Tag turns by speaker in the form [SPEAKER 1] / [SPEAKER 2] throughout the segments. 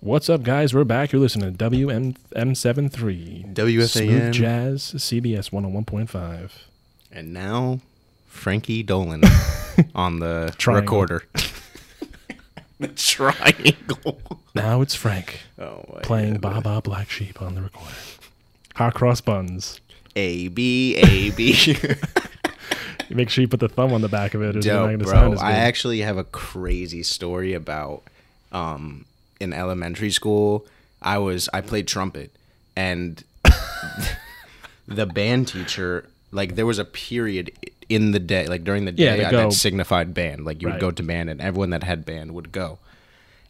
[SPEAKER 1] What's up, guys? We're back. You're listening to WM73. Smooth
[SPEAKER 2] WFAN.
[SPEAKER 1] Jazz CBS 101.5.
[SPEAKER 2] And now, Frankie Dolan on the
[SPEAKER 1] Triangle.
[SPEAKER 2] recorder. the triangle.
[SPEAKER 1] Now it's Frank
[SPEAKER 2] Oh, my
[SPEAKER 1] playing
[SPEAKER 2] God.
[SPEAKER 1] Ba Ba Black Sheep on the recorder. Hot cross buns.
[SPEAKER 2] A B A B.
[SPEAKER 1] Make sure you put the thumb on the back of it. or it's not
[SPEAKER 2] Dope,
[SPEAKER 1] gonna
[SPEAKER 2] bro.
[SPEAKER 1] sound as
[SPEAKER 2] I
[SPEAKER 1] good.
[SPEAKER 2] actually have a crazy story about um, in elementary school. I was I played trumpet, and the band teacher like there was a period in the day, like during the
[SPEAKER 1] Yeah,
[SPEAKER 2] day
[SPEAKER 1] to
[SPEAKER 2] I-
[SPEAKER 1] go.
[SPEAKER 2] that signified band. Like you
[SPEAKER 1] Right.
[SPEAKER 2] would go to band, and everyone that had band would go.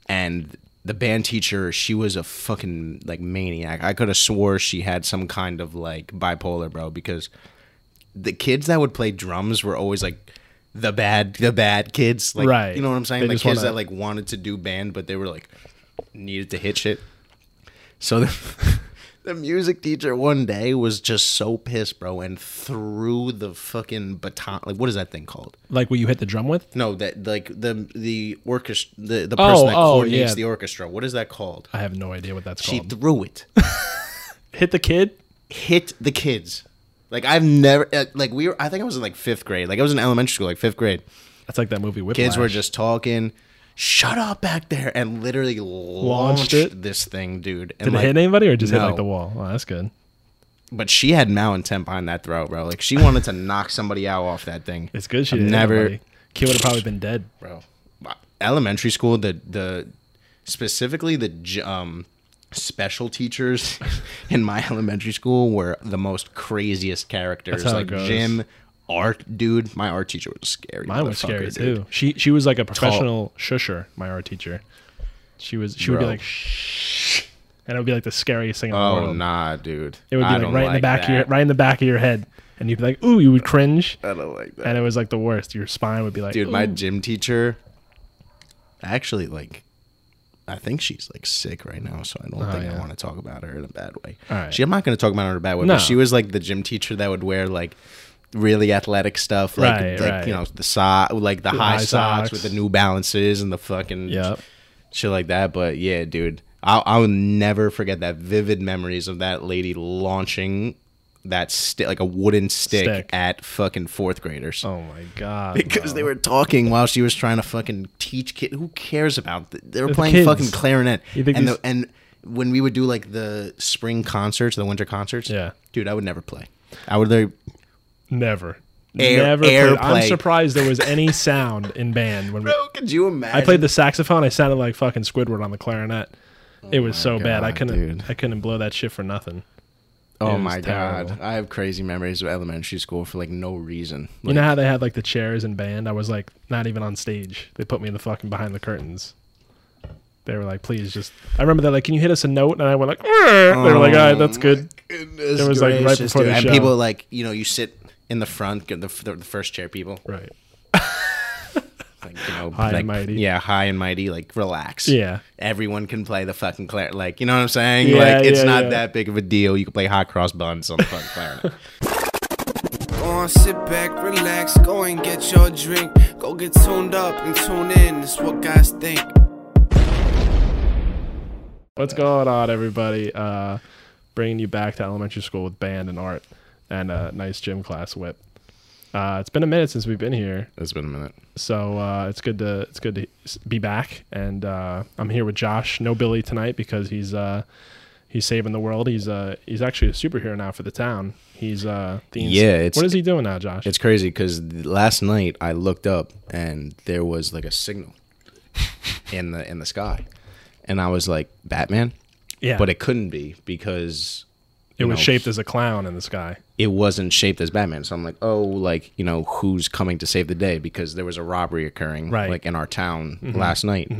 [SPEAKER 2] And the band teacher, she was a fucking like maniac. I could have swore she had some kind of like bipolar, bro, because the kids that would play drums were always like the bad the bad kids like
[SPEAKER 1] Right.
[SPEAKER 2] you know what i'm saying
[SPEAKER 1] They
[SPEAKER 2] the
[SPEAKER 1] just
[SPEAKER 2] kids
[SPEAKER 1] wanna-
[SPEAKER 2] that like wanted to do band but they were like needed to hit shit so the, the music teacher one day was just so pissed bro and threw the fucking baton like what is that thing called
[SPEAKER 1] like what you hit the drum with?
[SPEAKER 2] no that like the the orchestra the, the
[SPEAKER 1] Oh,
[SPEAKER 2] person that
[SPEAKER 1] oh,
[SPEAKER 2] coordinates
[SPEAKER 1] yeah. Um.
[SPEAKER 2] the orchestra what is that called
[SPEAKER 1] I have no idea what that's
[SPEAKER 2] she
[SPEAKER 1] called.
[SPEAKER 2] threw it
[SPEAKER 1] hit the kid?
[SPEAKER 2] hit the kids like i've never uh, like we were i think i was in like fifth grade like i was in elementary school like fifth grade
[SPEAKER 1] That's like that movie Whiplash.
[SPEAKER 2] kids were just talking shut up back there and literally launched,
[SPEAKER 1] it?
[SPEAKER 2] this thing dude and
[SPEAKER 1] Did
[SPEAKER 2] like,
[SPEAKER 1] it hit anybody or just hit like
[SPEAKER 2] no.
[SPEAKER 1] the wall? Oh, that's good.
[SPEAKER 2] but she had malintent behind that throw bro like she wanted to knock somebody out off that thing
[SPEAKER 1] It's good she
[SPEAKER 2] I've
[SPEAKER 1] didn't hit
[SPEAKER 2] never
[SPEAKER 1] anybody. Kid would have probably been dead.
[SPEAKER 2] bro elementary school the the specifically the j- um special teachers in my elementary school were the most craziest characters
[SPEAKER 1] That's how it
[SPEAKER 2] like
[SPEAKER 1] goes.
[SPEAKER 2] jim art dude my art teacher was scary
[SPEAKER 1] Mine was scary
[SPEAKER 2] motherfucker, dude.
[SPEAKER 1] too. She she was like a professional shusher, my art teacher. She was she would be
[SPEAKER 2] Bro.
[SPEAKER 1] like shh, and it would be like the scariest thing in the
[SPEAKER 2] oh
[SPEAKER 1] world.
[SPEAKER 2] nah dude
[SPEAKER 1] Um, It would be
[SPEAKER 2] I
[SPEAKER 1] like
[SPEAKER 2] don't
[SPEAKER 1] right in the back of your
[SPEAKER 2] that.
[SPEAKER 1] right in the back of your head, and you'd be like, "Ooh," you would cringe,
[SPEAKER 2] i don't like that
[SPEAKER 1] and it was like the worst. Your spine would be like,
[SPEAKER 2] dude my
[SPEAKER 1] "Ooh."
[SPEAKER 2] gym teacher actually like i think she's like sick right now so i don't think
[SPEAKER 1] Oh, yeah.
[SPEAKER 2] i want to talk about her in a bad way
[SPEAKER 1] All right.
[SPEAKER 2] she i'm not going to talk about her in a bad way
[SPEAKER 1] No.
[SPEAKER 2] but she was like the gym teacher that would wear like really athletic stuff like,
[SPEAKER 1] Right,
[SPEAKER 2] like
[SPEAKER 1] right.
[SPEAKER 2] you know the sock like the high,
[SPEAKER 1] high
[SPEAKER 2] socks,
[SPEAKER 1] socks.
[SPEAKER 2] with the new balances and the fucking
[SPEAKER 1] Yep.
[SPEAKER 2] shit like that but yeah dude I'll, I'll never forget that vivid memories of that lady launching that stick like a wooden stick,
[SPEAKER 1] Stick.
[SPEAKER 2] at fucking fourth graders
[SPEAKER 1] "Oh my god!"
[SPEAKER 2] because they were talking while she was trying to fucking teach kid. Who cares about? Th- they
[SPEAKER 1] They're
[SPEAKER 2] were
[SPEAKER 1] the
[SPEAKER 2] playing
[SPEAKER 1] kids.
[SPEAKER 2] fucking clarinet.
[SPEAKER 1] You think
[SPEAKER 2] and
[SPEAKER 1] these-
[SPEAKER 2] the, and when we would do like the spring concerts, the winter concerts,
[SPEAKER 1] Yeah.
[SPEAKER 2] dude, I would never play. I would literally
[SPEAKER 1] never,
[SPEAKER 2] Air-
[SPEAKER 1] never.
[SPEAKER 2] air
[SPEAKER 1] played- I'm
[SPEAKER 2] play.
[SPEAKER 1] surprised there was any sound in band when we.
[SPEAKER 2] Bro, could you imagine?
[SPEAKER 1] I played the saxophone. I sounded like fucking Squidward on the clarinet. It was so bad. I
[SPEAKER 2] Oh God,
[SPEAKER 1] couldn't.
[SPEAKER 2] dude.
[SPEAKER 1] I couldn't blow that shit for nothing. it
[SPEAKER 2] Oh
[SPEAKER 1] was
[SPEAKER 2] my god,
[SPEAKER 1] terrible.
[SPEAKER 2] I have crazy memories of elementary school for like no reason.
[SPEAKER 1] You know how they had like the chairs in band? I was like not even on stage. They put me in the fucking behind the curtains. They were like, please just. I remember that like, can you hit us a note? And I went like, "Arr." they were like, all right, that's good. It
[SPEAKER 2] It
[SPEAKER 1] was, like, right before the
[SPEAKER 2] and
[SPEAKER 1] show.
[SPEAKER 2] people like you know you sit in the front, get the, the, the first chair people,
[SPEAKER 1] Right.
[SPEAKER 2] like, you know,
[SPEAKER 1] High and
[SPEAKER 2] like,
[SPEAKER 1] mighty.
[SPEAKER 2] Yeah, high and mighty. Like relax.
[SPEAKER 1] Yeah.
[SPEAKER 2] everyone can play the fucking clarinet. Like you know what I'm saying?
[SPEAKER 1] Yeah,
[SPEAKER 2] like it's
[SPEAKER 1] yeah,
[SPEAKER 2] not
[SPEAKER 1] yeah.
[SPEAKER 2] that big of a deal. You can play hot cross buns on the fucking clarinet.
[SPEAKER 3] on, sit back, relax, go and get your drink. Go get tuned up and tune in. It's what guys think.
[SPEAKER 1] What's going on, everybody? Uh, bringing you back to elementary school with band and art and a nice gym class whip. Uh, it's been a minute since we've been here,
[SPEAKER 2] It's been a minute.
[SPEAKER 1] so uh, it's good to it's good to s- be back. And uh, I'm here with Josh, no Billy tonight because he's uh, he's saving the world. He's uh, he's actually a superhero now for the town. He's uh, the ins-
[SPEAKER 2] Yeah, it's-
[SPEAKER 1] what is he doing now, Josh?
[SPEAKER 2] It's crazy because last night I looked up and there was like a signal in the in the sky, and I was like Batman,
[SPEAKER 1] yeah,
[SPEAKER 2] but it couldn't be because
[SPEAKER 1] it
[SPEAKER 2] you
[SPEAKER 1] was
[SPEAKER 2] know,
[SPEAKER 1] shaped as a clown in the sky.
[SPEAKER 2] it wasn't shaped as Batman. So I'm like, oh, like you know, who's coming to save the day? Because there was a robbery occurring
[SPEAKER 1] Right. Mm-hmm.
[SPEAKER 2] like in our town last night.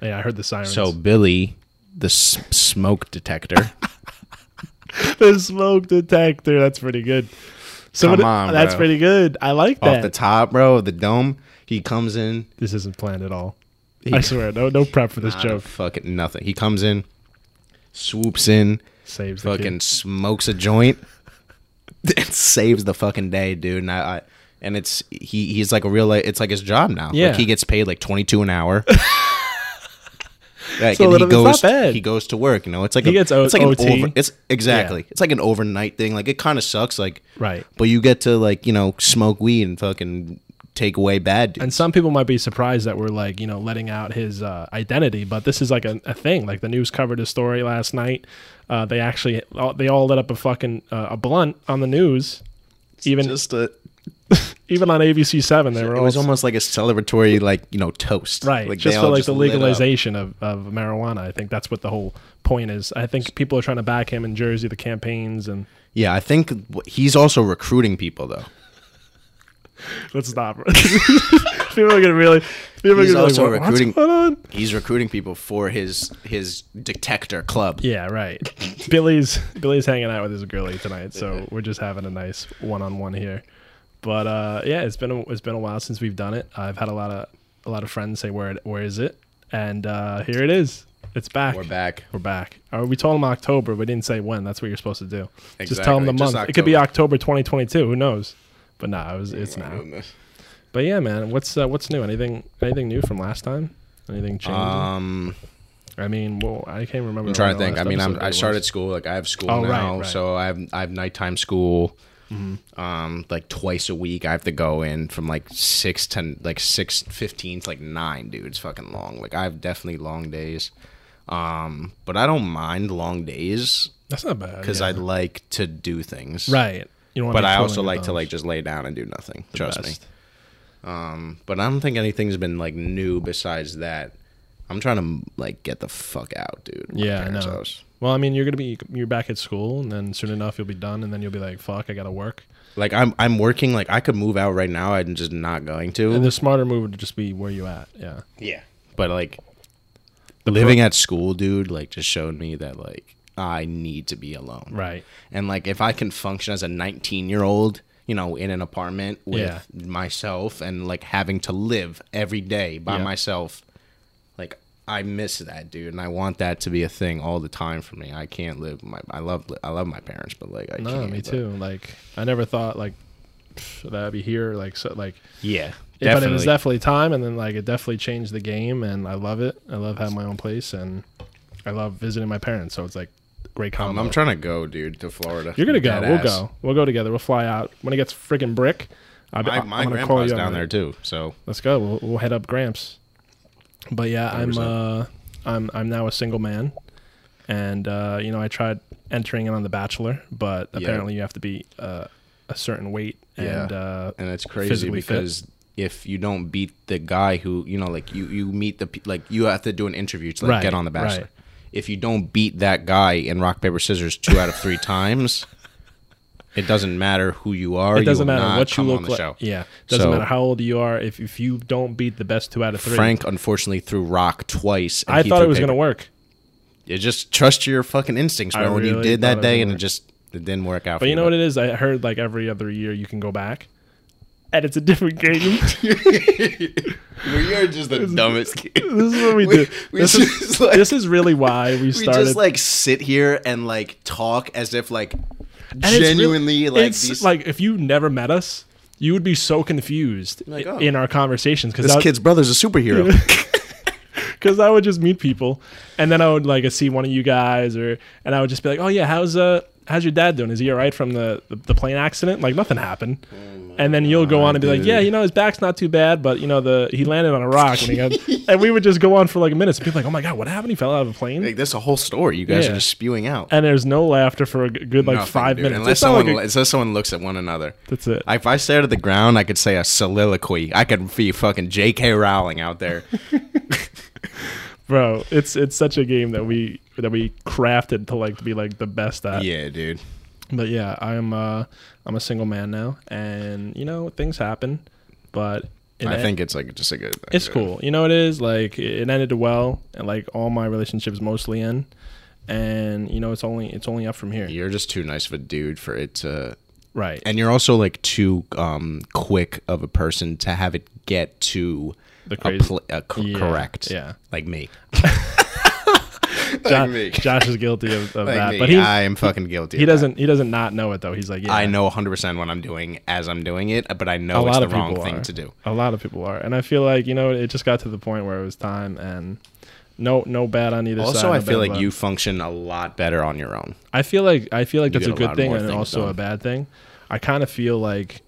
[SPEAKER 1] Yeah, I heard the sirens.
[SPEAKER 2] So Billy, the s- smoke detector.
[SPEAKER 1] the smoke detector. That's pretty good. So
[SPEAKER 2] Come
[SPEAKER 1] what-
[SPEAKER 2] on,
[SPEAKER 1] that's
[SPEAKER 2] bro.
[SPEAKER 1] pretty good. I like
[SPEAKER 2] off
[SPEAKER 1] that.
[SPEAKER 2] the top, bro, of the dome. He comes in.
[SPEAKER 1] this isn't planned at all.
[SPEAKER 2] He-
[SPEAKER 1] I swear, no, no prep for this
[SPEAKER 2] Out
[SPEAKER 1] joke.
[SPEAKER 2] of fucking nothing. He comes in, swoops in,
[SPEAKER 1] Saves the
[SPEAKER 2] fucking
[SPEAKER 1] kid.
[SPEAKER 2] smokes a joint, and saves the fucking day, dude. And I, I and it's he he's like a real like it's like his job now.
[SPEAKER 1] Yeah.
[SPEAKER 2] Like he gets paid like twenty two an hour. Like,
[SPEAKER 1] So
[SPEAKER 2] and
[SPEAKER 1] little-
[SPEAKER 2] he
[SPEAKER 1] it's not
[SPEAKER 2] goes,
[SPEAKER 1] bad.
[SPEAKER 2] he goes to work. You know, it's like
[SPEAKER 1] He
[SPEAKER 2] a,
[SPEAKER 1] gets O-
[SPEAKER 2] it's like an
[SPEAKER 1] OT.
[SPEAKER 2] over, it's exactly, it's like an overnight thing. Like it kind of sucks. Like
[SPEAKER 1] Right.
[SPEAKER 2] but you get to like you know smoke weed and fucking take away bad. Dudes.
[SPEAKER 1] And some people might be surprised that we're like, you know, letting out his uh, identity, but this is like a, a thing. Like the news covered his story last night. Uh, they actually, all- they all lit up a fucking uh, a blunt on the news. Even
[SPEAKER 2] just a,
[SPEAKER 1] even on ABC Seven, they were
[SPEAKER 2] it was
[SPEAKER 1] all
[SPEAKER 2] almost like a celebratory like you know toast.
[SPEAKER 1] right.
[SPEAKER 2] Like, they
[SPEAKER 1] just for
[SPEAKER 2] all
[SPEAKER 1] like the
[SPEAKER 2] lit up.
[SPEAKER 1] legalization of, of marijuana. I think that's what the whole point is. I think people are trying to back him in Jersey, the campaigns, and
[SPEAKER 2] Yeah, I think w- he's also recruiting people though.
[SPEAKER 1] let's stop. people are gonna really, people
[SPEAKER 2] He's
[SPEAKER 1] are gonna
[SPEAKER 2] also
[SPEAKER 1] be like, "What-
[SPEAKER 2] recruiting-
[SPEAKER 1] what's going on?
[SPEAKER 2] He's recruiting people for his his detector club.
[SPEAKER 1] Yeah, right. Billy's Billy's hanging out with his girlie tonight, so we're just having a nice one-on-one here. But uh, yeah, it's been a, it's been a while since we've done it. I've had a lot of a lot of friends say where it- where is it, and uh, here it is. It's back.
[SPEAKER 2] We're back.
[SPEAKER 1] We're back. Uh, we told them October. We didn't say when. That's what you're supposed to do. Just tell them
[SPEAKER 2] Exactly,
[SPEAKER 1] the
[SPEAKER 2] just
[SPEAKER 1] month. It could be
[SPEAKER 2] October.
[SPEAKER 1] October 2022. Who knows? But nah, it was, it's now. But yeah, man. What's uh, what's new? Anything anything new from last time? Anything changing?
[SPEAKER 2] Um,
[SPEAKER 1] I mean, well, I can't remember.
[SPEAKER 2] I'm
[SPEAKER 1] when
[SPEAKER 2] trying to
[SPEAKER 1] the
[SPEAKER 2] think. I
[SPEAKER 1] last
[SPEAKER 2] mean, I'm,
[SPEAKER 1] episode
[SPEAKER 2] I
[SPEAKER 1] was.
[SPEAKER 2] started school. Like I have school
[SPEAKER 1] Oh, right,
[SPEAKER 2] now,
[SPEAKER 1] right. Mm-hmm.
[SPEAKER 2] so I have I have nighttime school. Um, like twice a week, I have to go in from like six to like six fifteen to like nine, dude. It's fucking long. Like I have definitely long days. Um, but I don't mind long days
[SPEAKER 1] That's not bad.
[SPEAKER 2] because
[SPEAKER 1] yeah.
[SPEAKER 2] I like to do things.
[SPEAKER 1] Right. You don't wanna
[SPEAKER 2] But
[SPEAKER 1] be
[SPEAKER 2] I
[SPEAKER 1] twiddling
[SPEAKER 2] also
[SPEAKER 1] your
[SPEAKER 2] like to
[SPEAKER 1] thumbs.
[SPEAKER 2] like just lay down and do nothing.
[SPEAKER 1] The
[SPEAKER 2] trust me. Um,
[SPEAKER 1] best.
[SPEAKER 2] But I don't think anything's been like new besides that. I'm trying to like get the fuck out, dude. My
[SPEAKER 1] Yeah, I
[SPEAKER 2] parents'
[SPEAKER 1] know.
[SPEAKER 2] house.
[SPEAKER 1] Well, I mean, you're gonna be you're back at school, and then soon enough you'll be done, and then you'll be like, "Fuck, I gotta work."
[SPEAKER 2] Like I'm I'm working like I could move out right now. I'm just not going
[SPEAKER 1] And
[SPEAKER 2] to.
[SPEAKER 1] the smarter move would just be where you at. Yeah.
[SPEAKER 2] Yeah. But like living at school, dude, like just showed me that like I need to be alone.
[SPEAKER 1] Right.
[SPEAKER 2] And like if I can function as a 19 year old, you know, in an apartment with
[SPEAKER 1] Yeah.
[SPEAKER 2] myself and like having to live every day by
[SPEAKER 1] Yeah.
[SPEAKER 2] myself, like I miss that, dude, and I want that to be a thing all the time for me. I can't live my I love I love my parents, but like I
[SPEAKER 1] No,
[SPEAKER 2] can't.
[SPEAKER 1] me
[SPEAKER 2] but-
[SPEAKER 1] too. Like, I never thought like pff, that I'd be here. Like, so like,
[SPEAKER 2] Yeah.
[SPEAKER 1] it- but it was definitely time, and then like it definitely changed the game, and I love it. I love having my own place, and I love visiting my parents. So it's like great
[SPEAKER 2] Um,
[SPEAKER 1] combo.
[SPEAKER 2] I'm trying to go, dude, to Florida.
[SPEAKER 1] you're gonna go.
[SPEAKER 2] Dead
[SPEAKER 1] we'll
[SPEAKER 2] ass.
[SPEAKER 1] go. We'll go together. We'll fly out when it gets freaking brick. I'll be-
[SPEAKER 2] My,
[SPEAKER 1] I'm
[SPEAKER 2] my
[SPEAKER 1] gonna call
[SPEAKER 2] grandpa's
[SPEAKER 1] you up.
[SPEAKER 2] down there too, so
[SPEAKER 1] Let's go. We'll, we'll head up Gramps. But yeah, I'm uh, I'm I'm now a single man, and uh, you know I tried entering in on The Bachelor, but
[SPEAKER 2] Yeah.
[SPEAKER 1] apparently you have to be uh, a certain weight
[SPEAKER 2] Yeah.
[SPEAKER 1] and uh,
[SPEAKER 2] and it's crazy
[SPEAKER 1] physically fit.
[SPEAKER 2] because if you don't beat the guy who you know, like you you meet the pe- like you have to do an interview to like
[SPEAKER 1] Right,
[SPEAKER 2] get on the Bachelor.
[SPEAKER 1] right.
[SPEAKER 2] If you don't beat that guy in rock paper scissors two out of three times, it doesn't matter who you are.
[SPEAKER 1] it doesn't
[SPEAKER 2] you will
[SPEAKER 1] matter
[SPEAKER 2] not
[SPEAKER 1] what you
[SPEAKER 2] come on
[SPEAKER 1] look
[SPEAKER 2] the
[SPEAKER 1] like.
[SPEAKER 2] show.
[SPEAKER 1] Yeah, doesn't
[SPEAKER 2] So-
[SPEAKER 1] matter how old you are. If if you don't beat the best two out of three,
[SPEAKER 2] Frank unfortunately threw rock twice. And
[SPEAKER 1] I
[SPEAKER 2] he
[SPEAKER 1] thought
[SPEAKER 2] threw
[SPEAKER 1] it was
[SPEAKER 2] paper.
[SPEAKER 1] gonna work.
[SPEAKER 2] You just trust your fucking instincts,
[SPEAKER 1] I
[SPEAKER 2] man. When you
[SPEAKER 1] really
[SPEAKER 2] did
[SPEAKER 1] thought it
[SPEAKER 2] that
[SPEAKER 1] was
[SPEAKER 2] day,
[SPEAKER 1] gonna
[SPEAKER 2] and it
[SPEAKER 1] work.
[SPEAKER 2] just it didn't work out. for
[SPEAKER 1] But you know what it is? I heard like every other year you can go back, and it's a different game.
[SPEAKER 2] We are just the dumbest kids.
[SPEAKER 1] this is what we,
[SPEAKER 2] We-
[SPEAKER 1] do.
[SPEAKER 2] we
[SPEAKER 1] this, is,
[SPEAKER 2] just, like-
[SPEAKER 1] this is really why we
[SPEAKER 2] We
[SPEAKER 1] started.
[SPEAKER 2] just like sit here and like talk as if like
[SPEAKER 1] And it's really-
[SPEAKER 2] genuinely like
[SPEAKER 1] it's
[SPEAKER 2] these
[SPEAKER 1] like if you never met us, you would be so confused
[SPEAKER 2] Like,
[SPEAKER 1] i-
[SPEAKER 2] oh.
[SPEAKER 1] in our conversations
[SPEAKER 2] this
[SPEAKER 1] because
[SPEAKER 2] kid's brother's a superhero.
[SPEAKER 1] because I would just meet people and then I would like see one of you guys or and I would just be like, oh yeah, how's uh how's your dad doing? Is he all right from the the, the plane accident? Like nothing happened. and then you'll go on and be like, yeah,
[SPEAKER 2] Oh dude.
[SPEAKER 1] you know his back's not too bad, but you know the he landed on a rock when he got, and we would just go on for like minutes. And people like, oh my god, what happened? He fell out of a plane.
[SPEAKER 2] like that's a whole story you guys
[SPEAKER 1] Yeah.
[SPEAKER 2] are just spewing out.
[SPEAKER 1] and there's no laughter for a g- good like
[SPEAKER 2] Nothing,
[SPEAKER 1] five
[SPEAKER 2] dude.
[SPEAKER 1] minutes.
[SPEAKER 2] Unless
[SPEAKER 1] It's not
[SPEAKER 2] someone
[SPEAKER 1] like a-
[SPEAKER 2] unless someone looks at one another.
[SPEAKER 1] that's it.
[SPEAKER 2] If I stared at the ground, I could say a soliloquy. I could be fucking J.K. Rowling out there.
[SPEAKER 1] bro it's it's such a game that we that we crafted to like to be like the best at
[SPEAKER 2] yeah, dude.
[SPEAKER 1] but yeah i'm uh i'm a single man now and you know things happen but it
[SPEAKER 2] I
[SPEAKER 1] en-
[SPEAKER 2] think it's like just a good. Thing,
[SPEAKER 1] it's
[SPEAKER 2] dude.
[SPEAKER 1] cool you know it is like it ended well and like all my relationships mostly end and you know it's only it's only up from here
[SPEAKER 2] You're just too nice of a dude for it to
[SPEAKER 1] right
[SPEAKER 2] and you're also like too um quick of a person to have it get to
[SPEAKER 1] The
[SPEAKER 2] the
[SPEAKER 1] crazy-
[SPEAKER 2] a co-
[SPEAKER 1] Yeah,
[SPEAKER 2] correct
[SPEAKER 1] yeah.
[SPEAKER 2] like me
[SPEAKER 1] Jo-
[SPEAKER 2] like me.
[SPEAKER 1] josh is guilty of, of
[SPEAKER 2] like
[SPEAKER 1] that
[SPEAKER 2] me
[SPEAKER 1] but he
[SPEAKER 2] i am fucking guilty
[SPEAKER 1] he
[SPEAKER 2] of that.
[SPEAKER 1] doesn't he doesn't not know it though he's like yeah
[SPEAKER 2] i know 100% what i'm doing as i'm doing it but i
[SPEAKER 1] a
[SPEAKER 2] know it's
[SPEAKER 1] lot
[SPEAKER 2] the
[SPEAKER 1] of
[SPEAKER 2] wrong
[SPEAKER 1] people
[SPEAKER 2] thing
[SPEAKER 1] are.
[SPEAKER 2] to do
[SPEAKER 1] A lot of people are, and I feel like you know it just got to the point where it was time, and No, no bad on either side.
[SPEAKER 2] also, I
[SPEAKER 1] no
[SPEAKER 2] feel
[SPEAKER 1] bad
[SPEAKER 2] like
[SPEAKER 1] blood.
[SPEAKER 2] you function a lot better on your own.
[SPEAKER 1] I feel like I feel like
[SPEAKER 2] You
[SPEAKER 1] that's a
[SPEAKER 2] get a
[SPEAKER 1] good
[SPEAKER 2] lot
[SPEAKER 1] thing
[SPEAKER 2] more
[SPEAKER 1] and
[SPEAKER 2] things
[SPEAKER 1] also a
[SPEAKER 2] done.
[SPEAKER 1] bad thing. I kind of feel like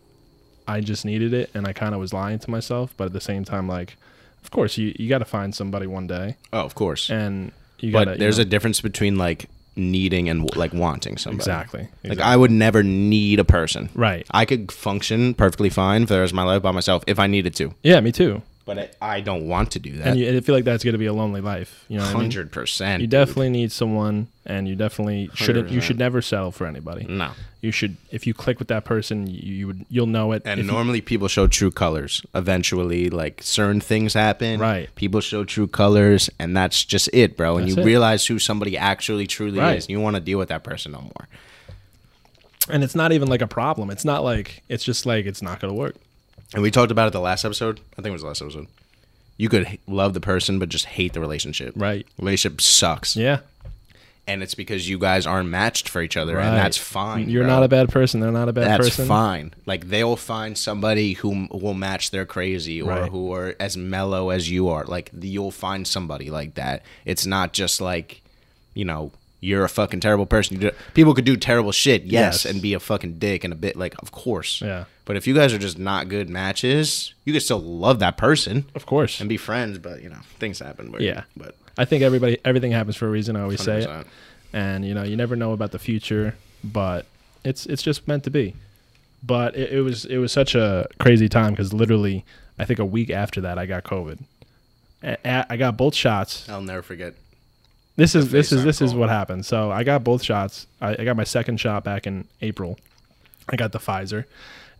[SPEAKER 1] I just needed it and I kind of was lying to myself, but at the same time, like, of course, you you got to find somebody one day,
[SPEAKER 2] Oh, of course.
[SPEAKER 1] and you
[SPEAKER 2] but
[SPEAKER 1] got to.
[SPEAKER 2] there's a difference between like needing and like wanting somebody.
[SPEAKER 1] exactly,
[SPEAKER 2] Like
[SPEAKER 1] exactly.
[SPEAKER 2] I would never need a person.
[SPEAKER 1] right.
[SPEAKER 2] I could function perfectly fine for the rest of my life by myself if I needed to.
[SPEAKER 1] yeah, me too.
[SPEAKER 2] But I, I don't want to do that.
[SPEAKER 1] And you, I feel like that's gonna be a lonely life. You know, what I mean?
[SPEAKER 2] Hundred percent.
[SPEAKER 1] you definitely need someone, and you definitely shouldn't. You
[SPEAKER 2] 100%.
[SPEAKER 1] should never settle for anybody.
[SPEAKER 2] no.
[SPEAKER 1] You should, if you click with that person, you, you would you'll know it.
[SPEAKER 2] And
[SPEAKER 1] If you-
[SPEAKER 2] normally people show true colors. Eventually, like certain things happen.
[SPEAKER 1] Right.
[SPEAKER 2] People show true colors, and that's just it, bro. And
[SPEAKER 1] That's
[SPEAKER 2] you
[SPEAKER 1] it.
[SPEAKER 2] realize who somebody actually truly
[SPEAKER 1] Right.
[SPEAKER 2] is. And you want to deal with that person no more.
[SPEAKER 1] and it's not even like a problem. It's not like it's just like it's not gonna work.
[SPEAKER 2] And we talked about it the last episode. I think it was the last episode. You could h- love the person, but just hate the relationship.
[SPEAKER 1] Right.
[SPEAKER 2] Relationship sucks.
[SPEAKER 1] Yeah,
[SPEAKER 2] And it's because you guys aren't matched for each other,
[SPEAKER 1] Right.
[SPEAKER 2] and that's fine.
[SPEAKER 1] You're
[SPEAKER 2] bro.
[SPEAKER 1] not a bad person. They're not a bad
[SPEAKER 2] that's
[SPEAKER 1] person.
[SPEAKER 2] fine. Like they'll find somebody who m- will match their crazy or
[SPEAKER 1] Right.
[SPEAKER 2] who are as mellow as you are. Like the- you'll find somebody like that. It's not just like, you know, you're a fucking terrible person. You do, people could do terrible shit,
[SPEAKER 1] Yes.
[SPEAKER 2] yes, and be a fucking dick and a bit like, of course.
[SPEAKER 1] Yeah.
[SPEAKER 2] But if you guys are just not good matches, you could still love that person
[SPEAKER 1] Of course.
[SPEAKER 2] and be friends. But you know, things happen. Where,
[SPEAKER 1] Yeah.
[SPEAKER 2] But
[SPEAKER 1] I think everybody everything happens for a reason. I always say it.
[SPEAKER 2] 100%.
[SPEAKER 1] And you know, you never know about the future, but it's it's just meant to be. But it, it was it was such a crazy time because literally, I think a week after that, I got COVID. A- a- I got both shots.
[SPEAKER 2] I'll never forget.
[SPEAKER 1] this is this is
[SPEAKER 2] FaceTime
[SPEAKER 1] this is
[SPEAKER 2] call.
[SPEAKER 1] what happened. So I got both shots. I, I got my second shot back in April. I got the Pfizer,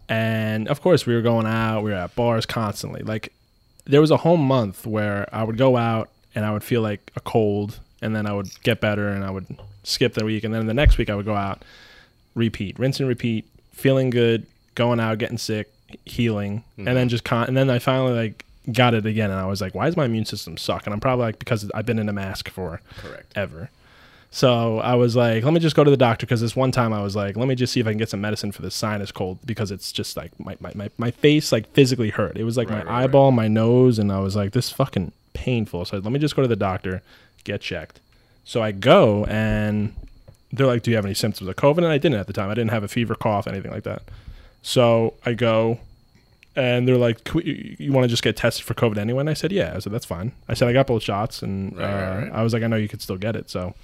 [SPEAKER 1] and of course we were going out. We were at bars constantly. Like there was a whole month where I would go out and I would feel like a cold, and then I would get better, and I would skip the week, and then the next week I would go out, repeat, rinse and repeat, feeling good, going out, getting sick, healing, and then just con- and then I finally like got it again, and I was like, why does my immune system suck? And I'm probably like because I've been in a mask for
[SPEAKER 2] Correct.
[SPEAKER 1] ever. So I was like, let me just go to the doctor because this one time I was like, let me just see if I can get some medicine for this sinus cold because it's just like my, my, my, my face like physically hurt. It was like my
[SPEAKER 2] Right, right, right.
[SPEAKER 1] eyeball, my nose, and I was like, this fucking painful. So I said, let me just go to the doctor, get checked. So I go and they're like, do you have any symptoms of COVID? And I didn't at the time. I didn't have a fever, cough, anything like that. So I go and they're like, "Can we- you want to just get tested for COVID anyway? And I said, yeah. I said, that's fine. I said, I got both shots. And
[SPEAKER 2] Right,
[SPEAKER 1] uh,
[SPEAKER 2] right, right.
[SPEAKER 1] I was like, I know you could still get it. So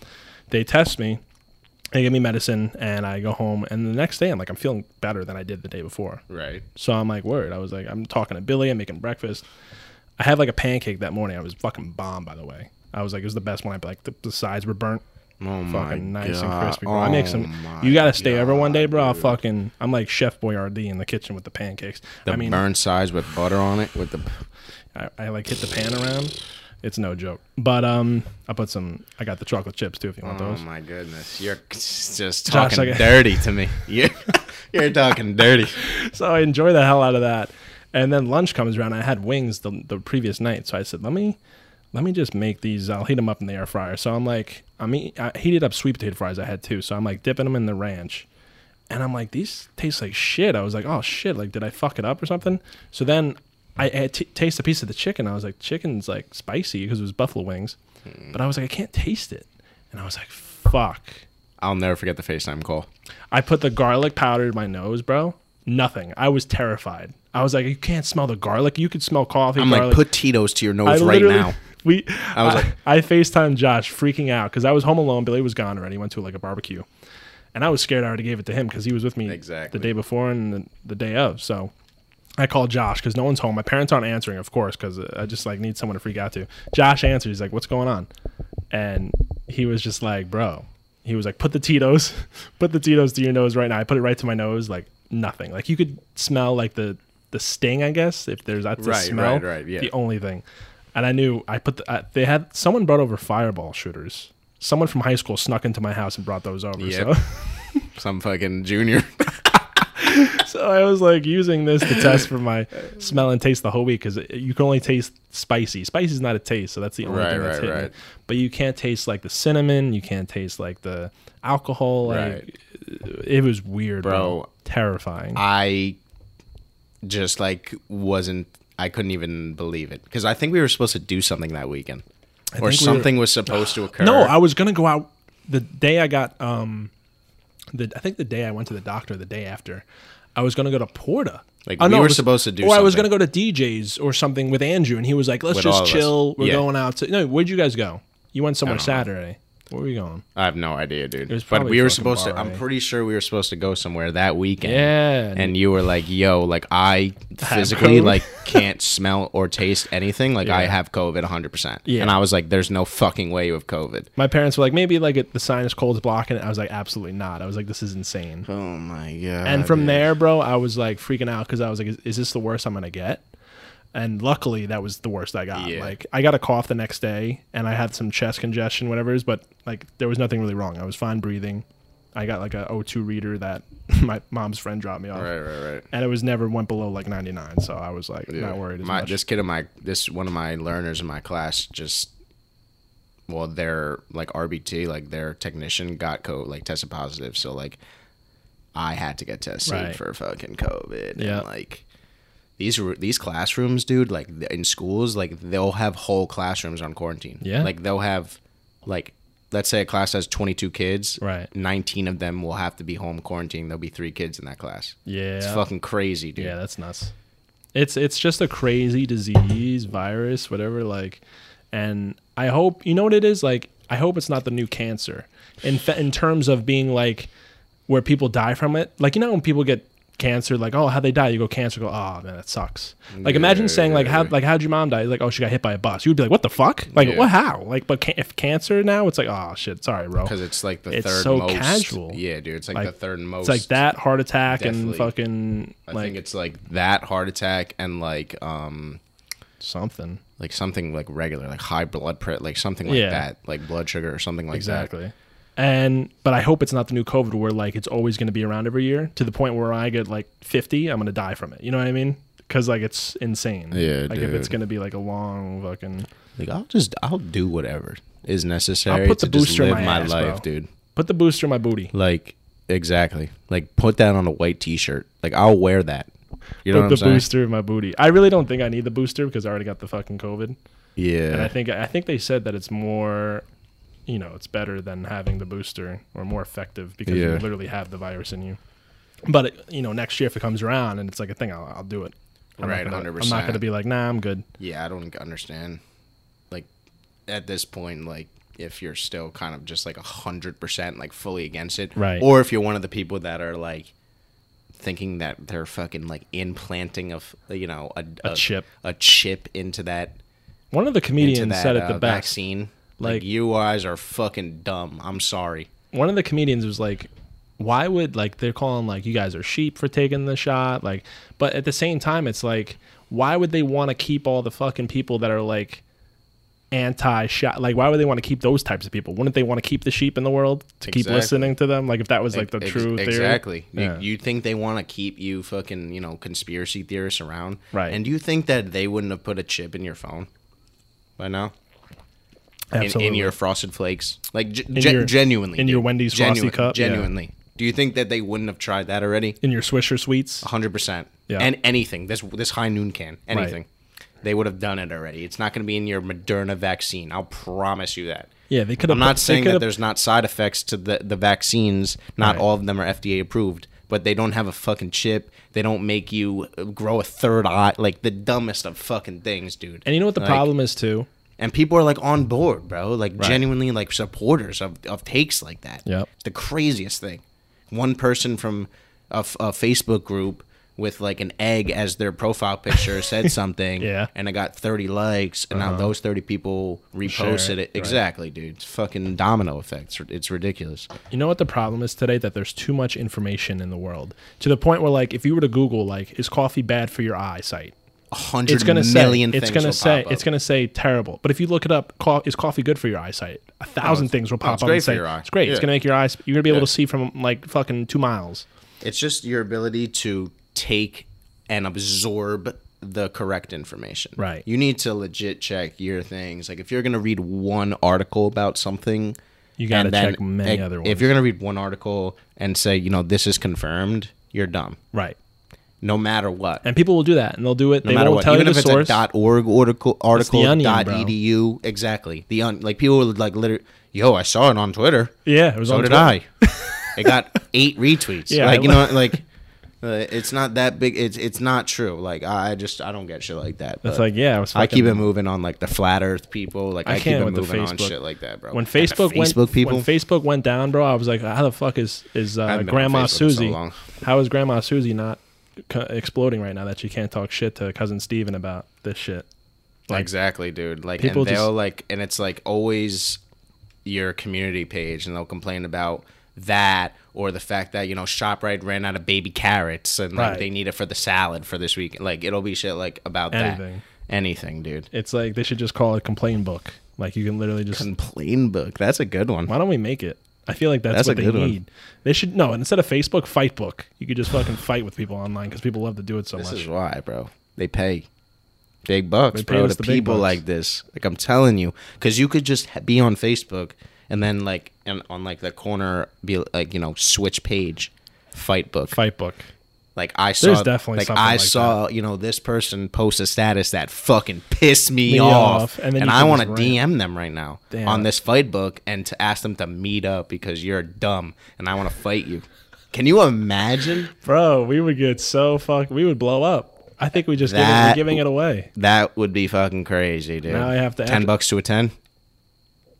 [SPEAKER 1] they test me. They give me medicine and I go home. And the next day, I'm like, I'm feeling better than I did the day before.
[SPEAKER 2] Right.
[SPEAKER 1] So I'm like, word. I was like, I'm talking to Billy. I'm making breakfast. I had like a pancake that morning. I was fucking bomb, by the way. I was like, it was the best one. I like the, the sides were burnt.
[SPEAKER 2] Oh my
[SPEAKER 1] fucking nice and
[SPEAKER 2] God.
[SPEAKER 1] crispy. Bro. I make
[SPEAKER 2] Oh
[SPEAKER 1] some.
[SPEAKER 2] my
[SPEAKER 1] You gotta stay over
[SPEAKER 2] God,
[SPEAKER 1] one day, bro. I'll
[SPEAKER 2] dude.
[SPEAKER 1] fucking. I'm like Chef Boyardee in the kitchen with the pancakes.
[SPEAKER 2] The
[SPEAKER 1] I mean,
[SPEAKER 2] burn sides with butter on it with the
[SPEAKER 1] I, I like hit the pan around. It's no joke. But um, I put some. I got the chocolate chips too. If you want
[SPEAKER 2] Oh
[SPEAKER 1] those.
[SPEAKER 2] my goodness, you're just
[SPEAKER 1] Josh,
[SPEAKER 2] talking
[SPEAKER 1] I-
[SPEAKER 2] dirty to me. You're, you're talking dirty.
[SPEAKER 1] so I enjoy the hell out of that. And then lunch comes around. I had wings the, the previous night, so I said, "Let me, let me just make these. I'll heat them up in the air fryer." So I'm like, I mean, I heated up sweet potato fries I had too. So I'm like dipping them in the ranch, and I'm like, these taste like shit. I was like, oh shit, like did I fuck it up or something? So then I I t- taste a piece of the chicken. I was like, chicken's like spicy because it was buffalo wings, but I was like, I can't taste it, and I was like, fuck.
[SPEAKER 2] I'll never forget the FaceTime call.
[SPEAKER 1] I put the garlic powder in my nose, bro. Nothing. I was terrified. I was like, you can't smell the garlic. You could smell coffee.
[SPEAKER 2] I'm
[SPEAKER 1] garlic.
[SPEAKER 2] like, put Tito's to your
[SPEAKER 1] I
[SPEAKER 2] nose right
[SPEAKER 1] literally-
[SPEAKER 2] now.
[SPEAKER 1] We,
[SPEAKER 2] I
[SPEAKER 1] I
[SPEAKER 2] was
[SPEAKER 1] was
[SPEAKER 2] like-
[SPEAKER 1] I, FaceTime Josh, freaking out because I was home alone. Billy was gone already. Went to like a barbecue, and I was scared. I already gave it to him because he was with me
[SPEAKER 2] Exactly.
[SPEAKER 1] the day before and the, the day of. So I called Josh because no one's home. My parents aren't answering, of course, because I just like need someone to freak out to. Josh answered. He's like, "What's going on?" And he was just like, "Bro," he was like, "Put the Tito's, put the Tito's to your nose right now." I put it right to my nose, like nothing. Like you could smell like the the sting, I guess, if there's that's
[SPEAKER 2] Right,
[SPEAKER 1] a smell.
[SPEAKER 2] right, right, yeah.
[SPEAKER 1] The only thing, and I knew I put the, I, they had someone brought over fireball shooters. Someone from high school snuck into my house and brought those over.
[SPEAKER 2] Yep.
[SPEAKER 1] So
[SPEAKER 2] Some fucking junior.
[SPEAKER 1] so I was like using this to test for my smell and taste the whole week because you can only taste spicy. Spicy is not a taste, so that's the only
[SPEAKER 2] Right,
[SPEAKER 1] thing that's
[SPEAKER 2] right,
[SPEAKER 1] hitting.
[SPEAKER 2] right.
[SPEAKER 1] It. But you can't taste like the cinnamon. You can't taste like the alcohol. Like,
[SPEAKER 2] Right.
[SPEAKER 1] It was weird, bro.
[SPEAKER 2] Bro.
[SPEAKER 1] Terrifying.
[SPEAKER 2] I just like wasn't. I couldn't even believe it because I think we were supposed to do something that weekend.
[SPEAKER 1] we were-
[SPEAKER 2] or something was supposed to occur.
[SPEAKER 1] No, I was gonna go out the day I got um the I think the day I went to the doctor the day after. I was gonna go to Porta.
[SPEAKER 2] Like,
[SPEAKER 1] Oh,
[SPEAKER 2] we
[SPEAKER 1] it
[SPEAKER 2] were supposed to do
[SPEAKER 1] Or I was gonna go
[SPEAKER 2] something.
[SPEAKER 1] to DJ's or something with Andrew, and he was like, "Let's
[SPEAKER 2] With all
[SPEAKER 1] just
[SPEAKER 2] of us.
[SPEAKER 1] chill. We're
[SPEAKER 2] Yeah.
[SPEAKER 1] going out." To, no, where'd you guys go? You went somewhere
[SPEAKER 2] don't know.
[SPEAKER 1] Saturday. Where were you going?
[SPEAKER 2] I have no idea, dude.
[SPEAKER 1] was
[SPEAKER 2] but
[SPEAKER 1] probably
[SPEAKER 2] we were
[SPEAKER 1] fucking
[SPEAKER 2] supposed to.
[SPEAKER 1] bar,
[SPEAKER 2] I'm
[SPEAKER 1] eh?
[SPEAKER 2] pretty sure we were supposed to go somewhere that weekend.
[SPEAKER 1] Yeah.
[SPEAKER 2] And you were like, "Yo, like I physically
[SPEAKER 1] COVID.
[SPEAKER 2] like can't smell or taste anything. Like I
[SPEAKER 1] Yeah.
[SPEAKER 2] have COVID 100." percent
[SPEAKER 1] Yeah.
[SPEAKER 2] And I was like, "There's no fucking way you have COVID."
[SPEAKER 1] My parents were like, "Maybe like it, the sinus cold's blocking it." I was like, "Absolutely not." I was like, "This is insane."
[SPEAKER 2] Oh my god.
[SPEAKER 1] And from there, bro, I was like freaking out because I was like, is, is this the worst I'm going to get? And luckily, that was the worst I got.
[SPEAKER 2] Yeah.
[SPEAKER 1] Like, I got a cough the next day and I had some chest congestion, whatever it is, but like, there was nothing really wrong. I was fine breathing. I got like a O2 reader that my mom's friend dropped me off.
[SPEAKER 2] Right, right, right.
[SPEAKER 1] And it was never went below like 99. So I was like, not worried as
[SPEAKER 2] my,
[SPEAKER 1] much.
[SPEAKER 2] This kid in my this one of my learners in my class just well, their like RBT, like their technician got COVID, like tested positive. So like I had to get tested
[SPEAKER 1] Right.
[SPEAKER 2] for fucking COVID.
[SPEAKER 1] Yeah.
[SPEAKER 2] And like these ru- these classrooms, dude, like th- in schools, like they'll have whole classrooms on quarantine.
[SPEAKER 1] Yeah.
[SPEAKER 2] Like they'll have like let's say a class has 22 kids
[SPEAKER 1] Right.
[SPEAKER 2] 19 of them will have to be home quarantined there'll be three kids in that class
[SPEAKER 1] yeah.
[SPEAKER 2] it's fucking crazy dude
[SPEAKER 1] Yeah, that's nuts. It's it's just a crazy disease, virus, whatever. Like, and I hope you know what it is. Like, I hope it's not the new cancer. In fa- in terms of being like where people die from it. Like you know when people get cancer, like oh how they die, you go cancer, go oh man that sucks. Like imagine saying like how like how'd your mom die? Like oh she got hit by a bus. You'd be like what the fuck? Like
[SPEAKER 2] Yeah.
[SPEAKER 1] what how? Like but can- if cancer now it's like oh shit sorry bro.
[SPEAKER 2] because it's like the
[SPEAKER 1] It's
[SPEAKER 2] third
[SPEAKER 1] so
[SPEAKER 2] most
[SPEAKER 1] casual.
[SPEAKER 2] Yeah, dude, it's like, the third
[SPEAKER 1] It's
[SPEAKER 2] most.
[SPEAKER 1] like that heart attack and
[SPEAKER 2] Definitely.
[SPEAKER 1] fucking
[SPEAKER 2] I
[SPEAKER 1] like
[SPEAKER 2] think it's like that heart attack and like um
[SPEAKER 1] something
[SPEAKER 2] like something like regular like high blood pressure like something like
[SPEAKER 1] Yeah.
[SPEAKER 2] that like blood sugar or something like that.
[SPEAKER 1] Exactly. And but I hope it's not the new COVID where like it's always going to be around every year to the point where when I get like 50, I'm going to die from it. You know what I mean? Cuz like it's insane.
[SPEAKER 2] Yeah,
[SPEAKER 1] Like if it's
[SPEAKER 2] dude.
[SPEAKER 1] going to be like a long fucking
[SPEAKER 2] Like I'll just I'll do whatever is necessary
[SPEAKER 1] I'll put
[SPEAKER 2] to
[SPEAKER 1] the
[SPEAKER 2] just
[SPEAKER 1] booster in
[SPEAKER 2] live
[SPEAKER 1] my
[SPEAKER 2] my,
[SPEAKER 1] ass,
[SPEAKER 2] life,
[SPEAKER 1] bro.
[SPEAKER 2] dude.
[SPEAKER 1] put the booster in my booty.
[SPEAKER 2] Like exactly. Like put that on a white T-shirt. Like I'll wear that. You know
[SPEAKER 1] put
[SPEAKER 2] what
[SPEAKER 1] the
[SPEAKER 2] I'm saying?
[SPEAKER 1] booster in my booty. I really don't think I need the booster because I already got the fucking COVID. And I
[SPEAKER 2] Yeah.
[SPEAKER 1] think I think they said that it's more you know, it's better than having the booster or more effective because you
[SPEAKER 2] Yeah.
[SPEAKER 1] literally have the virus in you. But it, you know, next year if it comes around and it's like a thing, I'll, I'll do it. I'm
[SPEAKER 2] Right,
[SPEAKER 1] not gonna, I'm not
[SPEAKER 2] 100%.
[SPEAKER 1] going to be like, nah, I'm good.
[SPEAKER 2] Yeah, I don't understand. Like at this point, like if you're still kind of just like a hundred percent like fully against it,
[SPEAKER 1] Right.
[SPEAKER 2] Or if you're one of the people that are like thinking that they're fucking like implanting of you know a,
[SPEAKER 1] A chip.
[SPEAKER 2] a chip into that
[SPEAKER 1] One of the
[SPEAKER 2] into
[SPEAKER 1] comedians
[SPEAKER 2] that
[SPEAKER 1] said it the
[SPEAKER 2] uh,
[SPEAKER 1] best.
[SPEAKER 2] vaccine.
[SPEAKER 1] Like-
[SPEAKER 2] Like, you guys are fucking dumb. I'm sorry.
[SPEAKER 1] One of the comedians was like, "Why would like they're calling like you guys are sheep for taking the shot?" Like, but at the same time, it's like, why would they want to keep all the fucking people that are like anti-shot? Like, why would they want to keep those types of people? Wouldn't they want to keep the sheep in the world to keep
[SPEAKER 2] Exactly.
[SPEAKER 1] listening to them? Like, if that was like the
[SPEAKER 2] Ex-
[SPEAKER 1] true theory,
[SPEAKER 2] Exactly. You-
[SPEAKER 1] Yeah.
[SPEAKER 2] You, think they want to keep you fucking you know conspiracy theorists around,
[SPEAKER 1] Right.
[SPEAKER 2] And you think that they wouldn't have put a chip in your phone by now? in,
[SPEAKER 1] Absolutely.
[SPEAKER 2] in your frosted flakes like ge- ge-
[SPEAKER 1] your-
[SPEAKER 2] genuinely
[SPEAKER 1] in
[SPEAKER 2] dude.
[SPEAKER 1] your Wendy's Frosty Cup, yeah.
[SPEAKER 2] genuinely do you think that they wouldn't have tried that already
[SPEAKER 1] in your Swisher sweets.
[SPEAKER 2] 100%
[SPEAKER 1] Yeah.
[SPEAKER 2] and anything this this high noon can anything they would have done it already it's not going to be in your moderna vaccine i'll promise you that
[SPEAKER 1] Yeah, they could have.
[SPEAKER 2] i'm not saying that there's not side effects to the, the vaccines not
[SPEAKER 1] Right.
[SPEAKER 2] all of them are fda approved but they don't have a fucking chip they don't make you uh, grow a third eye like the dumbest of fucking things dude
[SPEAKER 1] And you know what the
[SPEAKER 2] Like,
[SPEAKER 1] problem is too?
[SPEAKER 2] and people are like on board, bro. Like genuinely like supporters of, of takes like that.
[SPEAKER 1] Yep.
[SPEAKER 2] It's the craziest thing. One person from a, f- a Facebook group with like an egg as their profile picture said something.
[SPEAKER 1] Yeah. Uh-huh.
[SPEAKER 2] And it got 30 likes, and now those 30 people reposted
[SPEAKER 1] Share it,
[SPEAKER 2] it. Exactly, dude. It's fucking domino effects. It's ridiculous.
[SPEAKER 1] You know what the problem is today? That there's too much information in the world to the point where, like, if you were to Google, like, is coffee bad for your eyesight?
[SPEAKER 2] A hundred
[SPEAKER 1] It's gonna say
[SPEAKER 2] million
[SPEAKER 1] it's
[SPEAKER 2] things
[SPEAKER 1] gonna
[SPEAKER 2] will
[SPEAKER 1] say
[SPEAKER 2] pop up.
[SPEAKER 1] it's gonna say terrible. But if you look it up, co- is coffee good for your eyesight? A thousand things will pop
[SPEAKER 2] Oh, it's
[SPEAKER 1] up
[SPEAKER 2] great
[SPEAKER 1] and
[SPEAKER 2] for
[SPEAKER 1] say
[SPEAKER 2] your eye.
[SPEAKER 1] it's great. It's
[SPEAKER 2] Yeah.
[SPEAKER 1] gonna make your eyes. You're gonna be able
[SPEAKER 2] Yeah.
[SPEAKER 1] to see from like fucking two miles.
[SPEAKER 2] It's just your ability to take and absorb the correct information.
[SPEAKER 1] Right.
[SPEAKER 2] You need to legit check your things. Like if you're gonna read one article about something,
[SPEAKER 1] You gotta
[SPEAKER 2] and then-
[SPEAKER 1] check many
[SPEAKER 2] like,
[SPEAKER 1] other
[SPEAKER 2] If
[SPEAKER 1] ones.
[SPEAKER 2] you're gonna read one article and say, you know, this is confirmed, you're dumb.
[SPEAKER 1] Right.
[SPEAKER 2] no matter what.
[SPEAKER 1] And people will do that, and they'll do it.
[SPEAKER 2] no
[SPEAKER 1] they
[SPEAKER 2] matter
[SPEAKER 1] won't
[SPEAKER 2] what,
[SPEAKER 1] tell
[SPEAKER 2] even
[SPEAKER 1] you
[SPEAKER 2] if
[SPEAKER 1] the
[SPEAKER 2] it's
[SPEAKER 1] source.
[SPEAKER 2] a dot .org article, article
[SPEAKER 1] Onion,
[SPEAKER 2] dot
[SPEAKER 1] bro.
[SPEAKER 2] .edu, exactly. The un, like people were like literally, yo, I saw it on Twitter.
[SPEAKER 1] yeah, it was
[SPEAKER 2] So
[SPEAKER 1] on
[SPEAKER 2] did
[SPEAKER 1] Twitter.
[SPEAKER 2] I. it got eight retweets.
[SPEAKER 1] Yeah,
[SPEAKER 2] like
[SPEAKER 1] I
[SPEAKER 2] you
[SPEAKER 1] lo-
[SPEAKER 2] know, like uh, it's not that big. It's it's not true. Like I I just I don't get shit like that.
[SPEAKER 1] It's
[SPEAKER 2] but
[SPEAKER 1] like yeah, it was.
[SPEAKER 2] I
[SPEAKER 1] fucking-
[SPEAKER 2] keep it moving on like the flat Earth people. Like I,
[SPEAKER 1] I
[SPEAKER 2] keep
[SPEAKER 1] can't
[SPEAKER 2] it
[SPEAKER 1] with the
[SPEAKER 2] moving on
[SPEAKER 1] Facebook.
[SPEAKER 2] shit like that, bro.
[SPEAKER 1] When
[SPEAKER 2] And the
[SPEAKER 1] Facebook went,
[SPEAKER 2] Facebook people,
[SPEAKER 1] when Facebook went down, bro, I was like, how the fuck is is uh,
[SPEAKER 2] haven't been on
[SPEAKER 1] Grandma
[SPEAKER 2] Facebook in so
[SPEAKER 1] Susie?
[SPEAKER 2] long.
[SPEAKER 1] how is Grandma Susie not co- exploding right now that she can't talk shit to cousin Steven about this shit? like,
[SPEAKER 2] exactly, dude. Like
[SPEAKER 1] people
[SPEAKER 2] and they'll
[SPEAKER 1] just-
[SPEAKER 2] like, and it's like always your community page, and they'll complain about that or the fact that you know Shoprite ran out of baby carrots and like
[SPEAKER 1] Right.
[SPEAKER 2] they need it for the salad for this week. Like it'll be shit like about that.
[SPEAKER 1] Anything.
[SPEAKER 2] Anything, dude.
[SPEAKER 1] It's like they should just call it complaint book. Like you can literally just
[SPEAKER 2] Complain book. That's a good one.
[SPEAKER 1] Why don't we make it? I feel like that's,
[SPEAKER 2] That's
[SPEAKER 1] what
[SPEAKER 2] a
[SPEAKER 1] they
[SPEAKER 2] good one.
[SPEAKER 1] need. They should no. Instead of Facebook, fight book. You could just fucking fight with people online because people love to do it so
[SPEAKER 2] This
[SPEAKER 1] much.
[SPEAKER 2] is why, bro. They pay big bucks,
[SPEAKER 1] They pay
[SPEAKER 2] bro,
[SPEAKER 1] us
[SPEAKER 2] to
[SPEAKER 1] the big
[SPEAKER 2] people
[SPEAKER 1] bucks.
[SPEAKER 2] like this. Like I'm telling you, because you could just ha- be on Facebook and then like and on like the corner be like you know switch page, fight book.
[SPEAKER 1] fight book.
[SPEAKER 2] Like I saw,
[SPEAKER 1] definitely
[SPEAKER 2] like
[SPEAKER 1] something
[SPEAKER 2] I
[SPEAKER 1] like
[SPEAKER 2] saw, you know, this person post a status that fucking pissed me,
[SPEAKER 1] Me
[SPEAKER 2] off,
[SPEAKER 1] off, and then
[SPEAKER 2] and
[SPEAKER 1] you
[SPEAKER 2] I
[SPEAKER 1] can
[SPEAKER 2] want to
[SPEAKER 1] just
[SPEAKER 2] DM them right now
[SPEAKER 1] Damn.
[SPEAKER 2] on this fight book and to ask them to meet up because you're dumb and I want to fight you. Can you imagine?
[SPEAKER 1] Bro, we would get so fuck. We would blow up. I think we just give it, we're
[SPEAKER 2] That-
[SPEAKER 1] giving it away.
[SPEAKER 2] That would be fucking crazy, dude.
[SPEAKER 1] Now I have to
[SPEAKER 2] ten
[SPEAKER 1] add-
[SPEAKER 2] bucks to a ten.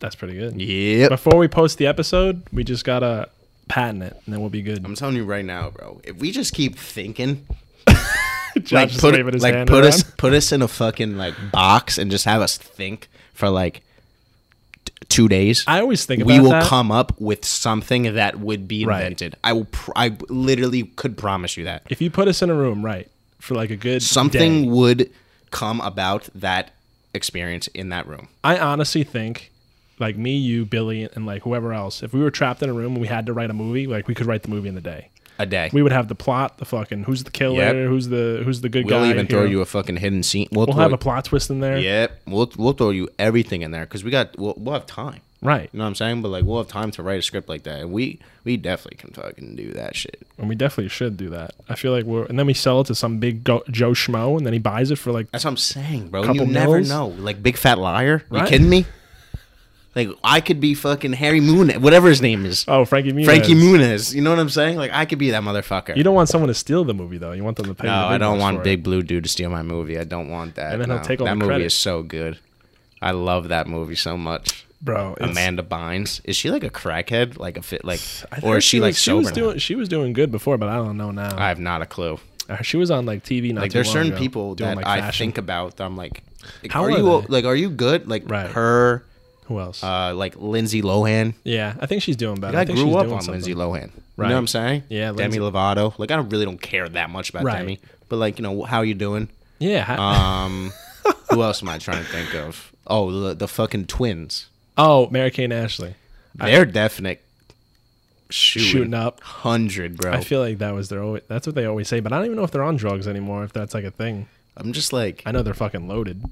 [SPEAKER 1] That's pretty good.
[SPEAKER 2] Yep.
[SPEAKER 1] Before we post the episode, we just gotta patent it, and then we'll be good.
[SPEAKER 2] I'm telling you right now, bro. If we just keep thinking,
[SPEAKER 1] Josh
[SPEAKER 2] like
[SPEAKER 1] is
[SPEAKER 2] put
[SPEAKER 1] waving his
[SPEAKER 2] like
[SPEAKER 1] hand
[SPEAKER 2] put us
[SPEAKER 1] around.
[SPEAKER 2] put us in a fucking like box and just have us think for like t- two days.
[SPEAKER 1] I always think
[SPEAKER 2] we
[SPEAKER 1] about
[SPEAKER 2] will
[SPEAKER 1] that.
[SPEAKER 2] come up with something that would be
[SPEAKER 1] Right.
[SPEAKER 2] invented. I will. Pr- I literally could promise you that
[SPEAKER 1] If you put us in a room, right, for like a good
[SPEAKER 2] something
[SPEAKER 1] day,
[SPEAKER 2] would come about that experience in that room.
[SPEAKER 1] I honestly think, like me, you, Billy, and like whoever else, if we were trapped in a room and we had to write a movie, like we could write the movie in the day.
[SPEAKER 2] A day.
[SPEAKER 1] We would have the plot, the fucking who's the killer,
[SPEAKER 2] Yep.
[SPEAKER 1] who's the who's the good
[SPEAKER 2] We, will
[SPEAKER 1] guy.
[SPEAKER 2] even throw
[SPEAKER 1] hero.
[SPEAKER 2] you a fucking hidden scene. We'll,
[SPEAKER 1] We'll
[SPEAKER 2] throw
[SPEAKER 1] have
[SPEAKER 2] you-
[SPEAKER 1] a plot twist in there.
[SPEAKER 2] Yep, we'll we'll throw you everything in there because we got we'll, we'll have time.
[SPEAKER 1] Right.
[SPEAKER 2] You know what I'm saying? But like we'll have time to write a script like that, and we we definitely can fucking do that shit.
[SPEAKER 1] And we definitely should do that. I feel like we're and then we sell it to some big go, Joe Schmo and then he buys it for like
[SPEAKER 2] That's what I'm saying, bro.
[SPEAKER 1] Couple
[SPEAKER 2] you never
[SPEAKER 1] mils?
[SPEAKER 2] know. Like big fat liar.
[SPEAKER 1] Right.
[SPEAKER 2] You kidding me? Like I could be fucking Harry Moon, whatever his name is,
[SPEAKER 1] oh Frankie Muniz.
[SPEAKER 2] Frankie Muniz. You know what I'm saying? Like I could be that motherfucker.
[SPEAKER 1] You don't want someone to steal the movie though. You want them to pay.
[SPEAKER 2] no,
[SPEAKER 1] the
[SPEAKER 2] I
[SPEAKER 1] big
[SPEAKER 2] don't
[SPEAKER 1] bucks
[SPEAKER 2] want
[SPEAKER 1] for it.
[SPEAKER 2] Big Blue Dude to steal my movie. I don't want that.
[SPEAKER 1] And then he'll
[SPEAKER 2] no.
[SPEAKER 1] take all
[SPEAKER 2] that
[SPEAKER 1] the
[SPEAKER 2] movie
[SPEAKER 1] credit.
[SPEAKER 2] is so good. I love that movie so much.
[SPEAKER 1] bro. it's-
[SPEAKER 2] Amanda Bynes. Is she like a crackhead? Like a fit like
[SPEAKER 1] I think
[SPEAKER 2] or is she, like
[SPEAKER 1] was,
[SPEAKER 2] sober?
[SPEAKER 1] She was
[SPEAKER 2] now?
[SPEAKER 1] doing she was doing good before, but I don't know now.
[SPEAKER 2] I have not a clue.
[SPEAKER 1] Uh, She was on like TV. Not
[SPEAKER 2] Like
[SPEAKER 1] too
[SPEAKER 2] there's
[SPEAKER 1] long
[SPEAKER 2] certain
[SPEAKER 1] ago,
[SPEAKER 2] people
[SPEAKER 1] doing,
[SPEAKER 2] that
[SPEAKER 1] like,
[SPEAKER 2] I
[SPEAKER 1] fashion.
[SPEAKER 2] think about that I'm like
[SPEAKER 1] How
[SPEAKER 2] are
[SPEAKER 1] are
[SPEAKER 2] you
[SPEAKER 1] they?
[SPEAKER 2] like are you good? Like
[SPEAKER 1] Right.
[SPEAKER 2] her
[SPEAKER 1] Who else?
[SPEAKER 2] uh like Lindsay Lohan.
[SPEAKER 1] yeah, I think she's doing better.
[SPEAKER 2] Like, I
[SPEAKER 1] think
[SPEAKER 2] grew
[SPEAKER 1] she's
[SPEAKER 2] up
[SPEAKER 1] doing
[SPEAKER 2] on
[SPEAKER 1] something.
[SPEAKER 2] Lindsay Lohan. You
[SPEAKER 1] Right.
[SPEAKER 2] know what I'm saying?
[SPEAKER 1] Yeah,
[SPEAKER 2] Demi
[SPEAKER 1] Lindsay-
[SPEAKER 2] Lovato. Like I don't really don't care that much about
[SPEAKER 1] Right.
[SPEAKER 2] Demi. But like, you know, how you doing?
[SPEAKER 1] Yeah. ha-
[SPEAKER 2] Um who else am I trying to think of? Oh, the, the fucking twins.
[SPEAKER 1] oh, Mary Kane Ashley.
[SPEAKER 2] They're definite shooting,
[SPEAKER 1] Shooting up.
[SPEAKER 2] Hundred, bro.
[SPEAKER 1] I feel like that was their. Always, that's what they always say. But I don't even know if they're on drugs anymore. If that's like a thing.
[SPEAKER 2] I'm just like
[SPEAKER 1] I know they're fucking loaded.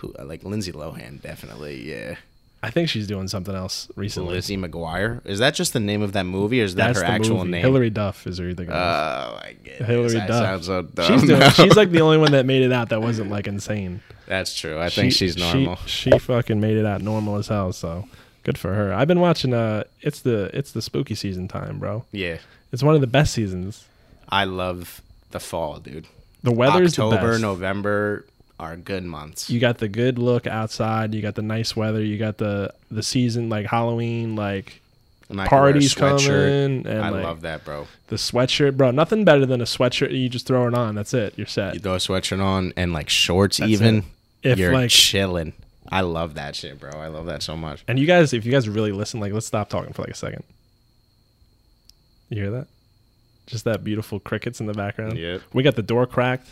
[SPEAKER 2] who- like Lindsay Lohan, definitely. Yeah.
[SPEAKER 1] I think she's doing something else recently.
[SPEAKER 2] Lizzie McGuire. Is that just the name of that movie, or is that
[SPEAKER 1] that's
[SPEAKER 2] her
[SPEAKER 1] the
[SPEAKER 2] actual
[SPEAKER 1] movie.
[SPEAKER 2] name?
[SPEAKER 1] Hillary Duff is her either. Uh,
[SPEAKER 2] Oh my goodness.
[SPEAKER 1] Hillary
[SPEAKER 2] that
[SPEAKER 1] Duff.
[SPEAKER 2] sounds so dumb.
[SPEAKER 1] she's doing.
[SPEAKER 2] now.
[SPEAKER 1] She's like the only one that made it out that wasn't like insane.
[SPEAKER 2] That's true. I think she's normal.
[SPEAKER 1] She, she fucking made it out normal as hell. So good for her. I've been watching. Uh, it's the it's the spooky season time, bro.
[SPEAKER 2] yeah.
[SPEAKER 1] It's one of the best seasons.
[SPEAKER 2] I love the fall, dude.
[SPEAKER 1] The weather's the
[SPEAKER 2] October,
[SPEAKER 1] best.
[SPEAKER 2] November are good months.
[SPEAKER 1] you got the good look outside you got the nice weather you got the the season like halloween like
[SPEAKER 2] And I can wear a
[SPEAKER 1] parties coming
[SPEAKER 2] sweatshirt.
[SPEAKER 1] and
[SPEAKER 2] I
[SPEAKER 1] like
[SPEAKER 2] love that, bro.
[SPEAKER 1] the sweatshirt bro nothing better than a sweatshirt you just throw it on that's it you're set
[SPEAKER 2] You throw a sweatshirt on and like shorts,
[SPEAKER 1] That's
[SPEAKER 2] even.
[SPEAKER 1] it. If,
[SPEAKER 2] you're
[SPEAKER 1] like-
[SPEAKER 2] chilling. I love that shit, bro. I love that so much.
[SPEAKER 1] and you guys if you guys really listen like let's stop talking for like a second you hear that just that beautiful crickets in the background
[SPEAKER 2] Yep.
[SPEAKER 1] we got the door cracked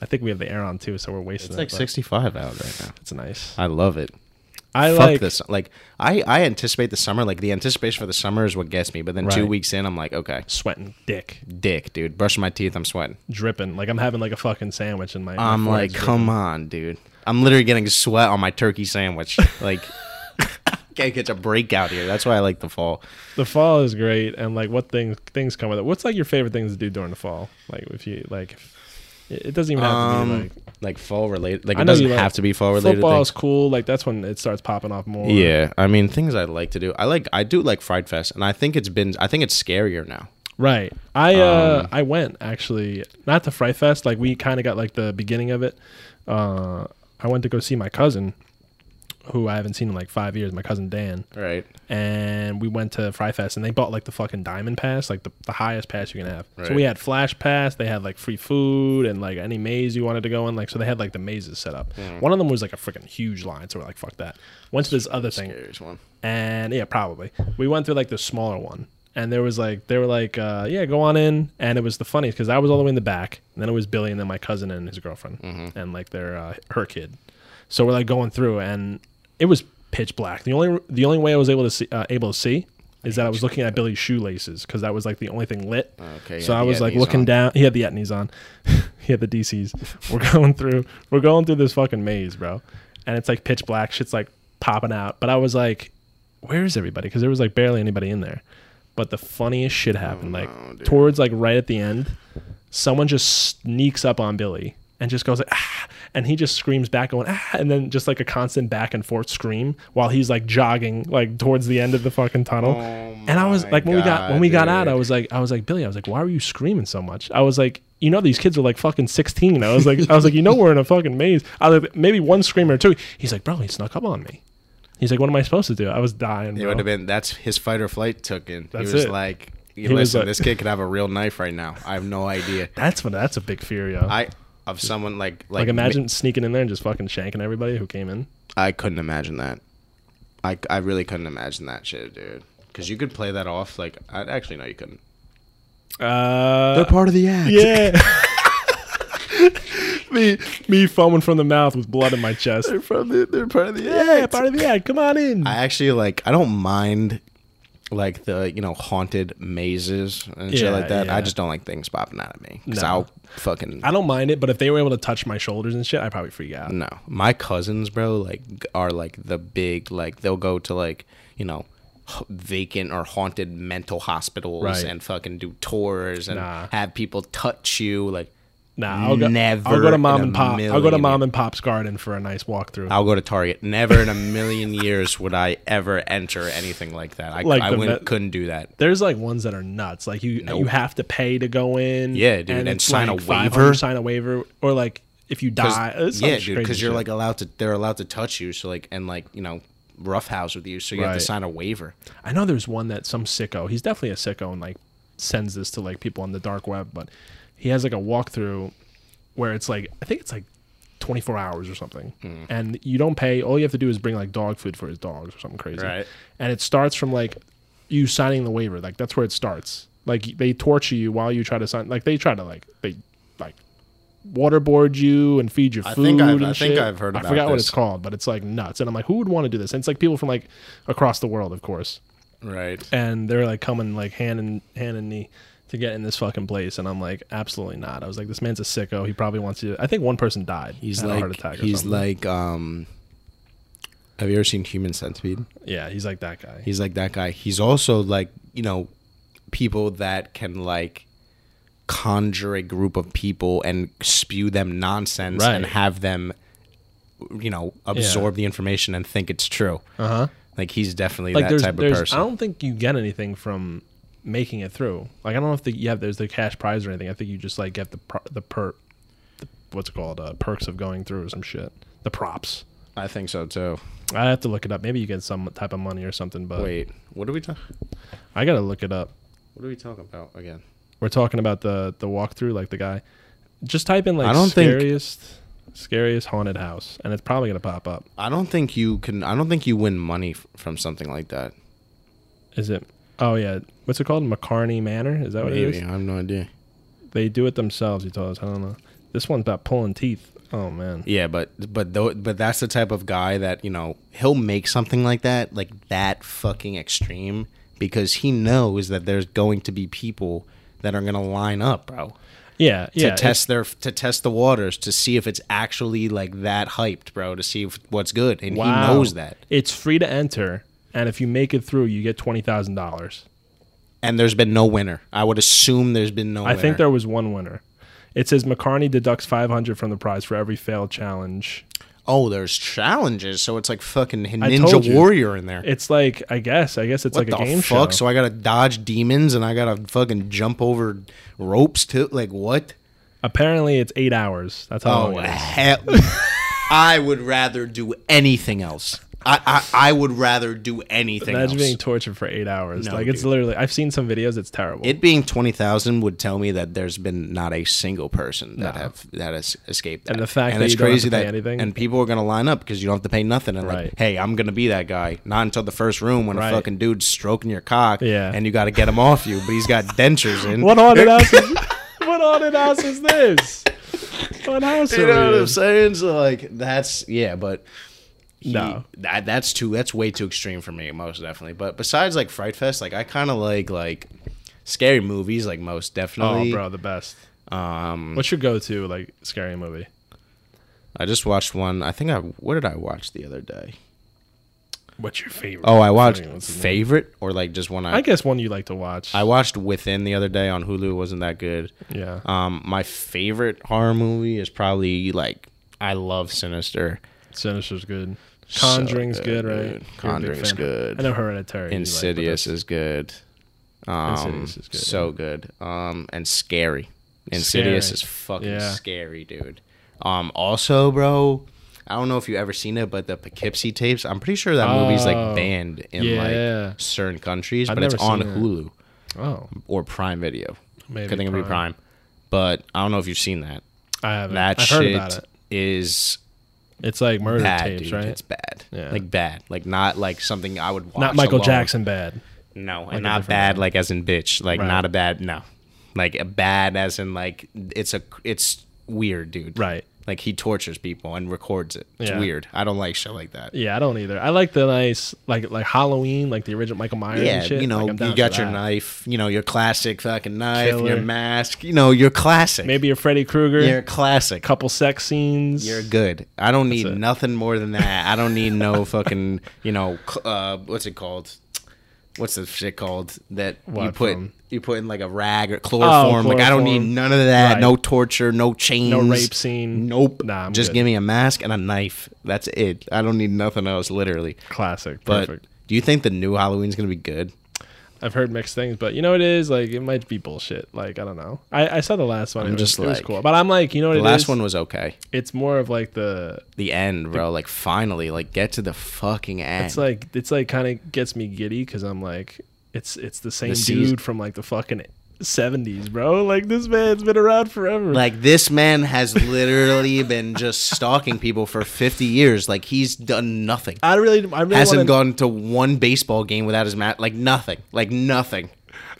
[SPEAKER 1] i think we have the air on too so we're wasting
[SPEAKER 2] It's
[SPEAKER 1] it,
[SPEAKER 2] like
[SPEAKER 1] but
[SPEAKER 2] 65 out right now.
[SPEAKER 1] it's nice
[SPEAKER 2] I love it.
[SPEAKER 1] i
[SPEAKER 2] fuck
[SPEAKER 1] like
[SPEAKER 2] this. Like I, I anticipate the summer. Like the anticipation for the summer is what gets me. But then two
[SPEAKER 1] Right.
[SPEAKER 2] weeks in, I'm like, okay,
[SPEAKER 1] sweating dick
[SPEAKER 2] dick, dude. Brushing my teeth, I'm sweating.
[SPEAKER 1] dripping like i'm having like a fucking sandwich in my my
[SPEAKER 2] I'm
[SPEAKER 1] forehead's
[SPEAKER 2] like, come on, dude. I'm literally getting sweat on my turkey sandwich. Like, can't catch a break out here. That's why I like the fall.
[SPEAKER 1] the fall is great and like what things things come with it what's like your favorite things to do during the fall like if you like if It it doesn't even have to be
[SPEAKER 2] Um,
[SPEAKER 1] like
[SPEAKER 2] like fall related. Like
[SPEAKER 1] I
[SPEAKER 2] it
[SPEAKER 1] know you
[SPEAKER 2] doesn't
[SPEAKER 1] like-
[SPEAKER 2] have to be fall related.
[SPEAKER 1] football is
[SPEAKER 2] Things.
[SPEAKER 1] cool. Like that's when it starts popping off more.
[SPEAKER 2] Yeah, I mean things I like to do. I like I do like Fried Fest, and I think it's been I think it's scarier now.
[SPEAKER 1] Right. I uh I went actually not to Fright Fest. Like we kind of got like the beginning of it. Uh, I went to go see my cousin, who I haven't seen in like five years. My cousin Dan,
[SPEAKER 2] Right.
[SPEAKER 1] and we went to Fry Fest, and they bought like the fucking diamond pass, like the, the highest pass you can have. So
[SPEAKER 2] Right.
[SPEAKER 1] we had flash pass. They had like free food and like any maze you wanted to go in. Like so they had like the mazes set up. One of them was like a freaking huge line. So we're like fuck that. Went to this other thing
[SPEAKER 2] Scariest one.
[SPEAKER 1] and yeah, probably. We went through like the smaller one, and there was like they were like, uh, yeah, go on in, and it was the funniest because I was all the way in the back, and then it was Billy, and then my cousin and his girlfriend, and like their uh, her kid. So we're like going through, and it was pitch black. The only the only way I was able to see uh, able to see is that I was looking at Billy's shoelaces because that was like the only thing lit.
[SPEAKER 2] Okay, he
[SPEAKER 1] So
[SPEAKER 2] had
[SPEAKER 1] I
[SPEAKER 2] the
[SPEAKER 1] was like
[SPEAKER 2] Etnies
[SPEAKER 1] looking
[SPEAKER 2] on.
[SPEAKER 1] down. He had the Etnies on. he had the DCs. We're going through. We're going through this fucking maze, bro. And it's like pitch black. Shit's like popping out. But I was like, "Where is everybody?" Because there was like barely anybody in there. But the funniest shit
[SPEAKER 2] Oh,
[SPEAKER 1] happened. like towards like right at the end, someone just sneaks up on Billy and just goes like, ah, and he just screams back going ah, and then just like a constant back and forth scream while he's like jogging like towards the end of the fucking tunnel.
[SPEAKER 2] Oh,
[SPEAKER 1] and I was
[SPEAKER 2] my
[SPEAKER 1] like, when we got when
[SPEAKER 2] God,
[SPEAKER 1] we got out, I
[SPEAKER 2] dude.
[SPEAKER 1] was like, I was like, Billy, I was like, why were you screaming so much? I was like, you know, these kids are like fucking sixteen. I was like, I was like, you know, we're in a fucking maze. I was like, maybe one screamer or two. He's like, bro, he snuck up on me. He's like, what am I supposed to do? I was dying.
[SPEAKER 2] It
[SPEAKER 1] bro.
[SPEAKER 2] would have been that's his fight or flight took in.
[SPEAKER 1] That's
[SPEAKER 2] he was
[SPEAKER 1] it.
[SPEAKER 2] like,
[SPEAKER 1] He
[SPEAKER 2] "You
[SPEAKER 1] was
[SPEAKER 2] listen,
[SPEAKER 1] like-
[SPEAKER 2] this kid could have a real knife right now. I have no idea.
[SPEAKER 1] That's what. That's a big fear, yo.
[SPEAKER 2] I of someone like like,
[SPEAKER 1] like, imagine sneaking in there and just fucking shanking everybody who came in.
[SPEAKER 2] I couldn't imagine that. I I really couldn't imagine that shit, dude. Because you could play that off like I actually no, you couldn't.
[SPEAKER 1] Uh,
[SPEAKER 2] part of the act.
[SPEAKER 1] yeah. me, me foaming from the mouth with blood in my chest.
[SPEAKER 2] they're from the, they're part of the
[SPEAKER 1] Yeah, part of the act. Come on in.
[SPEAKER 2] I actually like I don't mind like the you know haunted mazes and
[SPEAKER 1] Yeah,
[SPEAKER 2] shit like that.
[SPEAKER 1] yeah.
[SPEAKER 2] I just don't like things popping out at me because
[SPEAKER 1] No.
[SPEAKER 2] I'll fucking
[SPEAKER 1] I don't mind it, but if they were able to touch my shoulders and shit, I'd probably freak out.
[SPEAKER 2] No, my cousins, bro, like are like the big like they'll go to like you know h- vacant or haunted mental hospitals
[SPEAKER 1] Right.
[SPEAKER 2] and fucking do tours and
[SPEAKER 1] Nah.
[SPEAKER 2] have people touch you. Like,
[SPEAKER 1] Nah, I'll go,
[SPEAKER 2] Never
[SPEAKER 1] I'll go to mom
[SPEAKER 2] in a
[SPEAKER 1] and pop. I'll go to
[SPEAKER 2] million Uh,
[SPEAKER 1] mom
[SPEAKER 2] years.
[SPEAKER 1] and pop's garden for a nice walkthrough.
[SPEAKER 2] I'll go to Target. Never in a million years would I ever enter anything like that. I,
[SPEAKER 1] Like
[SPEAKER 2] I
[SPEAKER 1] the
[SPEAKER 2] wouldn't,
[SPEAKER 1] vet-
[SPEAKER 2] couldn't do that.
[SPEAKER 1] There's like ones that are nuts. Like you, you have to pay to go in.
[SPEAKER 2] Yeah, dude, and
[SPEAKER 1] it's
[SPEAKER 2] sign a
[SPEAKER 1] 500
[SPEAKER 2] waiver.
[SPEAKER 1] Sign a waiver, or like if you
[SPEAKER 2] 'Cause-
[SPEAKER 1] die. it's some
[SPEAKER 2] yeah, dude,
[SPEAKER 1] Ah, crazy
[SPEAKER 2] because you're
[SPEAKER 1] shit.
[SPEAKER 2] like allowed to. They're allowed to touch you. So like and like you know roughhouse with you. So you have
[SPEAKER 1] Right.
[SPEAKER 2] to sign a waiver.
[SPEAKER 1] I know there's one that some sicko. He's definitely a sicko and like sends this to like people on the dark web, but he has like a walkthrough where it's like I think it's like 24 hours or something,
[SPEAKER 2] Hmm.
[SPEAKER 1] and you don't pay. All you have to do is bring like dog food for his dogs or something crazy,
[SPEAKER 2] Right.
[SPEAKER 1] and it starts from like you signing the waiver. Like that's where it starts. Like they torture you while you try to sign. Like they try to like they like waterboard you and feed you food.
[SPEAKER 2] I think I've-
[SPEAKER 1] and
[SPEAKER 2] I think
[SPEAKER 1] shit.
[SPEAKER 2] I've heard
[SPEAKER 1] I
[SPEAKER 2] about
[SPEAKER 1] forgot what
[SPEAKER 2] this.
[SPEAKER 1] it's called, but it's like nuts. And I'm like, who would want to do this? And it's like people from like across the world, of course
[SPEAKER 2] Right.
[SPEAKER 1] and they're like coming like hand and hand and knee to get in this fucking place and i'm like absolutely not i was like this man's a sicko he probably wants you i think one person died
[SPEAKER 2] He's
[SPEAKER 1] Had
[SPEAKER 2] like
[SPEAKER 1] a heart attack or
[SPEAKER 2] he's
[SPEAKER 1] something.
[SPEAKER 2] like um. Have you ever seen Human Centipede?
[SPEAKER 1] yeah he's like that guy
[SPEAKER 2] He's like that guy. He's also like you know, people that can like conjure a group of people and spew them nonsense and
[SPEAKER 1] Right.
[SPEAKER 2] have them, you know, absorb the information and think it's true. Uh huh. Like he's definitely
[SPEAKER 1] Uh-huh. like
[SPEAKER 2] that
[SPEAKER 1] there's,
[SPEAKER 2] type of
[SPEAKER 1] there's i
[SPEAKER 2] person.
[SPEAKER 1] don't think you get anything from making it through like i don't know if the yeah there's the cash prize or anything i think you just like get the pro- the per the, what's it called uh, perks of going through or some shit the props
[SPEAKER 2] I think so too.
[SPEAKER 1] i have to look it up maybe you get some type of money or something but
[SPEAKER 2] Wait, what are we talking?
[SPEAKER 1] i gotta look it up
[SPEAKER 2] What are we talking about again?
[SPEAKER 1] We're talking about the the walkthrough, like the guy. Just type in like
[SPEAKER 2] I don't think-
[SPEAKER 1] scariest scariest haunted house, and it's probably gonna pop up.
[SPEAKER 2] I don't think you can. I don't think you win money f- from something like that.
[SPEAKER 1] Is it? Oh yeah, what's it called? McCarney Manor? Is that what it
[SPEAKER 2] Maybe
[SPEAKER 1] is?
[SPEAKER 2] I have no idea.
[SPEAKER 1] They do it themselves. You told us. I don't know. This one's about pulling teeth. Oh man.
[SPEAKER 2] Yeah, but but though but that's the type of guy that you know he'll make something like that, like that fucking extreme, because he knows that there's going to be people that are gonna line up, bro,
[SPEAKER 1] Yeah,
[SPEAKER 2] to
[SPEAKER 1] yeah. it's-
[SPEAKER 2] test their to test the waters to see if it's actually like that hyped, bro, to see if what's good, and he
[SPEAKER 1] wow.
[SPEAKER 2] knows that.
[SPEAKER 1] It's free to enter, and if you make it through, you get twenty thousand dollars.
[SPEAKER 2] And there's been no winner. I would assume there's been no.
[SPEAKER 1] I
[SPEAKER 2] winner.
[SPEAKER 1] think there was one winner. It says McCartney deducts 500 from the prize for every failed challenge.
[SPEAKER 2] Oh, there's challenges, so it's like fucking
[SPEAKER 1] told
[SPEAKER 2] Ninja
[SPEAKER 1] you.
[SPEAKER 2] Warrior in there.
[SPEAKER 1] It's like I guess I guess it's
[SPEAKER 2] what
[SPEAKER 1] like a
[SPEAKER 2] the
[SPEAKER 1] game
[SPEAKER 2] fuck?
[SPEAKER 1] show.
[SPEAKER 2] So I gotta dodge demons and I gotta fucking jump over ropes too. Like what?
[SPEAKER 1] Apparently it's eight hours. That's how
[SPEAKER 2] Oh
[SPEAKER 1] long it is.
[SPEAKER 2] hell! I would rather do anything else. I I, I would rather do anything.
[SPEAKER 1] Imagine
[SPEAKER 2] else.
[SPEAKER 1] being tortured for eight hours.
[SPEAKER 2] No,
[SPEAKER 1] like it's
[SPEAKER 2] dude.
[SPEAKER 1] literally. I've seen some videos. It's terrible.
[SPEAKER 2] It being twenty thousand would tell me that there's been not a single person that have that has escaped. That.
[SPEAKER 1] And the fact that you don't have to pay anything.
[SPEAKER 2] and people are gonna line up because you don't have to pay nothing. And
[SPEAKER 1] Right.
[SPEAKER 2] like, hey, I'm gonna be that guy. Not until the first room when
[SPEAKER 1] Right.
[SPEAKER 2] a fucking dude's stroking your cock,
[SPEAKER 1] Yeah.
[SPEAKER 2] and you got to get him off you, but he's got dentures in.
[SPEAKER 1] what haunted house? Is, what haunted house is this? What house
[SPEAKER 2] You
[SPEAKER 1] are
[SPEAKER 2] know
[SPEAKER 1] we
[SPEAKER 2] what
[SPEAKER 1] in?
[SPEAKER 2] I'm saying? So like, that's yeah, but. he-
[SPEAKER 1] No.
[SPEAKER 2] that, that's too. That's way too extreme for me, most definitely. But besides, like Fright Fest, like I kind of like like scary movies, like most definitely.
[SPEAKER 1] Oh, bro, the best.
[SPEAKER 2] Um,
[SPEAKER 1] What's your go-to like scary movie?
[SPEAKER 2] I just watched one. I think I what did I watch the other day?
[SPEAKER 1] What's your favorite?
[SPEAKER 2] Oh, I watched
[SPEAKER 1] What's the-
[SPEAKER 2] favorite or like just one I
[SPEAKER 1] I
[SPEAKER 2] I,
[SPEAKER 1] guess one you like to watch.
[SPEAKER 2] watched Within the other day on Hulu. It wasn't that good.
[SPEAKER 1] yeah.
[SPEAKER 2] Um, my favorite horror movie is probably like I love Sinister,
[SPEAKER 1] Sinister's good. Conjuring's
[SPEAKER 2] So
[SPEAKER 1] good,
[SPEAKER 2] good,
[SPEAKER 1] right?
[SPEAKER 2] dude.
[SPEAKER 1] You're a big
[SPEAKER 2] Conjuring's
[SPEAKER 1] fan.
[SPEAKER 2] good.
[SPEAKER 1] I know Hereditary. you like, but
[SPEAKER 2] Insidious
[SPEAKER 1] that's-
[SPEAKER 2] is good. Um,
[SPEAKER 1] Insidious is good,
[SPEAKER 2] so good. Um, and scary. Insidious
[SPEAKER 1] Scary.
[SPEAKER 2] is fucking
[SPEAKER 1] Yeah.
[SPEAKER 2] scary, dude. Um, also, bro, I don't know if you ever seen it, but the Poughkeepsie tapes. I'm pretty sure that movie's
[SPEAKER 1] Oh,
[SPEAKER 2] like banned in
[SPEAKER 1] yeah.
[SPEAKER 2] like certain countries,
[SPEAKER 1] I've
[SPEAKER 2] but it's
[SPEAKER 1] never seen
[SPEAKER 2] on
[SPEAKER 1] that.
[SPEAKER 2] Hulu
[SPEAKER 1] oh,
[SPEAKER 2] or Prime Video.
[SPEAKER 1] Maybe
[SPEAKER 2] Could think it'd be
[SPEAKER 1] Prime.
[SPEAKER 2] Prime, but I don't know if you've seen that.
[SPEAKER 1] I haven't.
[SPEAKER 2] That
[SPEAKER 1] I've
[SPEAKER 2] shit
[SPEAKER 1] heard about it.
[SPEAKER 2] is
[SPEAKER 1] It's like murder
[SPEAKER 2] bad,
[SPEAKER 1] tapes,
[SPEAKER 2] dude.
[SPEAKER 1] right?
[SPEAKER 2] It's bad.
[SPEAKER 1] Yeah.
[SPEAKER 2] Like bad. Like not like something I would watch.
[SPEAKER 1] Not Michael
[SPEAKER 2] alone.
[SPEAKER 1] Jackson bad.
[SPEAKER 2] No,
[SPEAKER 1] a
[SPEAKER 2] and not
[SPEAKER 1] different
[SPEAKER 2] bad
[SPEAKER 1] one.
[SPEAKER 2] like as in bitch. Like
[SPEAKER 1] Right.
[SPEAKER 2] not a bad no. Like a bad as in like it's a it's weird, dude.
[SPEAKER 1] Right.
[SPEAKER 2] Like he tortures people and records it. It's
[SPEAKER 1] Yeah.
[SPEAKER 2] weird. I don't like shit like that.
[SPEAKER 1] Yeah, I don't either. I like the nice, like like Halloween, like the original Michael Myers.
[SPEAKER 2] Yeah,
[SPEAKER 1] and shit.
[SPEAKER 2] you know,
[SPEAKER 1] Like, I'm down
[SPEAKER 2] you got
[SPEAKER 1] for
[SPEAKER 2] your
[SPEAKER 1] that.
[SPEAKER 2] knife, you know, your classic fucking knife, and
[SPEAKER 1] Killer.
[SPEAKER 2] your mask, you know, your classic.
[SPEAKER 1] Maybe your Freddy Krueger.
[SPEAKER 2] you're classic.
[SPEAKER 1] couple sex scenes.
[SPEAKER 2] You're good. I don't need
[SPEAKER 1] it.
[SPEAKER 2] nothing more than that. I don't need no fucking, you know, cl- uh, what's it called? What's the shit called that you
[SPEAKER 1] What
[SPEAKER 2] put
[SPEAKER 1] from? Oh,
[SPEAKER 2] you put in like a rag or chloroform? Like I don't need
[SPEAKER 1] chloroform.
[SPEAKER 2] none of that.
[SPEAKER 1] Right.
[SPEAKER 2] No torture. No chains.
[SPEAKER 1] rape scene.
[SPEAKER 2] Nope.
[SPEAKER 1] Nah, I'm
[SPEAKER 2] Just
[SPEAKER 1] good.
[SPEAKER 2] give me a mask and a knife. That's it. I don't need nothing else. Literally.
[SPEAKER 1] classic.
[SPEAKER 2] But
[SPEAKER 1] Perfect.
[SPEAKER 2] do you think the new Halloween's gonna be good?
[SPEAKER 1] I've heard mixed things, but you know what it is like it might be bullshit. Like I don't know. I, I saw the last one. it
[SPEAKER 2] I'm
[SPEAKER 1] was,
[SPEAKER 2] just
[SPEAKER 1] it was
[SPEAKER 2] like-
[SPEAKER 1] cool, but I'm like you know what
[SPEAKER 2] The
[SPEAKER 1] it
[SPEAKER 2] last
[SPEAKER 1] is?
[SPEAKER 2] one was okay.
[SPEAKER 1] It's more of like the
[SPEAKER 2] The end, bro. Like finally, like get to the fucking end.
[SPEAKER 1] it's like it's like kind of gets me giddy because I'm like it's it's the same
[SPEAKER 2] The season-
[SPEAKER 1] dude from like the fucking. 70s, bro. Like this man's been around forever.
[SPEAKER 2] Like this man has literally been just stalking people for 50 years. Like he's done nothing.
[SPEAKER 1] I really, I really
[SPEAKER 2] Hasn't
[SPEAKER 1] wanna-
[SPEAKER 2] gone to one baseball game without his mat. Like nothing. Like nothing.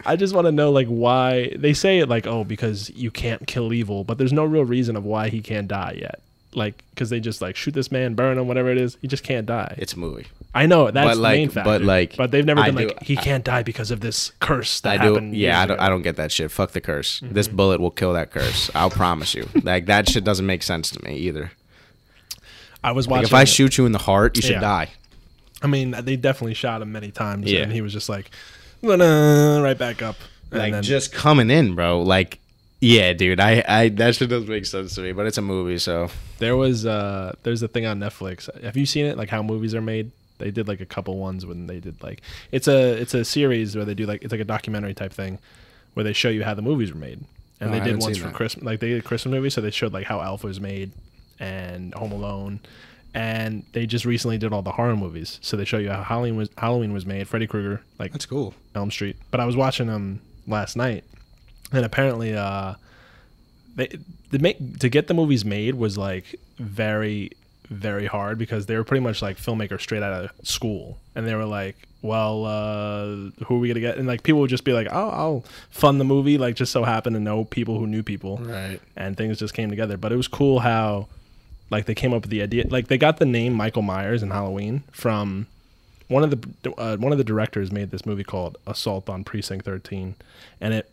[SPEAKER 1] I just want to know like why they say it like oh because you can't kill evil, but there's no real reason of why he can't die yet. Like because they just like shoot this man, burn him, whatever it is, he just can't die.
[SPEAKER 2] It's a movie.
[SPEAKER 1] I know that's
[SPEAKER 2] but,
[SPEAKER 1] the
[SPEAKER 2] like-
[SPEAKER 1] main
[SPEAKER 2] but,
[SPEAKER 1] factor,
[SPEAKER 2] like,
[SPEAKER 1] but they've never
[SPEAKER 2] I
[SPEAKER 1] been
[SPEAKER 2] do-
[SPEAKER 1] like he can't die because of this curse
[SPEAKER 2] I
[SPEAKER 1] that
[SPEAKER 2] do.
[SPEAKER 1] happened.
[SPEAKER 2] Yeah,
[SPEAKER 1] years
[SPEAKER 2] I don't,
[SPEAKER 1] ago." Mm-hmm.
[SPEAKER 2] I don't get that shit. Fuck the curse. This bullet will kill that curse. I'll promise you. Like that shit doesn't make sense to me either.
[SPEAKER 1] I was
[SPEAKER 2] Like
[SPEAKER 1] watching.
[SPEAKER 2] if I
[SPEAKER 1] it.
[SPEAKER 2] shoot you in the heart, you should
[SPEAKER 1] Yeah.
[SPEAKER 2] die.
[SPEAKER 1] I mean, they definitely shot him many times,
[SPEAKER 2] Yeah.
[SPEAKER 1] and he was just like, "Nah," right back up. And
[SPEAKER 2] like
[SPEAKER 1] then-
[SPEAKER 2] just coming in, bro. Like, yeah, dude. I, I that shit doesn't make sense to me. But it's a movie, so
[SPEAKER 1] There was uh there's a thing on Netflix. Have you seen it? Like how movies are made? They did like a couple ones when they did like it's a it's a series where they do like it's like a documentary type thing where they show you how the movies were made. And
[SPEAKER 2] Oh, I
[SPEAKER 1] they did
[SPEAKER 2] haven't
[SPEAKER 1] ones
[SPEAKER 2] seen
[SPEAKER 1] for
[SPEAKER 2] that.
[SPEAKER 1] Christmas like they did Christmas movies, so they showed like how Alpha was made and Home Alone. And they just recently did all the horror movies. So they show you how Halloween was Halloween was made, Freddy Krueger, like
[SPEAKER 2] cool.
[SPEAKER 1] Elm Street. But I was watching them last night, and apparently, uh, they the make to get the movies made was like very, very hard because they were pretty much like filmmakers straight out of school, and they were like, "Well, uh, who are we gonna get?" And like people would just be like, "Oh, I'll fund the movie," like just so happened to know people who knew people,
[SPEAKER 2] Right.
[SPEAKER 1] and things just came together. But it was cool how like they came up with the idea like they got the name Michael Myers in Halloween from one of the uh, one of the directors made this movie called Assault on Precinct 13 and it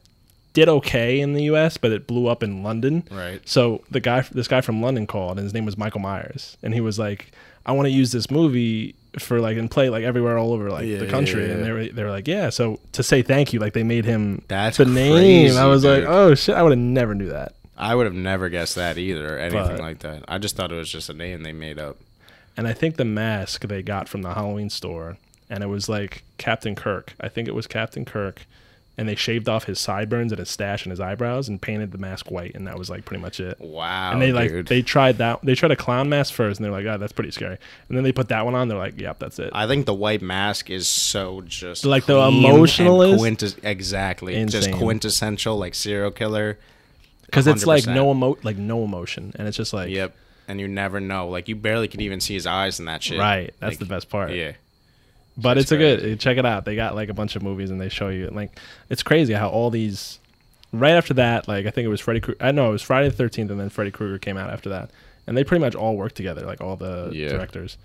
[SPEAKER 1] did okay in the US but it blew up in London.
[SPEAKER 2] Right.
[SPEAKER 1] So the guy this guy from London called and his name was Michael Myers and he was like I want to use this movie for like and play like everywhere all over like
[SPEAKER 2] Yeah,
[SPEAKER 1] the
[SPEAKER 2] yeah,
[SPEAKER 1] country
[SPEAKER 2] yeah,
[SPEAKER 1] and
[SPEAKER 2] yeah.
[SPEAKER 1] they were they were like yeah so to say thank you like they made him
[SPEAKER 2] That's
[SPEAKER 1] the name.
[SPEAKER 2] crazy,
[SPEAKER 1] I was like
[SPEAKER 2] dude.
[SPEAKER 1] oh shit I would have never knew that.
[SPEAKER 2] I would have never guessed that either, or anything
[SPEAKER 1] But-
[SPEAKER 2] like that. I just thought it was just a name they made up.
[SPEAKER 1] And I think the mask they got from the Halloween store, and it was like Captain Kirk. I think it was Captain Kirk. And they shaved off his sideburns and his stash and his eyebrows and painted the mask white, and that was like pretty much it.
[SPEAKER 2] Wow,
[SPEAKER 1] and they like
[SPEAKER 2] dude.
[SPEAKER 1] they tried that they tried a clown mask first, and they're like, oh, that's pretty scary. And then they put that one on, they're like, yep, that's it.
[SPEAKER 2] I think the white mask is so just
[SPEAKER 1] Like the
[SPEAKER 2] clean
[SPEAKER 1] emotional
[SPEAKER 2] and
[SPEAKER 1] is
[SPEAKER 2] quintes- exactly just
[SPEAKER 1] insane.
[SPEAKER 2] quintessential like serial killer.
[SPEAKER 1] Because it's like
[SPEAKER 2] 100%.
[SPEAKER 1] no emo, like no emotion, and it's just like
[SPEAKER 2] Yep, and you never know. Like you barely can even see his eyes in that shit.
[SPEAKER 1] Right, that's
[SPEAKER 2] Like,
[SPEAKER 1] the best part.
[SPEAKER 2] Yeah,
[SPEAKER 1] But
[SPEAKER 2] That's
[SPEAKER 1] it's a good eh, check it out. They got like a bunch of movies and they show you like it's crazy how all these right after that like I think it was Freddy Krueger I know it was Friday the 13th and then Freddy Krueger came out after that. And they pretty much all work together like all the
[SPEAKER 2] Yeah.
[SPEAKER 1] directors.
[SPEAKER 2] I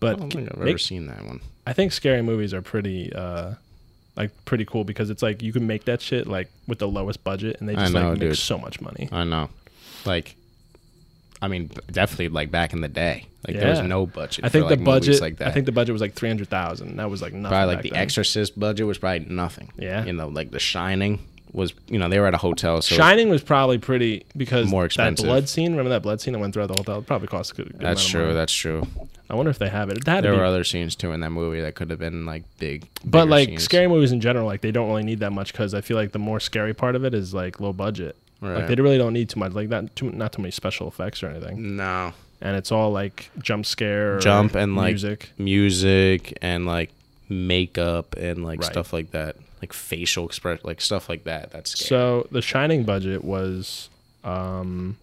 [SPEAKER 1] But
[SPEAKER 2] don't think I've
[SPEAKER 1] make-
[SPEAKER 2] ever seen that one.
[SPEAKER 1] I think scary movies are pretty uh like pretty cool because it's like you can make that shit like with the lowest budget and they
[SPEAKER 2] I
[SPEAKER 1] just
[SPEAKER 2] know,
[SPEAKER 1] like make
[SPEAKER 2] dude.
[SPEAKER 1] so much money.
[SPEAKER 2] I know, like. I mean, b- definitely like back in the day, like there was
[SPEAKER 1] Yeah.
[SPEAKER 2] no budget.
[SPEAKER 1] I think
[SPEAKER 2] for,
[SPEAKER 1] the
[SPEAKER 2] like, movies
[SPEAKER 1] budget
[SPEAKER 2] like that.
[SPEAKER 1] I think the budget was like 300,000. That was like nothing.
[SPEAKER 2] probably like
[SPEAKER 1] back
[SPEAKER 2] the
[SPEAKER 1] then.
[SPEAKER 2] Exorcist budget was probably nothing.
[SPEAKER 1] Yeah.
[SPEAKER 2] you know, like The Shining was. You know, they were at a hotel, so it was
[SPEAKER 1] Shining was probably pretty because
[SPEAKER 2] More
[SPEAKER 1] that
[SPEAKER 2] expensive.
[SPEAKER 1] blood scene. Remember that blood scene that went throughout the hotel? It probably cost a good, good
[SPEAKER 2] That's
[SPEAKER 1] amount of
[SPEAKER 2] true.
[SPEAKER 1] money.
[SPEAKER 2] That's true.
[SPEAKER 1] I wonder if they have it. That had to
[SPEAKER 2] There
[SPEAKER 1] be-
[SPEAKER 2] were other scenes too in that movie that could have been like big,
[SPEAKER 1] but
[SPEAKER 2] bigger
[SPEAKER 1] like
[SPEAKER 2] scenes.
[SPEAKER 1] scary movies in general, like they don't really need that much because I feel like the more scary part of it is like low budget.
[SPEAKER 2] Right.
[SPEAKER 1] Like they really don't need too much, like not too not too many special effects or anything,
[SPEAKER 2] No
[SPEAKER 1] and it's all like jump scare, or
[SPEAKER 2] jump and like
[SPEAKER 1] music.
[SPEAKER 2] music and like makeup and like
[SPEAKER 1] Right.
[SPEAKER 2] stuff like that, like facial express, like stuff like that. That's scary.
[SPEAKER 1] So the Shining budget was um,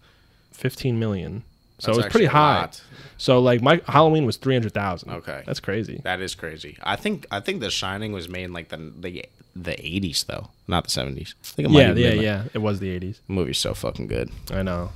[SPEAKER 1] fifteen million. So
[SPEAKER 2] That's
[SPEAKER 1] it was pretty
[SPEAKER 2] actually a
[SPEAKER 1] high.
[SPEAKER 2] lot.
[SPEAKER 1] So like my Halloween was three hundred thousand.
[SPEAKER 2] Okay.
[SPEAKER 1] that's crazy.
[SPEAKER 2] That is crazy. I think I think The Shining was made in like the the the eighties though, not the seventies. I think it might
[SPEAKER 1] Yeah,
[SPEAKER 2] have been,
[SPEAKER 1] yeah,
[SPEAKER 2] like-
[SPEAKER 1] yeah. It was the eighties.
[SPEAKER 2] The movie's so fucking good.
[SPEAKER 1] I know.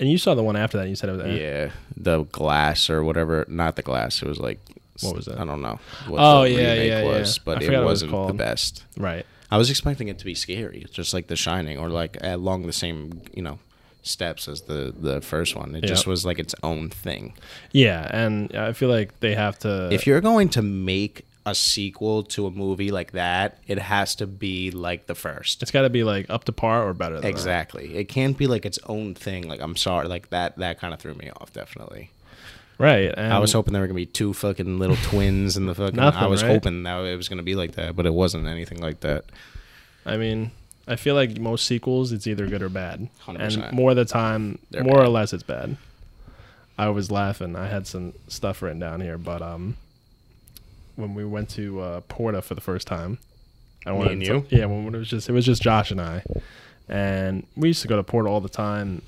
[SPEAKER 1] And you saw the one after that. And you said it was eh.
[SPEAKER 2] Yeah, the glass or whatever. Not the glass. It was like
[SPEAKER 1] What was that?
[SPEAKER 2] I don't know. What
[SPEAKER 1] Oh,
[SPEAKER 2] the
[SPEAKER 1] yeah,
[SPEAKER 2] remake
[SPEAKER 1] yeah,
[SPEAKER 2] was,
[SPEAKER 1] yeah. I
[SPEAKER 2] But
[SPEAKER 1] forgot what
[SPEAKER 2] it
[SPEAKER 1] it was
[SPEAKER 2] wasn't the
[SPEAKER 1] called.
[SPEAKER 2] best.
[SPEAKER 1] right.
[SPEAKER 2] I was expecting it to be scary, just like The Shining, or like along the same you know steps as the the first one. It just
[SPEAKER 1] Yep.
[SPEAKER 2] was like its own thing.
[SPEAKER 1] Yeah, and I feel like they have to.
[SPEAKER 2] if you're going to make a sequel to a movie like that, it has to be like the first.
[SPEAKER 1] it's uh, got to be like up to par or better. Than that.
[SPEAKER 2] Exactly. It can't be like its own thing. Like I'm sorry, like that that kind of threw me off definitely.
[SPEAKER 1] Right. And
[SPEAKER 2] I was hoping there were gonna be two fucking little twins in the fucking. I
[SPEAKER 1] Um, Nothing,
[SPEAKER 2] was
[SPEAKER 1] right?
[SPEAKER 2] hoping that it was gonna be like that, but it wasn't anything like that.
[SPEAKER 1] I mean, I feel like most sequels, it's either good or bad,
[SPEAKER 2] 100%.
[SPEAKER 1] and more of the time,
[SPEAKER 2] They're
[SPEAKER 1] more
[SPEAKER 2] bad.
[SPEAKER 1] or less, it's bad. I was laughing. I had some stuff written down here, but um, when we went to uh, Porta for the first time, I wanted
[SPEAKER 2] and
[SPEAKER 1] to-
[SPEAKER 2] you?
[SPEAKER 1] yeah, when it was just it was just Josh and I, and we used to go to Porta all the time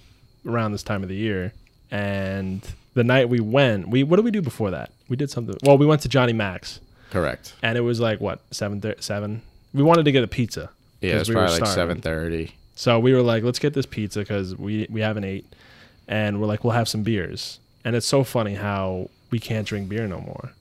[SPEAKER 1] around this time of the year. And the night we went, we what did we do before that? We did something. Well, we went to Johnny Max
[SPEAKER 2] Correct.
[SPEAKER 1] and it was like what seven thir- seven. We wanted to get a pizza.
[SPEAKER 2] Yeah,
[SPEAKER 1] 'cause
[SPEAKER 2] it's
[SPEAKER 1] we were
[SPEAKER 2] probably like
[SPEAKER 1] starving.
[SPEAKER 2] seven thirty.
[SPEAKER 1] So we were like, let's get this pizza because we we haven't ate, and we're like, we'll have some beers. And it's so funny how we can't drink beer no more.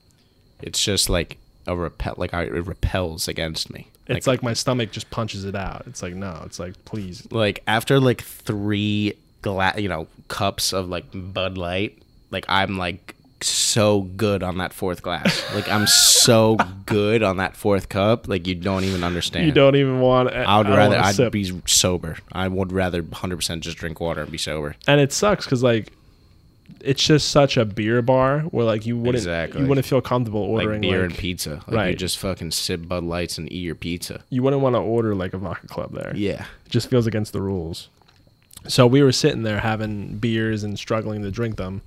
[SPEAKER 2] It's just like a repel. Like I, it repels against me.
[SPEAKER 1] It's like, my stomach just punches it out. It's like no, it's like please.
[SPEAKER 2] like after like three gla- you know cups of like Bud Light, like I'm like so good on that fourth glass. like I'm so good on that fourth cup. Like you don't even understand.
[SPEAKER 1] You don't even want.
[SPEAKER 2] I would rather I'd
[SPEAKER 1] sip.
[SPEAKER 2] be sober. I would rather 100% just drink water and be sober.
[SPEAKER 1] and it sucks because like. It's just such a beer bar where like you wouldn't
[SPEAKER 2] Exactly.
[SPEAKER 1] you wouldn't feel comfortable ordering
[SPEAKER 2] like beer
[SPEAKER 1] like-
[SPEAKER 2] and pizza. Like you
[SPEAKER 1] right.
[SPEAKER 2] just fucking sip Bud Lights and eat your pizza.
[SPEAKER 1] you wouldn't want to order like a vodka club there.
[SPEAKER 2] Yeah.
[SPEAKER 1] It just feels against the rules. So we were sitting there having beers and struggling to drink them,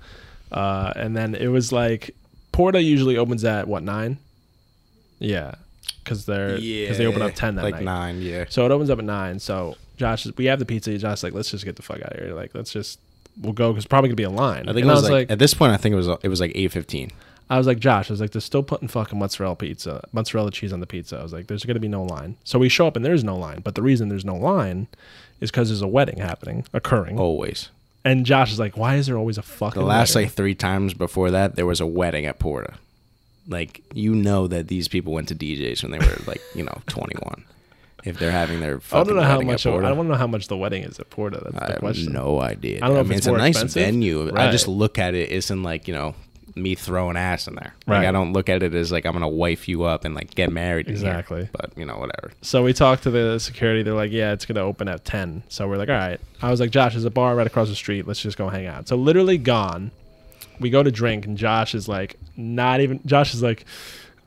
[SPEAKER 1] uh, and then it was like Porta usually opens at what nine? Yeah, because they're because they open up ten that
[SPEAKER 2] like
[SPEAKER 1] night.
[SPEAKER 2] nine, yeah.
[SPEAKER 1] So it opens up at nine. So Josh, is, we have the pizza. Josh's like, let's just get the fuck out of here. Like, let's just we'll go because probably gonna be a line.
[SPEAKER 2] I think
[SPEAKER 1] and
[SPEAKER 2] it was, like, at this point I think it was it was like 8:15.
[SPEAKER 1] I was like, Josh, I was like, they're still putting fucking mozzarella pizza, mozzarella cheese on the pizza. I was like, there's going to be no line. So we show up and there's no line. But the reason there's no line is because there's a wedding happening, occurring.
[SPEAKER 2] Always.
[SPEAKER 1] And Josh is like, why is there always a fucking
[SPEAKER 2] Oh. The last
[SPEAKER 1] wedding?
[SPEAKER 2] like three times before that, there was a wedding at Porta. Like you know that these people went to DJs when they were like you know twenty one. If they're having their
[SPEAKER 1] I
[SPEAKER 2] fucking
[SPEAKER 1] don't know how
[SPEAKER 2] wedding
[SPEAKER 1] much.
[SPEAKER 2] at
[SPEAKER 1] I
[SPEAKER 2] Porta,
[SPEAKER 1] don't want to know how much the wedding is at Porta. That's
[SPEAKER 2] I
[SPEAKER 1] the
[SPEAKER 2] have
[SPEAKER 1] question.
[SPEAKER 2] no idea.
[SPEAKER 1] I don't know if
[SPEAKER 2] mean,
[SPEAKER 1] it's
[SPEAKER 2] a
[SPEAKER 1] more
[SPEAKER 2] nice
[SPEAKER 1] expensive.
[SPEAKER 2] venue. I just
[SPEAKER 1] Right.
[SPEAKER 2] look at it. It's in like you know me throwing ass in there. Like
[SPEAKER 1] Right.
[SPEAKER 2] I don't look at it as like I'm gonna wife you up and like get married. in here.
[SPEAKER 1] Exactly.
[SPEAKER 2] But you know whatever.
[SPEAKER 1] So we talked to the security. They're like, yeah, it's going to open at 10. So we're like, all right. I was like, Josh, there's a bar right across the street. Let's just go hang out. So literally gone. We go to drink, and Josh is like, not even. Josh is like,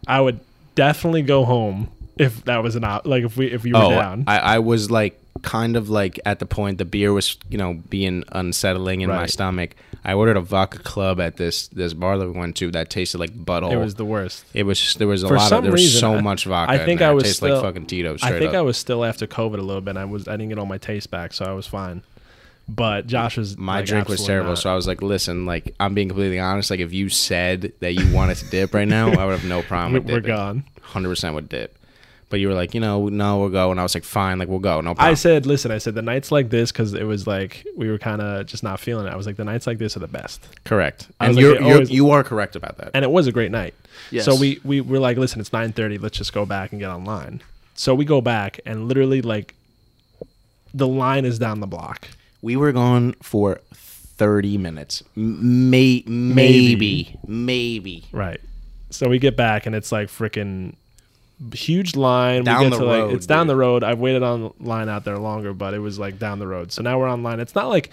[SPEAKER 1] I would definitely go home if that was an op- like if we if you were
[SPEAKER 2] Oh,
[SPEAKER 1] down.
[SPEAKER 2] I, I was like kind of like at the point the beer was you know being unsettling in my
[SPEAKER 1] Right.
[SPEAKER 2] stomach. I ordered a vodka club at this this bar that we went to that tasted like butthole.
[SPEAKER 1] it was the worst.
[SPEAKER 2] It was just, there was a
[SPEAKER 1] For
[SPEAKER 2] lot
[SPEAKER 1] some
[SPEAKER 2] of there was
[SPEAKER 1] reason,
[SPEAKER 2] so
[SPEAKER 1] I-
[SPEAKER 2] much vodka.
[SPEAKER 1] I
[SPEAKER 2] in
[SPEAKER 1] think
[SPEAKER 2] there.
[SPEAKER 1] I
[SPEAKER 2] It
[SPEAKER 1] was
[SPEAKER 2] tastes
[SPEAKER 1] still-
[SPEAKER 2] like fucking Tito's.
[SPEAKER 1] I
[SPEAKER 2] straight
[SPEAKER 1] think
[SPEAKER 2] up.
[SPEAKER 1] I was still after COVID a little bit. And I was I didn't get all my taste back, so I was fine. But Josh was
[SPEAKER 2] my
[SPEAKER 1] like,
[SPEAKER 2] drink was
[SPEAKER 1] absolutely
[SPEAKER 2] terrible,
[SPEAKER 1] not.
[SPEAKER 2] so I was like, "Listen, like I'm being completely honest. Like if you said that you wanted to dip right now, I would have no problem
[SPEAKER 1] We-
[SPEAKER 2] with
[SPEAKER 1] we're
[SPEAKER 2] dipping.
[SPEAKER 1] gone.
[SPEAKER 2] Hundred percent would dip." But you were like, you know, no, we'll go, and I was like, fine, like we'll go, no problem.
[SPEAKER 1] I said, listen, I said the nights like this because it was like we were kind of just not feeling it. I was like, the nights like this are the best,
[SPEAKER 2] correct,
[SPEAKER 1] I was
[SPEAKER 2] and
[SPEAKER 1] like,
[SPEAKER 2] you're,
[SPEAKER 1] it
[SPEAKER 2] you're
[SPEAKER 1] always-
[SPEAKER 2] you are correct about that.
[SPEAKER 1] and it was a great night.
[SPEAKER 2] Yes.
[SPEAKER 1] So we we were like, listen, it's nine thirty. Let's just go back and get online. So we go back and literally like, the line is down the block.
[SPEAKER 2] We were gone for thirty minutes, M- may, maybe, maybe.
[SPEAKER 1] Right. So we get back and it's like freaking huge line.
[SPEAKER 2] Down
[SPEAKER 1] we get
[SPEAKER 2] the
[SPEAKER 1] to
[SPEAKER 2] road,
[SPEAKER 1] like it's down
[SPEAKER 2] dude.
[SPEAKER 1] the road. I've waited on line out there longer, but it was like down the road. So now we're online. It's not like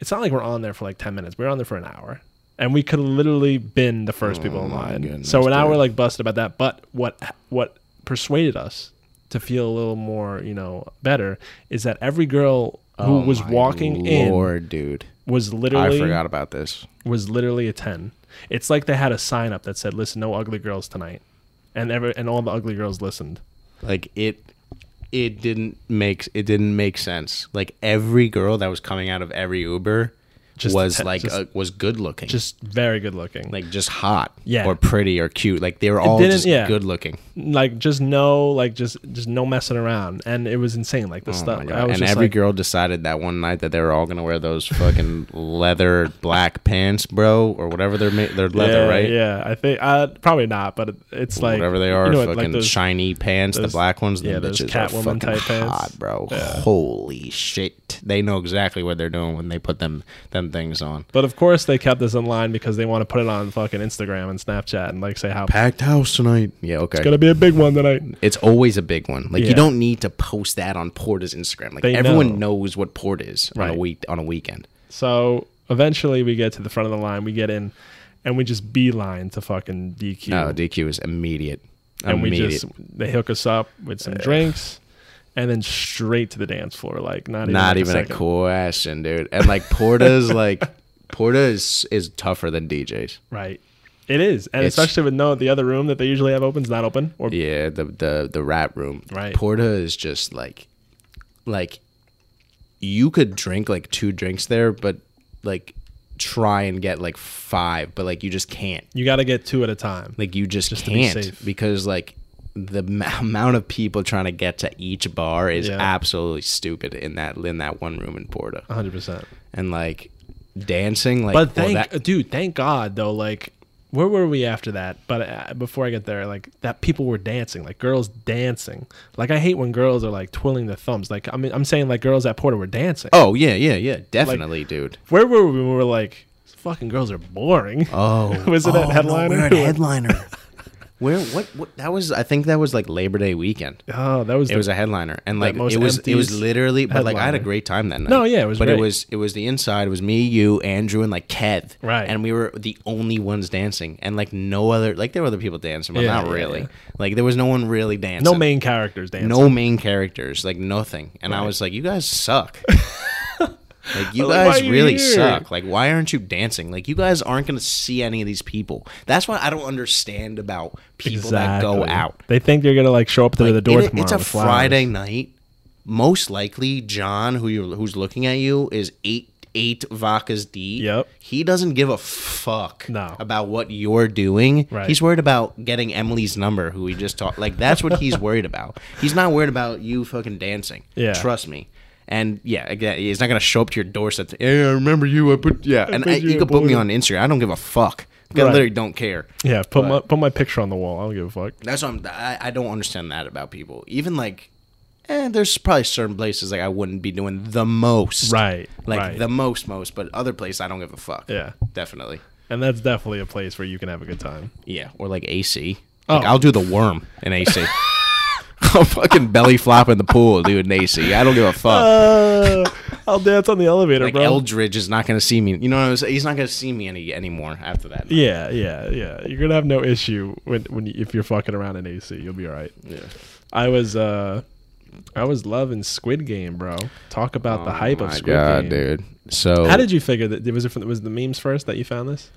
[SPEAKER 1] it's not like we're on there for like ten minutes. We We're on there for an hour. And we could have literally been the first people in
[SPEAKER 2] Oh my
[SPEAKER 1] line.
[SPEAKER 2] goodness,
[SPEAKER 1] so now
[SPEAKER 2] dude.
[SPEAKER 1] we're like busted about that. But what what persuaded us to feel a little more, you know, better is that every girl who
[SPEAKER 2] Oh
[SPEAKER 1] was
[SPEAKER 2] my
[SPEAKER 1] walking in
[SPEAKER 2] Lord, dude,
[SPEAKER 1] was
[SPEAKER 2] I
[SPEAKER 1] literally
[SPEAKER 2] forgot about this.
[SPEAKER 1] was literally a 10. It's like they had a sign up that said, listen, no ugly girls tonight. And every, and all the ugly girls listened.
[SPEAKER 2] like it it didn't make it didn't make sense like every girl that was coming out of every uber
[SPEAKER 1] Just
[SPEAKER 2] was
[SPEAKER 1] te-
[SPEAKER 2] like
[SPEAKER 1] just-
[SPEAKER 2] uh, was good looking
[SPEAKER 1] Just very good looking. Like,
[SPEAKER 2] like just hot
[SPEAKER 1] Yeah.
[SPEAKER 2] or pretty or cute like they were all
[SPEAKER 1] didn't-
[SPEAKER 2] just
[SPEAKER 1] yeah.
[SPEAKER 2] good looking Oh
[SPEAKER 1] just no, like just just no messing around. And it was insane. Like the
[SPEAKER 2] Oh
[SPEAKER 1] stuff.
[SPEAKER 2] my
[SPEAKER 1] I
[SPEAKER 2] God.
[SPEAKER 1] was
[SPEAKER 2] and
[SPEAKER 1] just
[SPEAKER 2] every
[SPEAKER 1] like,
[SPEAKER 2] girl decided that one night that they were all gonna wear those fucking leather black pants bro or whatever they're made they're leather
[SPEAKER 1] yeah,
[SPEAKER 2] right
[SPEAKER 1] Yeah, I think uh, probably not, but it- it's like
[SPEAKER 2] whatever they are,
[SPEAKER 1] you know,
[SPEAKER 2] fucking
[SPEAKER 1] like those-
[SPEAKER 2] shiny pants,
[SPEAKER 1] those-
[SPEAKER 2] the black ones,
[SPEAKER 1] yeah,
[SPEAKER 2] yeah, the
[SPEAKER 1] those
[SPEAKER 2] bitches are
[SPEAKER 1] Catwoman
[SPEAKER 2] fucking
[SPEAKER 1] type pants.
[SPEAKER 2] hot, bro. Holy shit! They know exactly what they're doing when they put them them things on.
[SPEAKER 1] But of course, they kept this in line because they want to put it on fucking Instagram and Snapchat and like say how
[SPEAKER 2] Packed house tonight. Yeah, okay.
[SPEAKER 1] it's gonna be a big one tonight.
[SPEAKER 2] It's always a big one. Like
[SPEAKER 1] Yeah.
[SPEAKER 2] you don't need to post that on Porta's Instagram. Like
[SPEAKER 1] They
[SPEAKER 2] everyone knows what Port is on
[SPEAKER 1] Right.
[SPEAKER 2] a week on a weekend.
[SPEAKER 1] So eventually we get to the front of the line, we get in, and we just beeline to fucking DQ.
[SPEAKER 2] No, DQ Uh, is immediate.
[SPEAKER 1] and we
[SPEAKER 2] immediate.
[SPEAKER 1] just they hook us up with some drinks, and then straight to the dance floor. Like not even like
[SPEAKER 2] not even a,
[SPEAKER 1] second.
[SPEAKER 2] question, dude. And like Porta's like Porta is is tougher than DJs.
[SPEAKER 1] right. It is, and
[SPEAKER 2] It's-
[SPEAKER 1] especially with no the other room that they usually have open is not open. Or
[SPEAKER 2] Yeah, the the the rap room.
[SPEAKER 1] Right.
[SPEAKER 2] Porta is just like like you could drink like two drinks there, but like try and get like five, but like you just can't.
[SPEAKER 1] you got to get two at a time.
[SPEAKER 2] Like you just,
[SPEAKER 1] Just to be
[SPEAKER 2] can't
[SPEAKER 1] safe.
[SPEAKER 2] because like the m- amount of people trying to get to each bar is
[SPEAKER 1] Yeah.
[SPEAKER 2] absolutely stupid in that in that one room in Porta.
[SPEAKER 1] One hundred percent.
[SPEAKER 2] And like dancing like
[SPEAKER 1] But
[SPEAKER 2] well,
[SPEAKER 1] thank
[SPEAKER 2] that-
[SPEAKER 1] dude, thank God though. Like where were we after that? But uh, before I get there, like that people were dancing, like girls dancing. Like I hate when girls are like twirling their thumbs. Like I mean, I'm saying like girls at Porter were dancing.
[SPEAKER 2] Oh yeah, yeah, yeah, definitely, dude.
[SPEAKER 1] Where were we? when We were like, fucking girls are boring.
[SPEAKER 2] Oh,
[SPEAKER 1] Was it
[SPEAKER 2] oh,
[SPEAKER 1] at Headliner?
[SPEAKER 2] No, we're at headliner. Where? What? What? That was. I think that was like Labor Day weekend.
[SPEAKER 1] oh, that was
[SPEAKER 2] It
[SPEAKER 1] the-
[SPEAKER 2] was a headliner, and like
[SPEAKER 1] most
[SPEAKER 2] it was. It was
[SPEAKER 1] empties
[SPEAKER 2] literally. But like I had a
[SPEAKER 1] headliner.
[SPEAKER 2] great time that night.
[SPEAKER 1] No, yeah, it was
[SPEAKER 2] But
[SPEAKER 1] great.
[SPEAKER 2] it was. It was the inside. It was me, you, Andrew, and like Kev.
[SPEAKER 1] Right.
[SPEAKER 2] And we were the only ones dancing, and like no other. Like there were other people dancing, but
[SPEAKER 1] Yeah,
[SPEAKER 2] not
[SPEAKER 1] yeah,
[SPEAKER 2] really.
[SPEAKER 1] yeah.
[SPEAKER 2] Like there was no one really dancing.
[SPEAKER 1] no main characters dancing.
[SPEAKER 2] No main characters. Like nothing. And I was like, you guys suck. Like you
[SPEAKER 1] Like, why
[SPEAKER 2] guys
[SPEAKER 1] are you
[SPEAKER 2] really
[SPEAKER 1] here?
[SPEAKER 2] suck. Like why aren't you dancing? Like you guys aren't going to see any of these people. That's why I don't understand about people that go
[SPEAKER 1] Exactly.
[SPEAKER 2] out.
[SPEAKER 1] They think you're gonna like show up to the door
[SPEAKER 2] It-
[SPEAKER 1] tomorrow.
[SPEAKER 2] it's a
[SPEAKER 1] with flowers.
[SPEAKER 2] Friday night. Most likely, John, who you who's looking at you, is eight eight vodkas deep.
[SPEAKER 1] Yep.
[SPEAKER 2] He doesn't give a fuck
[SPEAKER 1] No.
[SPEAKER 2] about what you're doing.
[SPEAKER 1] Right.
[SPEAKER 2] He's worried about getting Emily's number, who he just talked. Like that's what he's worried about. He's not worried about you fucking dancing.
[SPEAKER 1] Yeah.
[SPEAKER 2] Trust me. And yeah, again, he's not gonna show up to your doorstep. Hey, I remember you. I put yeah, and
[SPEAKER 1] put
[SPEAKER 2] I,
[SPEAKER 1] you
[SPEAKER 2] you
[SPEAKER 1] in
[SPEAKER 2] can put me
[SPEAKER 1] Boulder."
[SPEAKER 2] on Instagram. I don't give a fuck. I
[SPEAKER 1] Right.
[SPEAKER 2] literally don't care.
[SPEAKER 1] Yeah, put my put my picture on the wall. I don't give a fuck.
[SPEAKER 2] That's what I'm, I, I don't understand that about people. Even like, eh, there's probably certain places like I wouldn't be doing the most,
[SPEAKER 1] Right,
[SPEAKER 2] Like
[SPEAKER 1] right.
[SPEAKER 2] the most, most, but other place I don't give a fuck.
[SPEAKER 1] Yeah.
[SPEAKER 2] definitely.
[SPEAKER 1] and that's definitely a place where you can have a good time.
[SPEAKER 2] Yeah, or like AC.
[SPEAKER 1] Oh.
[SPEAKER 2] Like I'll do the worm in AC. I'll fucking belly flop in the pool, dude, in AC. I don't give a fuck.
[SPEAKER 1] Uh, I'll dance on the elevator,
[SPEAKER 2] like
[SPEAKER 1] bro.
[SPEAKER 2] Eldridge is not gonna see me. You know what I'm saying? He's not gonna see me any anymore after that.
[SPEAKER 1] yeah, yeah, yeah. You're gonna have no issue when when you, if you're fucking around in AC, you'll be all right.
[SPEAKER 2] Yeah.
[SPEAKER 1] I was uh, I was loving Squid Game, bro. Talk about the hype of
[SPEAKER 2] Oh My
[SPEAKER 1] Squid
[SPEAKER 2] God,
[SPEAKER 1] Game,
[SPEAKER 2] dude. So
[SPEAKER 1] How did you figure that? Was it from, was it the memes first that you found this?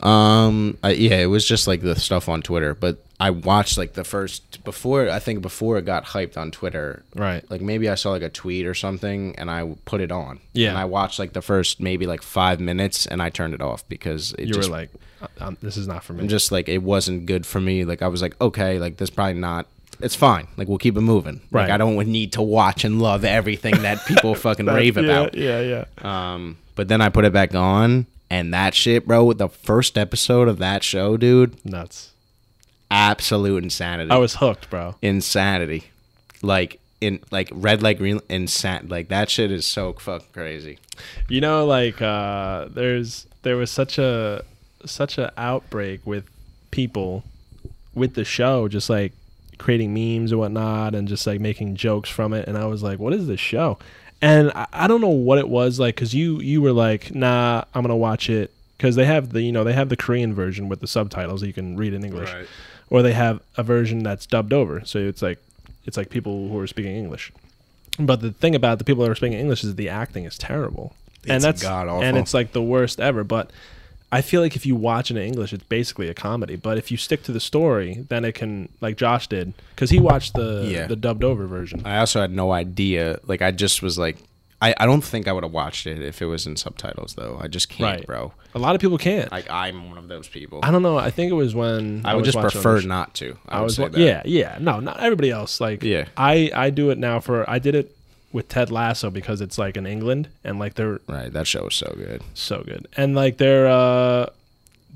[SPEAKER 2] Um, I, yeah, it was just like the stuff on Twitter, but I watched like the first before I think before it got hyped on Twitter.
[SPEAKER 1] Right.
[SPEAKER 2] Like maybe I saw like a tweet or something, and I put it on.
[SPEAKER 1] Yeah.
[SPEAKER 2] And I watched like the first maybe like five minutes, and I turned it off because it
[SPEAKER 1] You
[SPEAKER 2] just
[SPEAKER 1] were like, I- I'm- this is not for me.
[SPEAKER 2] I'm just like it wasn't good for me. Like I was like, okay, like this probably not. It's fine. Like we'll keep it moving.
[SPEAKER 1] Right.
[SPEAKER 2] Like I don't need to watch and love everything that people fucking
[SPEAKER 1] That-
[SPEAKER 2] rave
[SPEAKER 1] yeah,
[SPEAKER 2] about.
[SPEAKER 1] Yeah, yeah.
[SPEAKER 2] Um, but then I put it back on, and that shit, bro. The first episode of that show, dude,
[SPEAKER 1] Nuts.
[SPEAKER 2] absolute insanity.
[SPEAKER 1] I was hooked, bro.
[SPEAKER 2] insanity, like in like red light, green insan. Like that shit is so fucking crazy.
[SPEAKER 1] You know, like uh, there's there was such a such a outbreak with people with the show, just like creating memes and whatnot, and just like making jokes from it. And I was like, what is this show? And I, I don't know what it was like because you you were like, nah, I'm gonna watch it because they have the you know they have the Korean version with the subtitles that you can read in English,
[SPEAKER 2] Right.
[SPEAKER 1] or they have a version that's dubbed over, so it's like it's like people who are speaking English. But the thing about the people that are speaking English is that the acting is terrible, and
[SPEAKER 2] It's
[SPEAKER 1] that's
[SPEAKER 2] god-awful.
[SPEAKER 1] and it's like the worst ever. But I feel like if you watch it in English, it's basically a comedy. But if you stick to the story, then it can like Josh did because he watched the
[SPEAKER 2] Yeah.
[SPEAKER 1] the dubbed over version.
[SPEAKER 2] I also had no idea. Like I just was like, I, I don't think I would have watched it if it was in subtitles though. I just can't,
[SPEAKER 1] Right.
[SPEAKER 2] bro.
[SPEAKER 1] A lot of people can't. I,
[SPEAKER 2] Like I'm one of those people.
[SPEAKER 1] don't know. I think it was when
[SPEAKER 2] I would
[SPEAKER 1] was
[SPEAKER 2] just
[SPEAKER 1] watching
[SPEAKER 2] prefer
[SPEAKER 1] this-
[SPEAKER 2] not to. I,
[SPEAKER 1] I
[SPEAKER 2] would
[SPEAKER 1] was
[SPEAKER 2] say
[SPEAKER 1] wa-
[SPEAKER 2] that.
[SPEAKER 1] yeah yeah no not everybody else like
[SPEAKER 2] Yeah.
[SPEAKER 1] I I do it now for I did it with Ted Lasso because it's like in England and like they're
[SPEAKER 2] Right. That show was so good.
[SPEAKER 1] so good and like their uh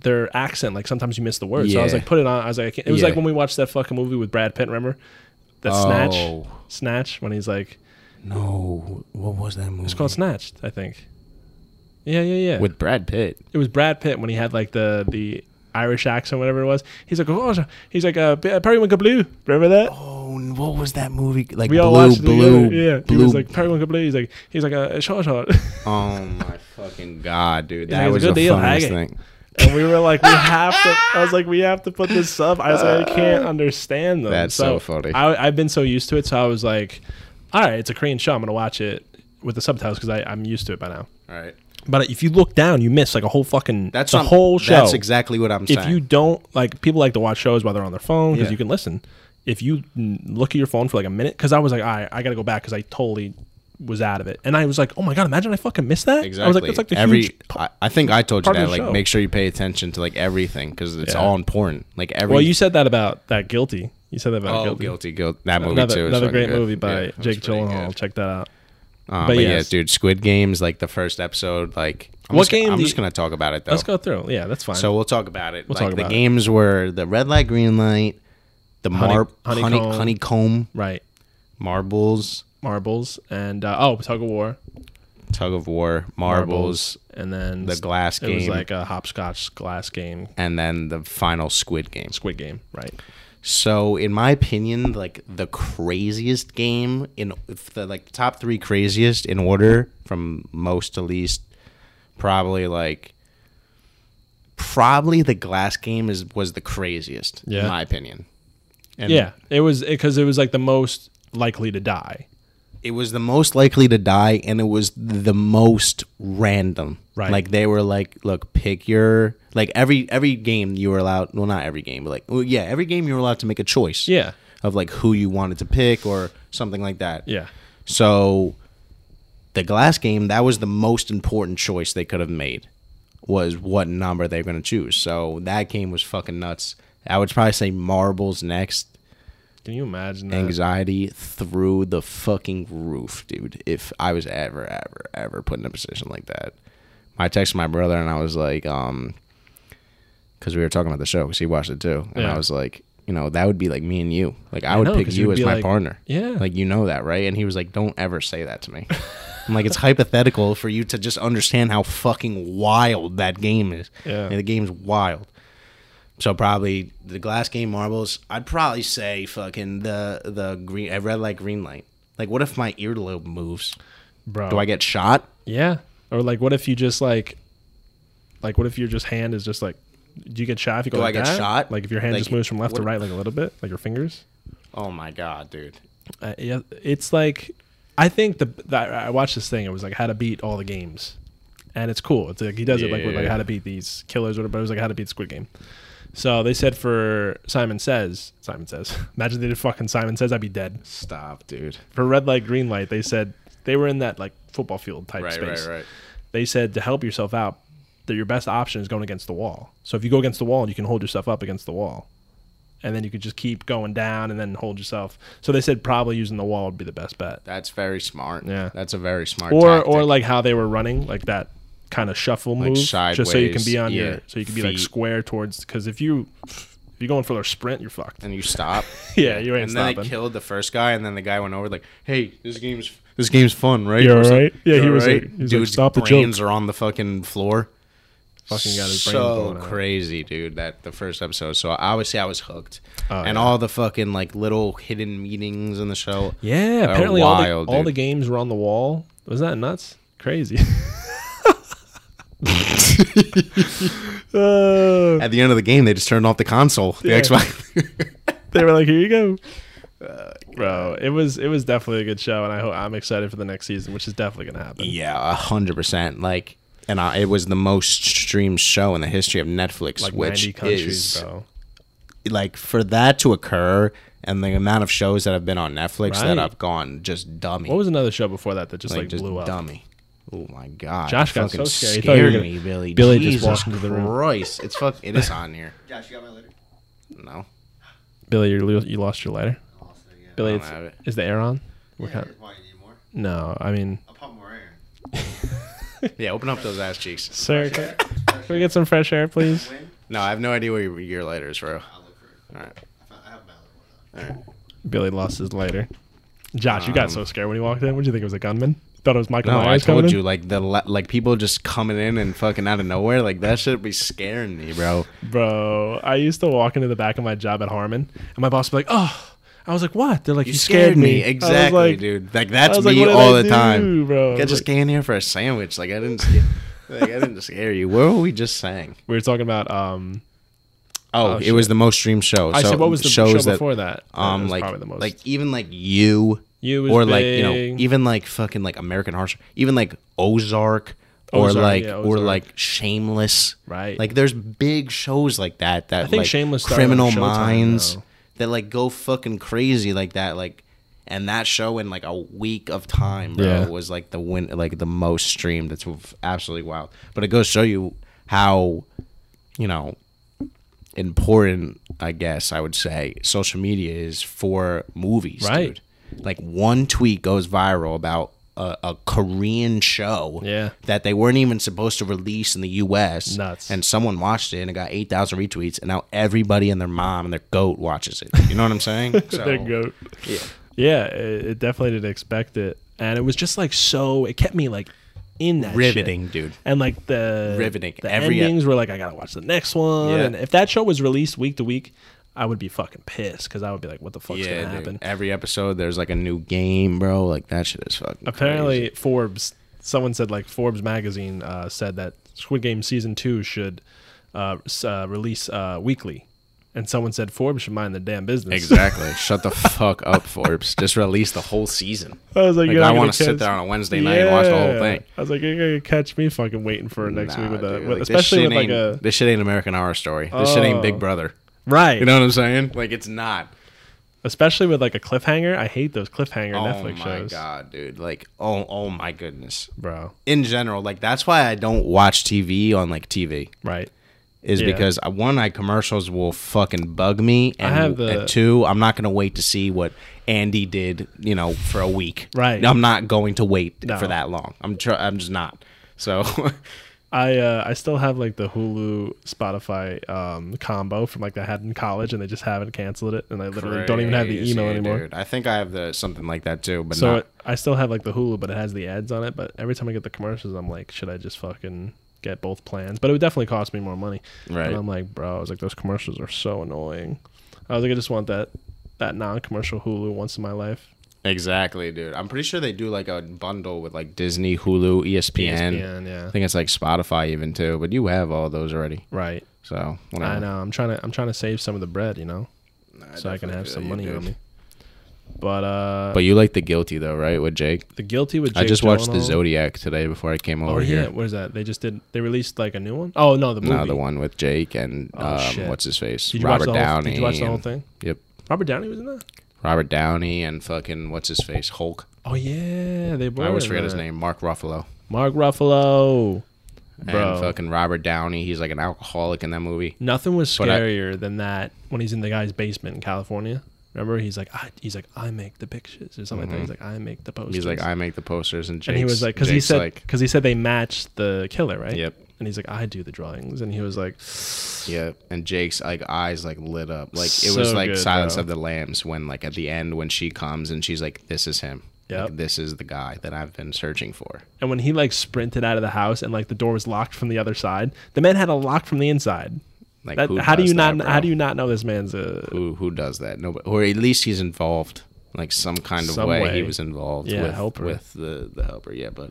[SPEAKER 1] their accent like sometimes you miss the words so i was
[SPEAKER 2] Yeah.
[SPEAKER 1] like put it on i was like I can't. it was
[SPEAKER 2] Yeah.
[SPEAKER 1] like when we watched that fucking movie with brad pitt remember that
[SPEAKER 2] Oh.
[SPEAKER 1] snatch snatch when he's like
[SPEAKER 2] No. What was that movie?
[SPEAKER 1] it's called snatched i think yeah yeah yeah
[SPEAKER 2] With Brad Pitt.
[SPEAKER 1] it was brad pitt when he had like the the irish accent whatever it was he's like oh he's like uh, periwinkle blue remember that
[SPEAKER 2] Oh, and what was that movie? Like
[SPEAKER 1] we
[SPEAKER 2] blue,
[SPEAKER 1] all watched it
[SPEAKER 2] blue,
[SPEAKER 1] together. yeah
[SPEAKER 2] blue.
[SPEAKER 1] he was like periwinkle blue he's like he's like a short short
[SPEAKER 2] oh my fucking god, dude,
[SPEAKER 1] like,
[SPEAKER 2] that
[SPEAKER 1] it's
[SPEAKER 2] was
[SPEAKER 1] a
[SPEAKER 2] the
[SPEAKER 1] good deal,
[SPEAKER 2] funniest
[SPEAKER 1] Haggard.
[SPEAKER 2] thing.
[SPEAKER 1] and we were like, we have to. I was like, we have to put this sub. I was like, I can't understand them.
[SPEAKER 2] Uh, That's so funny.
[SPEAKER 1] I, I've been so used to it, so I was like, all right, it's a Korean show. I'm gonna watch it with the subtitles because I'm used to it by now.
[SPEAKER 2] All right,
[SPEAKER 1] But if you look down, you miss like a whole fucking
[SPEAKER 2] that's
[SPEAKER 1] the
[SPEAKER 2] what I'm-
[SPEAKER 1] whole show.
[SPEAKER 2] That's exactly what I'm
[SPEAKER 1] if
[SPEAKER 2] saying.
[SPEAKER 1] you don't like, people like to watch shows while they're on their phone because
[SPEAKER 2] Yeah.
[SPEAKER 1] you can listen. If you n- look at your phone for like a minute, because I was like, all right, I gotta go back because I totally was out of it, and I was like, oh my god, imagine I fucking missed that.
[SPEAKER 2] exactly.
[SPEAKER 1] I was like, that's like the
[SPEAKER 2] every.
[SPEAKER 1] huge.
[SPEAKER 2] I, I think I told you
[SPEAKER 1] part of
[SPEAKER 2] that.
[SPEAKER 1] the
[SPEAKER 2] Like,
[SPEAKER 1] show.
[SPEAKER 2] make sure you pay attention to like everything because it's
[SPEAKER 1] Yeah.
[SPEAKER 2] all important. Like every.
[SPEAKER 1] Well, you said that about that guilty. You said that about
[SPEAKER 2] oh,
[SPEAKER 1] guilty.
[SPEAKER 2] guilty, guilty. That movie
[SPEAKER 1] another,
[SPEAKER 2] too. is
[SPEAKER 1] another
[SPEAKER 2] fucking
[SPEAKER 1] great
[SPEAKER 2] good.
[SPEAKER 1] movie by
[SPEAKER 2] Yeah, that was
[SPEAKER 1] Jake
[SPEAKER 2] pretty
[SPEAKER 1] Gyllenhaal.
[SPEAKER 2] good.
[SPEAKER 1] Check that out.
[SPEAKER 2] Um,
[SPEAKER 1] But
[SPEAKER 2] but,
[SPEAKER 1] yes.
[SPEAKER 2] yeah, dude, Squid Games, like the first episode, like I'm
[SPEAKER 1] What
[SPEAKER 2] just gonna-
[SPEAKER 1] game
[SPEAKER 2] I'm
[SPEAKER 1] do
[SPEAKER 2] just
[SPEAKER 1] you-
[SPEAKER 2] gonna talk about it though.
[SPEAKER 1] Let's go through. Oh. Yeah, that's fine.
[SPEAKER 2] So we'll talk about it. like
[SPEAKER 1] talk
[SPEAKER 2] the
[SPEAKER 1] about it.
[SPEAKER 2] games were the red light, green light, the
[SPEAKER 1] Honey-
[SPEAKER 2] mar- honeycomb.
[SPEAKER 1] honeycomb.
[SPEAKER 2] honeycomb,
[SPEAKER 1] right,
[SPEAKER 2] marbles,
[SPEAKER 1] marbles and uh, oh, tug of war,
[SPEAKER 2] tug of war, marbles,
[SPEAKER 1] and then
[SPEAKER 2] The glass
[SPEAKER 1] It was
[SPEAKER 2] game.
[SPEAKER 1] like a hopscotch glass game,
[SPEAKER 2] and then the final squid game.
[SPEAKER 1] squid game, right?
[SPEAKER 2] So, in my opinion, like the craziest game in if the like top three craziest in order from most to least, probably like probably the glass game is was the craziest
[SPEAKER 1] Yeah.
[SPEAKER 2] in my opinion. And
[SPEAKER 1] yeah, it was because it, was like the most likely to die.
[SPEAKER 2] it was the most likely to die and it was the most random
[SPEAKER 1] Right.
[SPEAKER 2] like they were like look pick your like every every game you were allowed well not every game but like well, yeah every game you were allowed to make a choice
[SPEAKER 1] Yeah,
[SPEAKER 2] of like who you wanted to pick or something like that
[SPEAKER 1] yeah,
[SPEAKER 2] so the glass game that was the most important choice they could have made was what number they were going to choose so that game was fucking nuts i would probably say marbles next
[SPEAKER 1] can you imagine that?
[SPEAKER 2] anxiety through the fucking roof, dude. If I was ever, ever, ever put in a position like that, I texted my brother and I was like, um, because we were talking about the show because he watched it too, and
[SPEAKER 1] Yeah.
[SPEAKER 2] I was like, you you know, that would be like me and you. Like I
[SPEAKER 1] I
[SPEAKER 2] would
[SPEAKER 1] know,
[SPEAKER 2] pick
[SPEAKER 1] 'cause
[SPEAKER 2] you
[SPEAKER 1] you'd
[SPEAKER 2] as
[SPEAKER 1] be
[SPEAKER 2] my
[SPEAKER 1] like-
[SPEAKER 2] partner.
[SPEAKER 1] Yeah.
[SPEAKER 2] Like you know that, right? And he was like, "Don't ever say that to me." I'm like, "It's hypothetical for you to just understand how fucking wild that game is."
[SPEAKER 1] Yeah.
[SPEAKER 2] And the game's wild. So probably the glass game marbles. I'd probably say fucking the the green uh, red light green light. Like what if my earlobe moves?
[SPEAKER 1] bro.
[SPEAKER 2] Do I get shot?
[SPEAKER 1] Yeah. Or like, what if you just like, like, what if your just hand is just like, do you get shot if you go
[SPEAKER 2] Do I
[SPEAKER 1] like
[SPEAKER 2] get
[SPEAKER 1] that?
[SPEAKER 2] shot?
[SPEAKER 1] Like if your hand
[SPEAKER 2] Like,
[SPEAKER 1] just moves from left to
[SPEAKER 2] what-
[SPEAKER 1] right like a little bit, like your fingers.
[SPEAKER 2] Oh my god, dude.
[SPEAKER 1] Uh, yeah, it's like, I think the, the I watched this thing. It was like how to beat all the games, and it's cool. It's like he does it like with like
[SPEAKER 2] Yeah.
[SPEAKER 1] how to beat these killers or whatever. But it was like how to beat Squid Game. So they said for Simon Says, Simon Says. Imagine they did fucking Simon Says, I'd be dead.
[SPEAKER 2] Stop, dude.
[SPEAKER 1] For red light, green light, they said they were in that like football field type
[SPEAKER 2] Right,
[SPEAKER 1] space
[SPEAKER 2] right, right.
[SPEAKER 1] they said to help yourself out that your best option is going against the wall. So if you go against the wall and you can hold yourself up against the wall, and then you could just keep going down and then hold yourself. So they said probably using the wall would be the best bet.
[SPEAKER 2] That's very smart.
[SPEAKER 1] Yeah.
[SPEAKER 2] That's a very smart
[SPEAKER 1] Or
[SPEAKER 2] tactic.
[SPEAKER 1] or like how they were running, like that kind of shuffle move, just so you can
[SPEAKER 2] sideways,
[SPEAKER 1] be on
[SPEAKER 2] yeah,
[SPEAKER 1] your so you can be like
[SPEAKER 2] feet.
[SPEAKER 1] square towards. Because if you if you're going for their sprint, you're fucked.
[SPEAKER 2] and you stop.
[SPEAKER 1] Yeah, you ain't
[SPEAKER 2] and then I
[SPEAKER 1] stopping.
[SPEAKER 2] killed the first guy, and then the guy went over like, "Hey, this game's this game's fun, right?"
[SPEAKER 1] You're
[SPEAKER 2] I was like,
[SPEAKER 1] alright? Yeah, he
[SPEAKER 2] "You're
[SPEAKER 1] was like-
[SPEAKER 2] alright?"
[SPEAKER 1] he was like,
[SPEAKER 2] Dude's
[SPEAKER 1] "Stop the joke."
[SPEAKER 2] brains are on the fucking floor.
[SPEAKER 1] Fucking got his brains
[SPEAKER 2] so
[SPEAKER 1] blown out.
[SPEAKER 2] crazy, dude. That the first episode. So obviously I was hooked,
[SPEAKER 1] Oh,
[SPEAKER 2] and
[SPEAKER 1] yeah.
[SPEAKER 2] all the fucking like little hidden meetings in the show.
[SPEAKER 1] Yeah,
[SPEAKER 2] are
[SPEAKER 1] apparently all, the,
[SPEAKER 2] wild,
[SPEAKER 1] all the
[SPEAKER 2] dude.
[SPEAKER 1] games were on the wall. Was that nuts? Crazy. Uh,
[SPEAKER 2] At the end of the game, they just turned off the console, the
[SPEAKER 1] Yeah.
[SPEAKER 2] Xbox.
[SPEAKER 1] they were like, "Here you go." Uh, Bro, it was it was definitely a good show, and I hope I'm excited for the next season, which is definitely gonna happen.
[SPEAKER 2] yeah, a hundred percent. Like, and I, it was the most streamed show in the history of Netflix,
[SPEAKER 1] Like
[SPEAKER 2] which
[SPEAKER 1] 90 countries,
[SPEAKER 2] is
[SPEAKER 1] bro.
[SPEAKER 2] like for that to occur and the amount of shows that have been on Netflix
[SPEAKER 1] Right.
[SPEAKER 2] that have gone just dummy.
[SPEAKER 1] What was another show before that that just like,
[SPEAKER 2] just
[SPEAKER 1] blew up?
[SPEAKER 2] dummy. Oh my god.
[SPEAKER 1] Josh
[SPEAKER 2] you
[SPEAKER 1] got so
[SPEAKER 2] fucking
[SPEAKER 1] scared. He thought you were
[SPEAKER 2] scared
[SPEAKER 1] gonna-
[SPEAKER 2] me, Billy.
[SPEAKER 1] Billy just
[SPEAKER 2] Jesus
[SPEAKER 1] walked into the room.
[SPEAKER 2] Christ. It's fuck it is on here.
[SPEAKER 4] Josh, you got my letter?
[SPEAKER 2] No.
[SPEAKER 1] Billy, you lo- you lost your lighter.
[SPEAKER 4] I lost it again.
[SPEAKER 1] Billy,
[SPEAKER 2] don't
[SPEAKER 1] it's,
[SPEAKER 2] have it.
[SPEAKER 1] is the air on? We're
[SPEAKER 4] yeah,
[SPEAKER 1] kind
[SPEAKER 4] here's why you need more.
[SPEAKER 1] no, I mean,
[SPEAKER 4] I'll pump more air.
[SPEAKER 2] Yeah, open up those ass cheeks.
[SPEAKER 1] sir, can, can we get some fresh air, please?
[SPEAKER 4] When?
[SPEAKER 2] No, I have no idea where your, your lighter is, bro.
[SPEAKER 4] I'll look for it.
[SPEAKER 2] All right.
[SPEAKER 4] I, found, I have my other one. though.
[SPEAKER 1] Billy lost his lighter. Josh, you got so scared when he walked in. What did you think it was a gunman? Thought it was Michael
[SPEAKER 2] Um, No, I
[SPEAKER 1] Myers
[SPEAKER 2] told
[SPEAKER 1] coming
[SPEAKER 2] you,
[SPEAKER 1] in?
[SPEAKER 2] like the la- like people just coming in and fucking out of nowhere, like that should be scaring me, bro.
[SPEAKER 1] Bro, I used to walk into the back of my job at Harmon, and my boss would be like, "Oh," I was like, "What?" They're like, "You, scared, me." I was
[SPEAKER 2] exactly,
[SPEAKER 1] like,
[SPEAKER 2] dude. Like that's
[SPEAKER 1] I was like,
[SPEAKER 2] me
[SPEAKER 1] "What did
[SPEAKER 2] all
[SPEAKER 1] I
[SPEAKER 2] the time,
[SPEAKER 1] do, bro? I
[SPEAKER 2] I
[SPEAKER 1] was
[SPEAKER 2] just
[SPEAKER 1] like-
[SPEAKER 2] came here for a sandwich. Like I didn't, sca- like I didn't scare you. What were we just saying?
[SPEAKER 1] We were talking about um.
[SPEAKER 2] Oh,
[SPEAKER 1] Oh,
[SPEAKER 2] it
[SPEAKER 1] shit.
[SPEAKER 2] was the most streamed show.
[SPEAKER 1] I
[SPEAKER 2] so
[SPEAKER 1] said what was the show
[SPEAKER 2] shows that,
[SPEAKER 1] before that? uh, It
[SPEAKER 2] Um,
[SPEAKER 1] was
[SPEAKER 2] like,
[SPEAKER 1] probably the most.
[SPEAKER 2] like even like you,
[SPEAKER 1] You was
[SPEAKER 2] or like you know, e-,
[SPEAKER 1] big.
[SPEAKER 2] even like fucking like American Horror, Story- even like Ozark, or
[SPEAKER 1] Ozark,
[SPEAKER 2] like
[SPEAKER 1] yeah,
[SPEAKER 2] or
[SPEAKER 1] Ozark.
[SPEAKER 2] like Shameless.
[SPEAKER 1] Right.
[SPEAKER 2] Like there's big shows like that that
[SPEAKER 1] think
[SPEAKER 2] like
[SPEAKER 1] Shameless started on
[SPEAKER 2] Criminal
[SPEAKER 1] Showtime,
[SPEAKER 2] Minds
[SPEAKER 1] though.
[SPEAKER 2] that like go fucking crazy like that like. And that show in like a week of time, bro,
[SPEAKER 1] Yeah.
[SPEAKER 2] was like the win, like the most streamed. That's absolutely wild. But it goes to show you how, you know, important, I guess I would say, social media is for movies,
[SPEAKER 1] Right.
[SPEAKER 2] dude. Like one tweet goes viral about a, a Korean show
[SPEAKER 1] Yeah.
[SPEAKER 2] that they weren't even supposed to release in the U.S.
[SPEAKER 1] Nuts.
[SPEAKER 2] And someone watched it and it got eight thousand retweets, and now everybody and their mom and their goat watches it. You know what I'm saying? So,
[SPEAKER 1] Their goat. Yeah, yeah. It, it definitely did expect it, and it was just like so. It kept me like in that shit.
[SPEAKER 2] Riveting, dude.
[SPEAKER 1] and like the
[SPEAKER 2] Riveting.
[SPEAKER 1] The
[SPEAKER 2] Every-
[SPEAKER 1] endings were like, I gotta watch the next one.
[SPEAKER 2] Yeah.
[SPEAKER 1] And if that show was released week to week, I would be fucking pissed because I would be like, what the fuck's gonna
[SPEAKER 2] Yeah, dude.
[SPEAKER 1] happen?
[SPEAKER 2] Every episode, there's like a new game, bro. Like that shit is fucking.
[SPEAKER 1] Apparently,
[SPEAKER 2] crazy.
[SPEAKER 1] Forbes. Someone said like Forbes magazine uh, said that Squid Game season two should uh, s- uh, release uh, weekly, and someone said Forbes should mind the damn business.
[SPEAKER 2] exactly. Shut the fuck up, Forbes. Just release the whole season.
[SPEAKER 1] I was like,
[SPEAKER 2] Like,
[SPEAKER 1] you're not
[SPEAKER 2] I
[SPEAKER 1] gonna
[SPEAKER 2] want to sit
[SPEAKER 1] catch-
[SPEAKER 2] there on a Wednesday night and watch the whole
[SPEAKER 1] Yeah.
[SPEAKER 2] thing.
[SPEAKER 1] I was like, you're gonna catch me fucking waiting for next
[SPEAKER 2] Nah,
[SPEAKER 1] week with a,
[SPEAKER 2] dude,
[SPEAKER 1] with-
[SPEAKER 2] like, this
[SPEAKER 1] especially
[SPEAKER 2] shit
[SPEAKER 1] with like
[SPEAKER 2] ain't-
[SPEAKER 1] a
[SPEAKER 2] This shit ain't American Horror Story. This shit ain't
[SPEAKER 1] Oh.
[SPEAKER 2] Big Brother.
[SPEAKER 1] right,
[SPEAKER 2] You know what I'm saying? Like it's not.
[SPEAKER 1] especially with like a cliffhanger. I hate those cliffhanger Netflix
[SPEAKER 2] oh my
[SPEAKER 1] shows,
[SPEAKER 2] god, dude! Like oh oh my goodness.
[SPEAKER 1] bro.
[SPEAKER 2] In general, like that's why I don't watch TV on like TV
[SPEAKER 1] Right,
[SPEAKER 2] is
[SPEAKER 1] Yeah.
[SPEAKER 2] because I, one, I commercials will fucking bug me, and,
[SPEAKER 1] have the-
[SPEAKER 2] and two, I'm not gonna wait to see what Andy did, you know, for a week.
[SPEAKER 1] Right.
[SPEAKER 2] I'm not going to wait
[SPEAKER 1] No.
[SPEAKER 2] for that long. I'm tr- I'm just not. So
[SPEAKER 1] I uh, I still have like the Hulu Spotify um, combo from like I had in college, and they just haven't canceled it, and I literally don't even have the
[SPEAKER 2] Crazy,
[SPEAKER 1] email anymore.
[SPEAKER 2] Dude. I think I have the something like that too, but
[SPEAKER 1] So
[SPEAKER 2] not.
[SPEAKER 1] it, I still have like the Hulu, but it has the ads on it. But every time I get the commercials, I'm like, should I just fucking get both plans? But it would definitely cost me more money.
[SPEAKER 2] Right.
[SPEAKER 1] And I'm like, bro, I was like, those commercials are so annoying. I was like, I just want that that non-commercial Hulu once in my life.
[SPEAKER 2] Exactly, dude. I'm pretty sure they do like a bundle with like Disney, Hulu, E ESPN.
[SPEAKER 1] ESPN, yeah.
[SPEAKER 2] I think it's like Spotify even too, but you have all those already.
[SPEAKER 1] Right.
[SPEAKER 2] So
[SPEAKER 1] I
[SPEAKER 2] whatever.
[SPEAKER 1] know. I'm trying to I'm trying to save some of the bread, you know, so I can
[SPEAKER 2] definitely
[SPEAKER 1] have
[SPEAKER 2] feel
[SPEAKER 1] some
[SPEAKER 2] you,
[SPEAKER 1] money
[SPEAKER 2] dude.
[SPEAKER 1] on me. But uh,
[SPEAKER 2] But you like the guilty though, right? With Jake.
[SPEAKER 1] the guilty with Jake
[SPEAKER 2] I just watched the
[SPEAKER 1] Gyllenhaal-
[SPEAKER 2] Zodiac today before I came over
[SPEAKER 1] Oh yeah,
[SPEAKER 2] here.
[SPEAKER 1] what is that? They just did. They released like a new one. Oh no, the movie.
[SPEAKER 2] No, the one with Jake and
[SPEAKER 1] Oh, shit.
[SPEAKER 2] um, what's his face?
[SPEAKER 1] Did you
[SPEAKER 2] Robert
[SPEAKER 1] watch the whole?
[SPEAKER 2] Downey.
[SPEAKER 1] Did you watch the whole
[SPEAKER 2] and-
[SPEAKER 1] thing?
[SPEAKER 2] Yep.
[SPEAKER 1] Robert Downey was in that.
[SPEAKER 2] Robert Downey and fucking what's his face? Hulk.
[SPEAKER 1] Oh yeah, they. Were
[SPEAKER 2] I always
[SPEAKER 1] in
[SPEAKER 2] forget his
[SPEAKER 1] that.
[SPEAKER 2] name. Mark Ruffalo.
[SPEAKER 1] Mark Ruffalo. Bro,
[SPEAKER 2] And fucking Robert Downey. He's like an alcoholic in that movie.
[SPEAKER 1] nothing was
[SPEAKER 2] But I-
[SPEAKER 1] scarier than that when he's in the guy's basement in California. Remember, he's like, I, he's like, I make the pictures or something like that. Mm-hmm. He's like, I make the posters.
[SPEAKER 2] He's like, I make the posters and Jake's,
[SPEAKER 1] and he was like, because he
[SPEAKER 2] Jake's
[SPEAKER 1] said,
[SPEAKER 2] like,
[SPEAKER 1] because he said they matched the killer, right?
[SPEAKER 2] Yep.
[SPEAKER 1] And he's like, I do the drawings, and he was like,
[SPEAKER 2] Yeah, and Jake's like eyes like lit up. Like it
[SPEAKER 1] So
[SPEAKER 2] was like
[SPEAKER 1] good,
[SPEAKER 2] Silence
[SPEAKER 1] bro.
[SPEAKER 2] of the Lambs when like at the end when she comes and she's like, "This is him.
[SPEAKER 1] Yep.
[SPEAKER 2] Like, this is the guy that I've been searching for."
[SPEAKER 1] and when he like sprinted out of the house and like the door was locked from the other side, the man had a lock from the inside.
[SPEAKER 2] Like,
[SPEAKER 1] That,
[SPEAKER 2] who
[SPEAKER 1] how do
[SPEAKER 2] does
[SPEAKER 1] you not?
[SPEAKER 2] that,
[SPEAKER 1] How do
[SPEAKER 2] bro?
[SPEAKER 1] you not know this man's a?
[SPEAKER 2] Who who does that? Nobody, or at least he's involved. Like some kind of
[SPEAKER 1] Some
[SPEAKER 2] way,
[SPEAKER 1] way.
[SPEAKER 2] he was involved
[SPEAKER 1] Yeah,
[SPEAKER 2] with
[SPEAKER 1] helper.
[SPEAKER 2] with the the helper. Yeah, but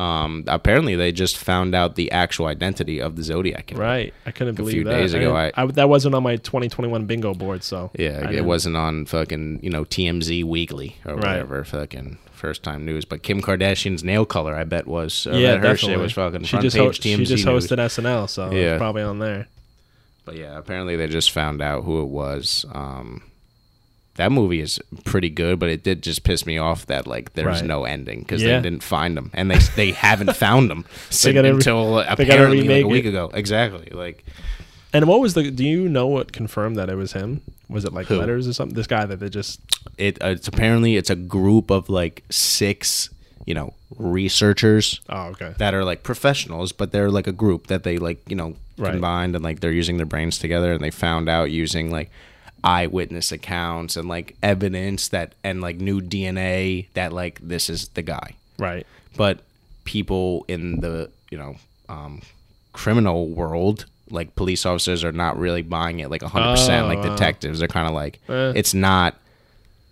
[SPEAKER 2] um, apparently they just found out the actual identity of the Zodiac. killer.
[SPEAKER 1] Right, I couldn't believe
[SPEAKER 2] few
[SPEAKER 1] that.
[SPEAKER 2] days
[SPEAKER 1] I
[SPEAKER 2] ago,
[SPEAKER 1] didn't-
[SPEAKER 2] I-
[SPEAKER 1] I- that wasn't on my 2021 bingo board, so I
[SPEAKER 2] Yeah, it
[SPEAKER 1] didn't-
[SPEAKER 2] wasn't on fucking you know TMZ Weekly or
[SPEAKER 1] Right.
[SPEAKER 2] whatever fucking first time news. But Kim Kardashian's nail color, I bet was uh,
[SPEAKER 1] yeah,
[SPEAKER 2] yeah, her
[SPEAKER 1] definitely.
[SPEAKER 2] shit was fucking
[SPEAKER 1] She
[SPEAKER 2] front
[SPEAKER 1] just
[SPEAKER 2] page
[SPEAKER 1] ho-
[SPEAKER 2] TMZ
[SPEAKER 1] she just
[SPEAKER 2] news.
[SPEAKER 1] hosted SNL, so
[SPEAKER 2] Yeah.
[SPEAKER 1] it's probably on there.
[SPEAKER 2] But yeah, apparently they just found out who it was. Um, that movie is pretty good, but it did just piss me off that like there's
[SPEAKER 1] Right.
[SPEAKER 2] no ending because
[SPEAKER 1] Yeah.
[SPEAKER 2] they didn't find them and they they haven't found them since
[SPEAKER 1] gotta re-
[SPEAKER 2] until
[SPEAKER 1] they gotta
[SPEAKER 2] apparently like
[SPEAKER 1] remake
[SPEAKER 2] a week
[SPEAKER 1] it.
[SPEAKER 2] ago. Exactly, like
[SPEAKER 1] And what was the? Do you know what confirmed that it was him? Was it like
[SPEAKER 2] Who?
[SPEAKER 1] letters or something? This guy that they just
[SPEAKER 2] it. Uh, it's apparently it's a group of like six, you know, researchers.
[SPEAKER 1] oh okay
[SPEAKER 2] that are like professionals, but they're like a group that they like, you know,
[SPEAKER 1] Right.
[SPEAKER 2] combined and like they're using their brains together and they found out using like eyewitness accounts and like evidence that and like new DNA that like this is the guy.
[SPEAKER 1] right
[SPEAKER 2] But people in the, you know, um, criminal world, like police officers are not really buying it like 100%
[SPEAKER 1] Oh,
[SPEAKER 2] like
[SPEAKER 1] wow. Eh.
[SPEAKER 2] detectives. They're kind of like, it's not.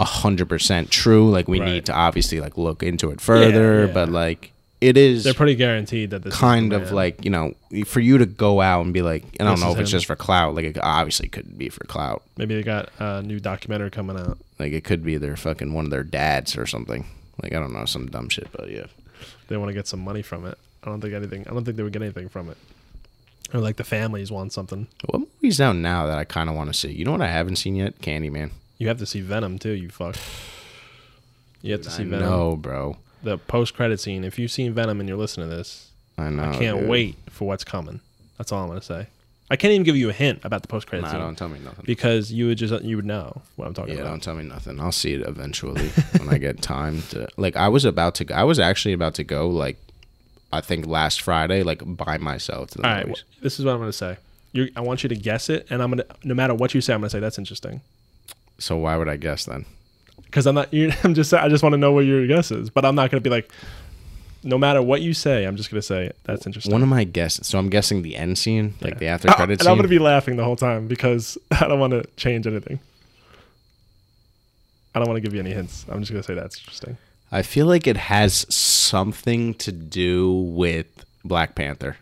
[SPEAKER 2] 100% true like we
[SPEAKER 1] Right.
[SPEAKER 2] need to obviously like look into it further
[SPEAKER 1] yeah.
[SPEAKER 2] but like it is
[SPEAKER 1] they're pretty guaranteed that this is the
[SPEAKER 2] kind of
[SPEAKER 1] man.
[SPEAKER 2] like you know for you to go out and be like i don't
[SPEAKER 1] This
[SPEAKER 2] know
[SPEAKER 1] is
[SPEAKER 2] if it's
[SPEAKER 1] him.
[SPEAKER 2] just for clout like it obviously could be for clout
[SPEAKER 1] maybe they got a new documentary coming out.
[SPEAKER 2] like it could be their fucking one of their dads or something like i don't know some dumb shit but yeah
[SPEAKER 1] They want to get some money from it. I don't think anything. I don't think they would get anything from it. Or like the families want something.
[SPEAKER 2] what movie's out now that i kind of want to see you know what i haven't seen yet candyman
[SPEAKER 1] You have to see Venom too. You fuck. You have to see
[SPEAKER 2] i
[SPEAKER 1] Venom.
[SPEAKER 2] know bro
[SPEAKER 1] The post credit scene. If you've seen Venom and you're listening to this,
[SPEAKER 2] i know
[SPEAKER 1] I can't
[SPEAKER 2] Oh, dude.
[SPEAKER 1] wait for what's coming. That's all I'm gonna say. I can't even give you a hint about the post credit
[SPEAKER 2] nah,
[SPEAKER 1] scene
[SPEAKER 2] don't tell me nothing
[SPEAKER 1] because you would just you would know what I'm talking
[SPEAKER 2] yeah,
[SPEAKER 1] about.
[SPEAKER 2] don't tell me nothing. I'll see it eventually when I get time to. Like, I was about to. I was actually about to go. Like, I think last Friday, like by myself. To the
[SPEAKER 1] All right,
[SPEAKER 2] movies.
[SPEAKER 1] wh- this is what I'm gonna say. you I want you to guess it, and I'm gonna no matter what you say, I'm gonna say that's interesting
[SPEAKER 2] So why would I guess then?
[SPEAKER 1] because I'm not. You're, I'm just. I just want to know what your guess is, but I'm not gonna be like. No matter what you say, I'm just gonna say that's interesting.
[SPEAKER 2] One of my guesses. So I'm guessing the end scene, like the after
[SPEAKER 1] Ah,
[SPEAKER 2] credits
[SPEAKER 1] and I'm
[SPEAKER 2] scene.
[SPEAKER 1] gonna be laughing the whole time because I don't want to change anything. I don't want to give you any hints. I'm just gonna say that's interesting.
[SPEAKER 2] I feel like it has something to do with Black Panther.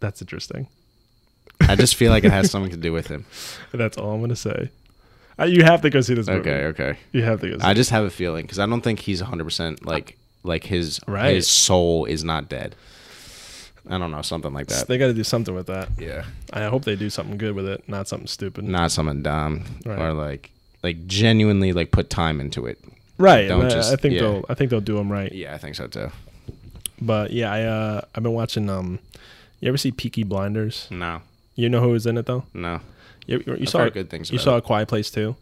[SPEAKER 1] That's interesting.
[SPEAKER 2] I just feel like it has something to do with him.
[SPEAKER 1] That's all I'm gonna say. Uh, you have to go see this movie.
[SPEAKER 2] Okay, okay.
[SPEAKER 1] You have to go. See
[SPEAKER 2] I just have a feeling because I don't think he's 100 percent like like his
[SPEAKER 1] Right.
[SPEAKER 2] his soul is not dead. I don't know something like
[SPEAKER 1] it.
[SPEAKER 2] that.
[SPEAKER 1] They got to do something with that.
[SPEAKER 2] Yeah,
[SPEAKER 1] I hope they do something good with it, not something stupid.
[SPEAKER 2] not something dumb
[SPEAKER 1] Right.
[SPEAKER 2] or like like genuinely like put time into it.
[SPEAKER 1] Right.
[SPEAKER 2] Don't
[SPEAKER 1] and I-
[SPEAKER 2] just-
[SPEAKER 1] I think
[SPEAKER 2] yeah.
[SPEAKER 1] they'll I think they'll do them right.
[SPEAKER 2] Yeah, I think so too.
[SPEAKER 1] But yeah, I uh I've been watching um you ever see Peaky Blinders?
[SPEAKER 2] No,
[SPEAKER 1] You know who was in it though?
[SPEAKER 2] no.
[SPEAKER 1] You, you
[SPEAKER 2] I've
[SPEAKER 1] saw
[SPEAKER 2] heard good things
[SPEAKER 1] You
[SPEAKER 2] about
[SPEAKER 1] saw A Quiet Place too?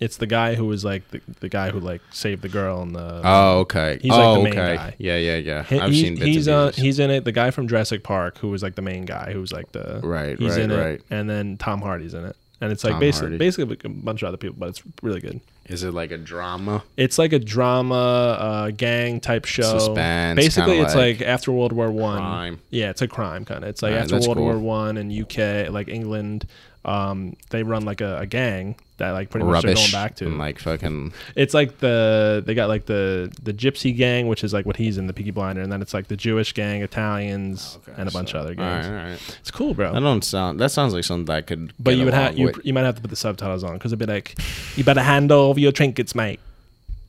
[SPEAKER 1] It's the guy who was like the, the guy who like saved the girl and the.
[SPEAKER 2] Oh, okay.
[SPEAKER 1] He's, like,
[SPEAKER 2] oh,
[SPEAKER 1] the main
[SPEAKER 2] okay.
[SPEAKER 1] guy.
[SPEAKER 2] Yeah, yeah, yeah.
[SPEAKER 1] He-
[SPEAKER 2] I've
[SPEAKER 1] he's,
[SPEAKER 2] seen bits
[SPEAKER 1] he's
[SPEAKER 2] and
[SPEAKER 1] uh
[SPEAKER 2] pieces.
[SPEAKER 1] he's in it. The guy from Jurassic Park who was like the main guy who was like the
[SPEAKER 2] Right,
[SPEAKER 1] He's
[SPEAKER 2] right,
[SPEAKER 1] in it,
[SPEAKER 2] right.
[SPEAKER 1] and then Tom Hardy's in it, and it's like
[SPEAKER 2] Tom
[SPEAKER 1] basically
[SPEAKER 2] Hardy.
[SPEAKER 1] basically a bunch of other people, but it's really good.
[SPEAKER 2] Is it like a drama?
[SPEAKER 1] It's like a drama, uh, gang type show.
[SPEAKER 2] Suspense,
[SPEAKER 1] Basically,
[SPEAKER 2] kinda
[SPEAKER 1] it's
[SPEAKER 2] like
[SPEAKER 1] like, after World War One.
[SPEAKER 2] crime.
[SPEAKER 1] Yeah, it's a crime kind of. It's like
[SPEAKER 2] Alright,
[SPEAKER 1] after
[SPEAKER 2] that's
[SPEAKER 1] World
[SPEAKER 2] cool.
[SPEAKER 1] War One and UK, like England, um, they run like a, a gang that like pretty much
[SPEAKER 2] Rubbish.
[SPEAKER 1] they're going back to.
[SPEAKER 2] and like fucking.
[SPEAKER 1] It's like the they got like the the gypsy gang, which is like what he's in the Peaky Blinder, and then it's like the Jewish gang, Italians, and a bunch of other
[SPEAKER 2] Oh, All right,
[SPEAKER 1] gangs.
[SPEAKER 2] all right.
[SPEAKER 1] It's cool, bro.
[SPEAKER 2] That don't sound. That sounds like something that I could.
[SPEAKER 1] but
[SPEAKER 2] get
[SPEAKER 1] you would have
[SPEAKER 2] along
[SPEAKER 1] you,
[SPEAKER 2] with.
[SPEAKER 1] you might have to put the subtitles on because it'd be like, you better hand over your trinkets, mate.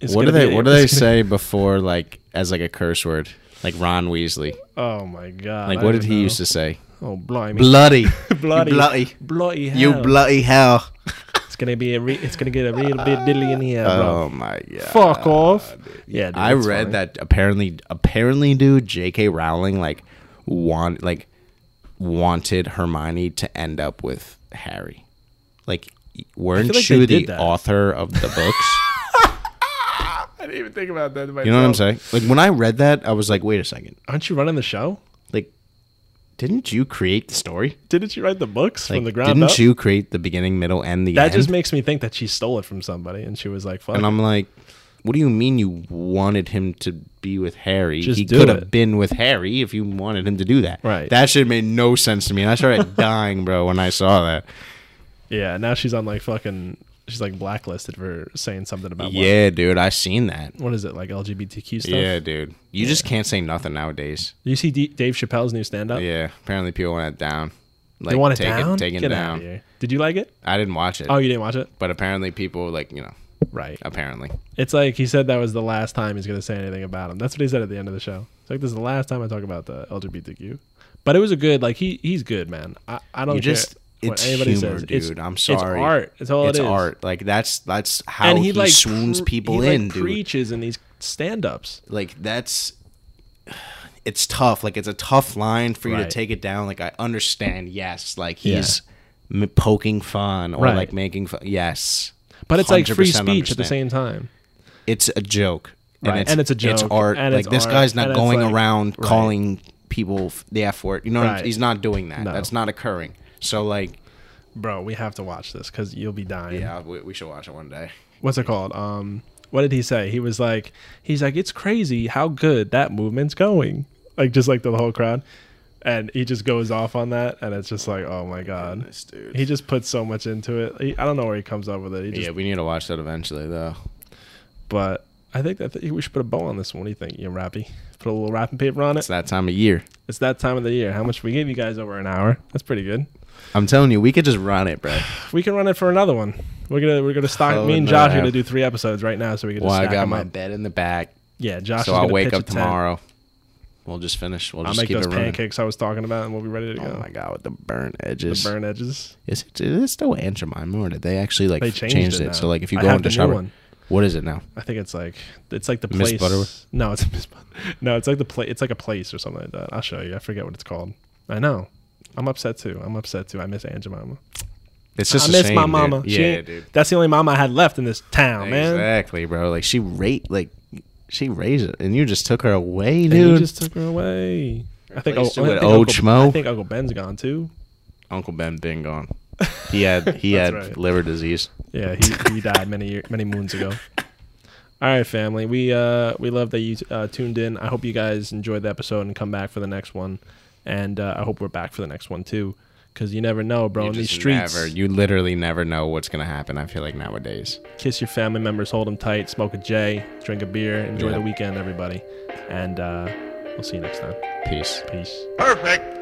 [SPEAKER 1] It's
[SPEAKER 2] What do
[SPEAKER 1] gonna
[SPEAKER 2] they
[SPEAKER 1] be-
[SPEAKER 2] What do they
[SPEAKER 1] it's gonna-
[SPEAKER 2] say before like as like a curse word? Like Ron Weasley.
[SPEAKER 1] Oh my god!
[SPEAKER 2] Like
[SPEAKER 1] I
[SPEAKER 2] what
[SPEAKER 1] don't
[SPEAKER 2] did he
[SPEAKER 1] know.
[SPEAKER 2] used to say?
[SPEAKER 1] Oh blimey!
[SPEAKER 2] Bloody,
[SPEAKER 1] bloody,
[SPEAKER 2] You bloody,
[SPEAKER 1] bloody hell!
[SPEAKER 2] you bloody hell!
[SPEAKER 1] It's gonna be a re- it's gonna get a real bit diddly in here, bro.
[SPEAKER 2] Oh my god!
[SPEAKER 1] Fuck off! Yeah, dude,
[SPEAKER 2] I
[SPEAKER 1] it's
[SPEAKER 2] read
[SPEAKER 1] funny.
[SPEAKER 2] that apparently, apparently, dude, J.K. Rowling like want like wanted Hermione to end up with Harry. Like, weren't
[SPEAKER 1] feel like
[SPEAKER 2] you
[SPEAKER 1] they did
[SPEAKER 2] the
[SPEAKER 1] that.
[SPEAKER 2] author of the books?
[SPEAKER 1] I didn't even think about that.
[SPEAKER 2] you know what I'm saying? Like when I read that, I was like, wait a second.
[SPEAKER 1] Aren't you running the show?
[SPEAKER 2] Like, didn't you create the story?
[SPEAKER 1] Didn't you write the books
[SPEAKER 2] Like,
[SPEAKER 1] from the ground
[SPEAKER 2] didn't
[SPEAKER 1] up?
[SPEAKER 2] you create the beginning, middle, and the
[SPEAKER 1] that
[SPEAKER 2] end?
[SPEAKER 1] just makes me think that she stole it from somebody, and she was like, "Fuck."
[SPEAKER 2] and
[SPEAKER 1] it.
[SPEAKER 2] I'm like, what do you mean you wanted him to be with Harry?
[SPEAKER 1] Just
[SPEAKER 2] he
[SPEAKER 1] do
[SPEAKER 2] could
[SPEAKER 1] it.
[SPEAKER 2] have been with Harry if you wanted him to do that.
[SPEAKER 1] Right.
[SPEAKER 2] That shit made no sense to me. And I started dying, bro, when I saw that.
[SPEAKER 1] yeah, now she's on like fucking. She's like blacklisted for saying something about what-
[SPEAKER 2] Yeah, dude, I seen that.
[SPEAKER 1] What is it like LGBTQ stuff?
[SPEAKER 2] Yeah, dude. You just can't say nothing nowadays.
[SPEAKER 1] You see D- Dave Chappelle's new stand-up?
[SPEAKER 2] Yeah. Apparently people want it down. Like
[SPEAKER 1] They want it
[SPEAKER 2] take
[SPEAKER 1] down.
[SPEAKER 2] it take it
[SPEAKER 1] Get out of
[SPEAKER 2] down.
[SPEAKER 1] here. Did you like it?
[SPEAKER 2] I didn't watch it.
[SPEAKER 1] Oh, you didn't watch it?
[SPEAKER 2] But apparently people like, you know,
[SPEAKER 1] Right.
[SPEAKER 2] apparently.
[SPEAKER 1] It's like he said that was the last time he's going to say anything about him. That's what he said at the end of the show. It's like this is the last time I talk about the LGBTQ. But it was a good like he he's good man. I, I don't
[SPEAKER 2] You just
[SPEAKER 1] care
[SPEAKER 2] it's
[SPEAKER 1] Oh, what anybody
[SPEAKER 2] humor,
[SPEAKER 1] says.
[SPEAKER 2] dude.
[SPEAKER 1] It's-
[SPEAKER 2] I'm sorry.
[SPEAKER 1] It's art. It's all
[SPEAKER 2] it's
[SPEAKER 1] it is.
[SPEAKER 2] art. Like that's that's how
[SPEAKER 1] And
[SPEAKER 2] he,
[SPEAKER 1] he, like
[SPEAKER 2] swoons
[SPEAKER 1] pre-
[SPEAKER 2] people
[SPEAKER 1] he, like,
[SPEAKER 2] in, dude.
[SPEAKER 1] Preaches in these stand-ups.
[SPEAKER 2] like that's it's tough like it's a tough line for you
[SPEAKER 1] Right.
[SPEAKER 2] to take it down like i understand yes like he's m- poking fun or
[SPEAKER 1] Right.
[SPEAKER 2] like making fun yes
[SPEAKER 1] But it's like free speech
[SPEAKER 2] 100%
[SPEAKER 1] at the
[SPEAKER 2] understand.
[SPEAKER 1] same time.
[SPEAKER 2] it's a joke
[SPEAKER 1] Right, and it's a
[SPEAKER 2] it's
[SPEAKER 1] joke,
[SPEAKER 2] art
[SPEAKER 1] and
[SPEAKER 2] like
[SPEAKER 1] it's
[SPEAKER 2] this
[SPEAKER 1] art,
[SPEAKER 2] guy's
[SPEAKER 1] and
[SPEAKER 2] not
[SPEAKER 1] it's
[SPEAKER 2] going
[SPEAKER 1] like-
[SPEAKER 2] around
[SPEAKER 1] Right.
[SPEAKER 2] calling people f- the f word you know what I'm-
[SPEAKER 1] Right.
[SPEAKER 2] he's not doing that
[SPEAKER 1] No.
[SPEAKER 2] that's not occurring so like
[SPEAKER 1] Bro, we have to watch this cuz you'll be dying.
[SPEAKER 2] yeah we, we should watch it one day
[SPEAKER 1] what's it called? Um, what did he say? He was like, he's like, it's crazy how good that movement's going. Like just like the whole crowd, and he just goes off on that, and it's just like, oh my god,
[SPEAKER 2] Goodness, dude.
[SPEAKER 1] he just puts so much into it. He, I don't know where he comes up with it. He just,
[SPEAKER 2] yeah we need to watch that eventually though
[SPEAKER 1] but I think that th- we should put a bow on this one. What do you think, you rappy? Put a little wrapping paper on
[SPEAKER 2] it's
[SPEAKER 1] it.
[SPEAKER 2] that time of year
[SPEAKER 1] It's that time of the year. How much we gave you guys over an hour? That's pretty good.
[SPEAKER 2] i'm telling you we could just run it bro
[SPEAKER 1] We can run it for another one. We're gonna we're gonna stock.
[SPEAKER 2] Oh,
[SPEAKER 1] me and
[SPEAKER 2] no.
[SPEAKER 1] Josh are gonna do three episodes right now, so we can just
[SPEAKER 2] well i
[SPEAKER 1] stack
[SPEAKER 2] got
[SPEAKER 1] 'em
[SPEAKER 2] my
[SPEAKER 1] up.
[SPEAKER 2] bed in the back
[SPEAKER 1] Yeah, Josh.
[SPEAKER 2] so
[SPEAKER 1] is
[SPEAKER 2] I'll
[SPEAKER 1] gonna
[SPEAKER 2] wake
[SPEAKER 1] pitch
[SPEAKER 2] up
[SPEAKER 1] a tent.
[SPEAKER 2] tomorrow. We'll just finish. We'll
[SPEAKER 1] I'll
[SPEAKER 2] just
[SPEAKER 1] make
[SPEAKER 2] keep
[SPEAKER 1] those
[SPEAKER 2] it running.
[SPEAKER 1] pancakes I was talking about, and we'll be ready to go.
[SPEAKER 2] Oh my god, with the burn edges.
[SPEAKER 1] the burn edges.
[SPEAKER 2] Is it is it still Angemime or did they actually like
[SPEAKER 1] They
[SPEAKER 2] f-
[SPEAKER 1] changed
[SPEAKER 2] changed,
[SPEAKER 1] it
[SPEAKER 2] it?
[SPEAKER 1] now.
[SPEAKER 2] So like if you
[SPEAKER 1] I
[SPEAKER 2] go
[SPEAKER 1] have
[SPEAKER 2] into
[SPEAKER 1] the new
[SPEAKER 2] shop,
[SPEAKER 1] one.
[SPEAKER 2] what is it now?
[SPEAKER 1] I think it's like it's like the
[SPEAKER 2] Miss
[SPEAKER 1] place.
[SPEAKER 2] Butterworth?
[SPEAKER 1] No, it's Miss Butterworth. no, it's like the place. It's like a place or something like that. I'll show you. I forget what it's called. I know. I'm upset too. I'm upset too. I miss Aunt Jemima.
[SPEAKER 2] It's just
[SPEAKER 1] I
[SPEAKER 2] a
[SPEAKER 1] miss
[SPEAKER 2] shame,
[SPEAKER 1] my
[SPEAKER 2] dude.
[SPEAKER 1] mama. She
[SPEAKER 2] Yeah,
[SPEAKER 1] ain't-
[SPEAKER 2] dude.
[SPEAKER 1] That's the only mama I had left in this town, man.
[SPEAKER 2] Exactly, bro. Like she rate like she raised it, and you just took her away,
[SPEAKER 1] And you
[SPEAKER 2] dude.
[SPEAKER 1] just took her away. I think,
[SPEAKER 2] Replaced
[SPEAKER 1] oh,
[SPEAKER 2] her
[SPEAKER 1] I
[SPEAKER 2] with
[SPEAKER 1] think
[SPEAKER 2] old
[SPEAKER 1] Uncle,
[SPEAKER 2] Schmo.
[SPEAKER 1] I think Uncle Ben's gone too.
[SPEAKER 2] Uncle Ben been gone. He had he
[SPEAKER 1] That's
[SPEAKER 2] had
[SPEAKER 1] right.
[SPEAKER 2] liver disease.
[SPEAKER 1] Yeah, he, he died many year, many moons ago. All right, family. We uh we love that you uh, tuned in. I hope you guys enjoyed the episode and come back for the next one. And uh, I hope we're back for the next one too, because you never know, bro.
[SPEAKER 2] You
[SPEAKER 1] in these
[SPEAKER 2] just
[SPEAKER 1] streets,
[SPEAKER 2] never- you literally never know what's gonna happen. I feel like nowadays.
[SPEAKER 1] kiss your family members, hold them tight, smoke a J, drink a beer, enjoy
[SPEAKER 2] Yeah.
[SPEAKER 1] the weekend, everybody. And uh, we'll see you next time.
[SPEAKER 2] Peace.
[SPEAKER 1] Peace.
[SPEAKER 4] Perfect.